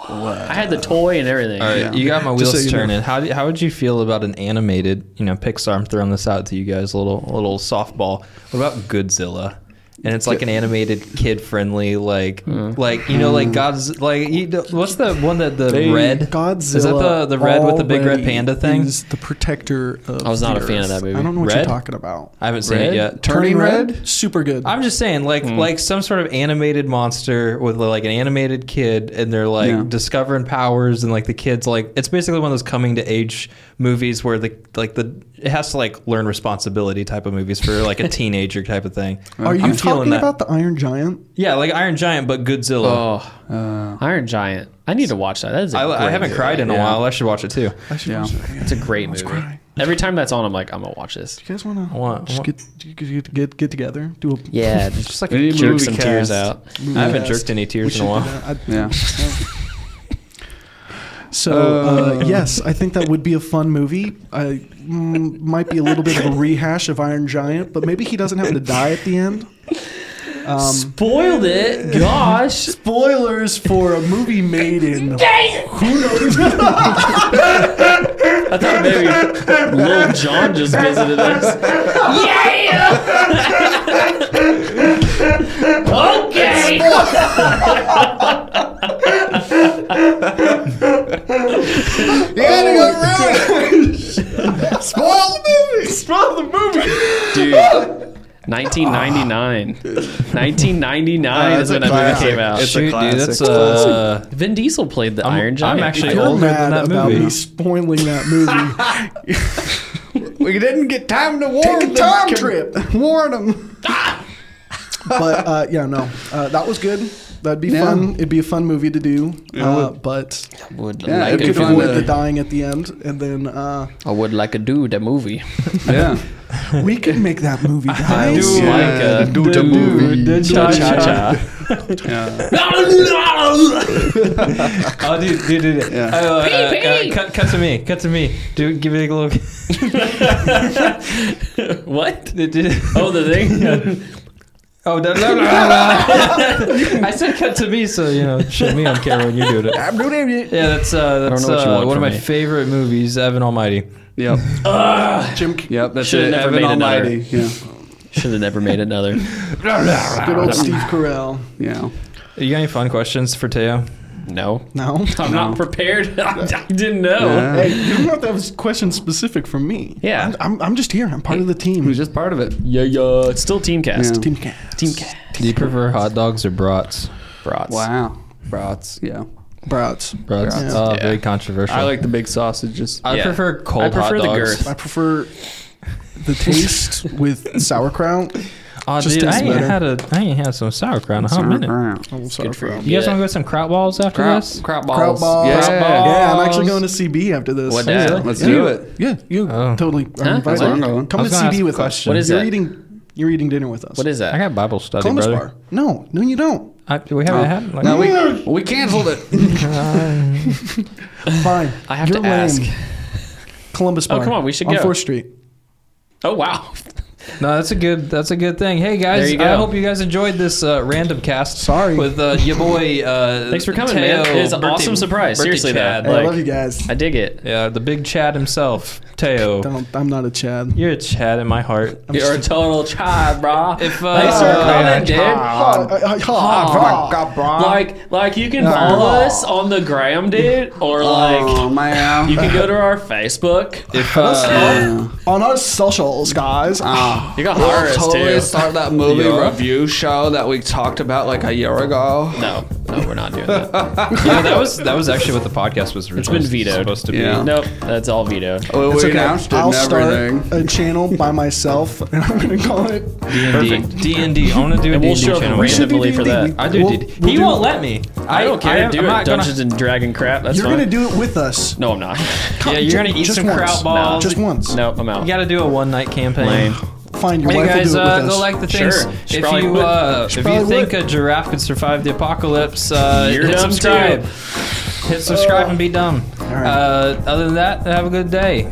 Speaker 3: I had the toy and everything.
Speaker 1: all right,
Speaker 2: Yeah.
Speaker 1: you got my
Speaker 4: Just
Speaker 1: wheels
Speaker 4: so you know.
Speaker 1: turning. How do, how would you feel about an animated? You know, Pixar. I'm throwing this out to you guys. A little a little softball. What about Godzilla? And it's like an animated kid friendly, like like you know, like
Speaker 4: Hmm.
Speaker 1: God's like you know, what's the one that the red
Speaker 4: Godzilla.
Speaker 1: is that the the red with the big red
Speaker 4: already
Speaker 1: panda thing?
Speaker 4: Is the protector of
Speaker 3: I was not
Speaker 4: the
Speaker 3: a fan of
Speaker 4: Earth.
Speaker 3: that movie.
Speaker 4: I don't know what you're
Speaker 1: Red?
Speaker 4: talking about.
Speaker 1: I haven't seen
Speaker 3: Red?
Speaker 1: it yet.
Speaker 2: Turning red?
Speaker 4: super good.
Speaker 1: I'm just saying, like like some sort of animated monster with like an animated kid, and they're like
Speaker 2: Yeah.
Speaker 1: discovering powers, and like the kids like it's basically one of those coming to age movies where the like the it has to like learn responsibility type of movies for like a teenager type of thing.
Speaker 4: Are you
Speaker 1: I'm feeling
Speaker 4: talking
Speaker 1: that.
Speaker 4: about the Iron Giant?
Speaker 1: Yeah, like Iron Giant, but Godzilla.
Speaker 3: Oh, Iron Giant. I need to watch that. That is. a
Speaker 1: I, I
Speaker 3: great
Speaker 1: haven't
Speaker 3: movie.
Speaker 1: cried in a
Speaker 3: Yeah.
Speaker 1: while. I should watch it too.
Speaker 4: I should
Speaker 2: Yeah.
Speaker 4: watch that.
Speaker 3: It's a great movie.
Speaker 4: cry.
Speaker 3: Every time that's on, I'm like, I'm gonna watch this.
Speaker 4: You guys want to
Speaker 1: want- I
Speaker 4: just
Speaker 1: want-
Speaker 4: get, get get get together? Do a
Speaker 3: [LAUGHS] Yeah, just like
Speaker 2: We need
Speaker 3: jerk
Speaker 2: movie
Speaker 3: some tears
Speaker 2: cast.
Speaker 3: out.
Speaker 4: movie
Speaker 1: I haven't
Speaker 4: cast?
Speaker 1: jerked any tears
Speaker 4: We
Speaker 1: in a
Speaker 4: should do
Speaker 1: while.
Speaker 4: that. I-
Speaker 2: Yeah.
Speaker 4: [LAUGHS] So uh, yes, I think that would be a fun movie. I mm, might be a little bit of a rehash of Iron Giant, but maybe he doesn't have to die at the end. Um,
Speaker 3: Spoiled it. Gosh.
Speaker 4: spoilers for a movie made in who knows? [LAUGHS]
Speaker 3: I thought maybe Lil John just visited us. Yeah. okay. Dude. 1999. 1999
Speaker 1: Ah,
Speaker 2: Uh,
Speaker 3: is
Speaker 2: it's
Speaker 3: when
Speaker 2: a
Speaker 3: that movie
Speaker 2: classic.
Speaker 3: came out.
Speaker 2: It's a
Speaker 1: Shoot, dude,
Speaker 2: classic.
Speaker 1: that's uh,
Speaker 3: Vin Diesel played the
Speaker 1: I'm-
Speaker 3: Iron Giant.
Speaker 1: I'm actually
Speaker 4: You're
Speaker 1: older than
Speaker 4: mad
Speaker 1: that
Speaker 4: about
Speaker 1: movie.
Speaker 4: me spoiling that movie.
Speaker 2: We didn't get time to warn
Speaker 4: Take a
Speaker 2: them.
Speaker 4: time
Speaker 2: Can-
Speaker 4: trip.
Speaker 2: Warn them.
Speaker 4: [LAUGHS] but uh, yeah, no, uh, that was good. That'd be
Speaker 2: Yeah.
Speaker 4: fun. It'd be a fun movie to do. uh,
Speaker 2: would-
Speaker 4: but
Speaker 3: would
Speaker 2: Yeah,
Speaker 3: like
Speaker 2: it'd
Speaker 3: a
Speaker 2: be
Speaker 4: if
Speaker 2: fun
Speaker 4: you
Speaker 3: dude.
Speaker 4: avoid
Speaker 2: to-
Speaker 4: the dying at the end, and then uh,
Speaker 3: I would like a dude a movie.
Speaker 2: Yeah.
Speaker 4: we could make that [LAUGHS] movie,
Speaker 1: do
Speaker 4: guys.
Speaker 1: like
Speaker 3: uh,
Speaker 2: Yeah,
Speaker 1: a
Speaker 2: do the movie.
Speaker 1: Cha cha.
Speaker 2: Yeah.
Speaker 1: [LAUGHS] Oh, dude, dude, dude. dude.
Speaker 2: Yeah.
Speaker 1: Oh, uh, uh, cut, cut to me. Cut to me. Dude, give it a look.
Speaker 3: [LAUGHS] what?
Speaker 1: Dude, dude.
Speaker 3: Oh, the thing.
Speaker 1: [LAUGHS] Oh, no, no, no,
Speaker 3: [LAUGHS]
Speaker 1: no, no. I said cut to me, so, you know, show me on camera when you do it.
Speaker 4: I'm doing it.
Speaker 1: Yeah, that's, uh, that's
Speaker 3: know what you
Speaker 1: uh,
Speaker 3: want
Speaker 1: one of
Speaker 3: from
Speaker 1: my
Speaker 3: me.
Speaker 1: favorite movies, Evan Almighty.
Speaker 2: Yep.
Speaker 4: Jim,
Speaker 2: [LAUGHS] Yep. That's
Speaker 3: Should've
Speaker 2: it.
Speaker 3: never
Speaker 2: Evan
Speaker 3: made another.
Speaker 2: Almighty. Yeah.
Speaker 3: Should have never made another.
Speaker 4: good old Steve Carell.
Speaker 2: Yeah.
Speaker 1: You got any fun questions for Teo?
Speaker 3: No,
Speaker 4: No.
Speaker 3: I'm not prepared. [LAUGHS] I, I didn't know.
Speaker 2: Yeah.
Speaker 4: [LAUGHS] Hey, you don't have to have a question specific for me.
Speaker 3: Yeah.
Speaker 4: I'm, I'm, I'm just here. I'm part of the
Speaker 2: He
Speaker 4: team.
Speaker 2: was just part of it.
Speaker 3: Yeah, yeah. It's still team cast.
Speaker 2: Yeah.
Speaker 4: team cast.
Speaker 3: Team cast.
Speaker 1: Do you prefer hot dogs or brats?
Speaker 3: Brats.
Speaker 2: Wow.
Speaker 1: Brats.
Speaker 2: Yeah.
Speaker 4: Brats.
Speaker 1: Brats.
Speaker 4: Brats.
Speaker 1: Oh,
Speaker 3: Yeah.
Speaker 1: very controversial.
Speaker 2: I like the big sausages.
Speaker 1: I
Speaker 3: Yeah.
Speaker 1: prefer cold
Speaker 3: I prefer
Speaker 1: hot
Speaker 3: the
Speaker 1: dogs.
Speaker 3: girth.
Speaker 4: I prefer the
Speaker 3: [LAUGHS]
Speaker 4: taste with sauerkraut.
Speaker 1: Oh,
Speaker 4: Just
Speaker 1: dude, I
Speaker 4: tastes
Speaker 1: ain't,
Speaker 4: better.
Speaker 1: had a, I ain't had some sauerkraut in a hot minute.
Speaker 4: I love
Speaker 3: for
Speaker 4: sauerkraut.
Speaker 3: you.
Speaker 1: You guys want
Speaker 3: Yeah.
Speaker 1: to go get some kraut balls after this?
Speaker 2: crop
Speaker 4: Kraut balls.
Speaker 2: Yeah.
Speaker 4: Kraut
Speaker 1: balls.
Speaker 4: Yeah, I'm actually going to CB after this.
Speaker 3: What the hell?
Speaker 2: Let's
Speaker 4: Yeah.
Speaker 2: do it.
Speaker 4: Yeah, you
Speaker 1: Oh.
Speaker 4: totally. are
Speaker 3: Huh?
Speaker 4: invited.
Speaker 3: That's where I'm
Speaker 2: going.
Speaker 4: Come
Speaker 1: I
Speaker 4: to
Speaker 1: was gonna ask
Speaker 4: CB
Speaker 1: a
Speaker 4: with us.
Speaker 1: question.
Speaker 3: What is
Speaker 4: you're
Speaker 3: that?
Speaker 4: eating? You're eating dinner with us.
Speaker 3: What is that?
Speaker 1: I got Bible study,
Speaker 4: Columbus
Speaker 1: brother.
Speaker 4: Bar? No, no, you don't.
Speaker 1: I, we haven't had like,
Speaker 2: No, we we canceled it.
Speaker 4: Fine.
Speaker 3: I have
Speaker 4: You're
Speaker 3: to ask.
Speaker 4: Columbus
Speaker 3: Oh,
Speaker 4: Bar.
Speaker 3: come on, we should
Speaker 4: on
Speaker 3: go.
Speaker 4: Fourth Street.
Speaker 3: Oh wow.
Speaker 1: No, that's a good. That's a good thing. Hey guys,
Speaker 3: There you
Speaker 1: I
Speaker 3: go.
Speaker 1: hope you guys enjoyed this uh, random cast.
Speaker 4: Sorry.
Speaker 1: with uh, your boy. Uh,
Speaker 3: Thanks for coming, man. It was an awesome surprise.
Speaker 1: birthday
Speaker 3: Seriously, though.
Speaker 1: Chad.
Speaker 4: Hey, I
Speaker 3: Like-
Speaker 4: love you guys.
Speaker 3: I dig it.
Speaker 1: yeah, the big Chad himself, Teo.
Speaker 4: Don't, I'm not a Chad.
Speaker 1: You're a Chad in my heart.
Speaker 3: You're a total child, brah.
Speaker 1: If, uh,
Speaker 3: Thanks for
Speaker 1: uh,
Speaker 3: coming, dude.
Speaker 4: Uh, Ah,
Speaker 3: Like, like you can follow
Speaker 4: Aw.
Speaker 3: us on the gram, dude, or [LAUGHS] like
Speaker 2: oh, man.
Speaker 3: you can go to our Facebook.
Speaker 1: If uh,
Speaker 4: On our socials, guys.
Speaker 2: Ah,
Speaker 3: You got
Speaker 2: Oh. We'll
Speaker 3: Horace
Speaker 2: totally
Speaker 3: too.
Speaker 2: start that movie
Speaker 1: Yeah.
Speaker 2: review show that we talked about like a year ago.
Speaker 3: no, no, we're not doing that.
Speaker 1: [LAUGHS] yeah, that was that was actually what the podcast was. It's
Speaker 3: been vetoed.
Speaker 1: Supposed to be.
Speaker 2: Yeah.
Speaker 3: nope, that's all veto.
Speaker 2: Well, we
Speaker 4: It's okay.
Speaker 2: announced it
Speaker 4: I'll
Speaker 2: and
Speaker 4: start
Speaker 2: everything.
Speaker 4: a channel by myself, [LAUGHS] and I'm gonna call it.
Speaker 1: D and D. I want to do a
Speaker 3: And
Speaker 1: D and D
Speaker 3: we'll show
Speaker 1: channel.
Speaker 3: up randomly
Speaker 4: should
Speaker 3: for
Speaker 4: do D&D.
Speaker 3: that.
Speaker 1: I do
Speaker 4: We'll-
Speaker 1: D.
Speaker 4: we'll
Speaker 1: He
Speaker 4: do-
Speaker 1: won't let me.
Speaker 3: I don't care.
Speaker 1: am-
Speaker 3: do
Speaker 1: I'm
Speaker 3: it.
Speaker 1: not
Speaker 3: Dungeons and Dragon crap. That's
Speaker 4: You're
Speaker 3: fine.
Speaker 4: gonna do it with us.
Speaker 3: no, I'm not.
Speaker 1: Gonna, yeah, you're gonna eat
Speaker 4: Just
Speaker 1: some
Speaker 4: once.
Speaker 1: kraut balls.
Speaker 4: Just once.
Speaker 3: no, I'm out.
Speaker 1: You got to do a one night campaign.
Speaker 4: Find your
Speaker 1: Hey
Speaker 4: wife
Speaker 1: guys,
Speaker 4: will do it
Speaker 1: uh,
Speaker 4: with
Speaker 1: go
Speaker 4: us.
Speaker 1: like the
Speaker 3: Sure.
Speaker 1: things.
Speaker 3: She
Speaker 1: If
Speaker 3: probably
Speaker 1: you
Speaker 3: would.
Speaker 1: uh, if you
Speaker 4: probably
Speaker 1: think
Speaker 4: would.
Speaker 1: a giraffe could survive the apocalypse, uh,
Speaker 3: You're
Speaker 1: hit
Speaker 3: dumb
Speaker 1: subscribe. Hit subscribe and be dumb.
Speaker 4: right.
Speaker 1: Uh, other than that, have a good day.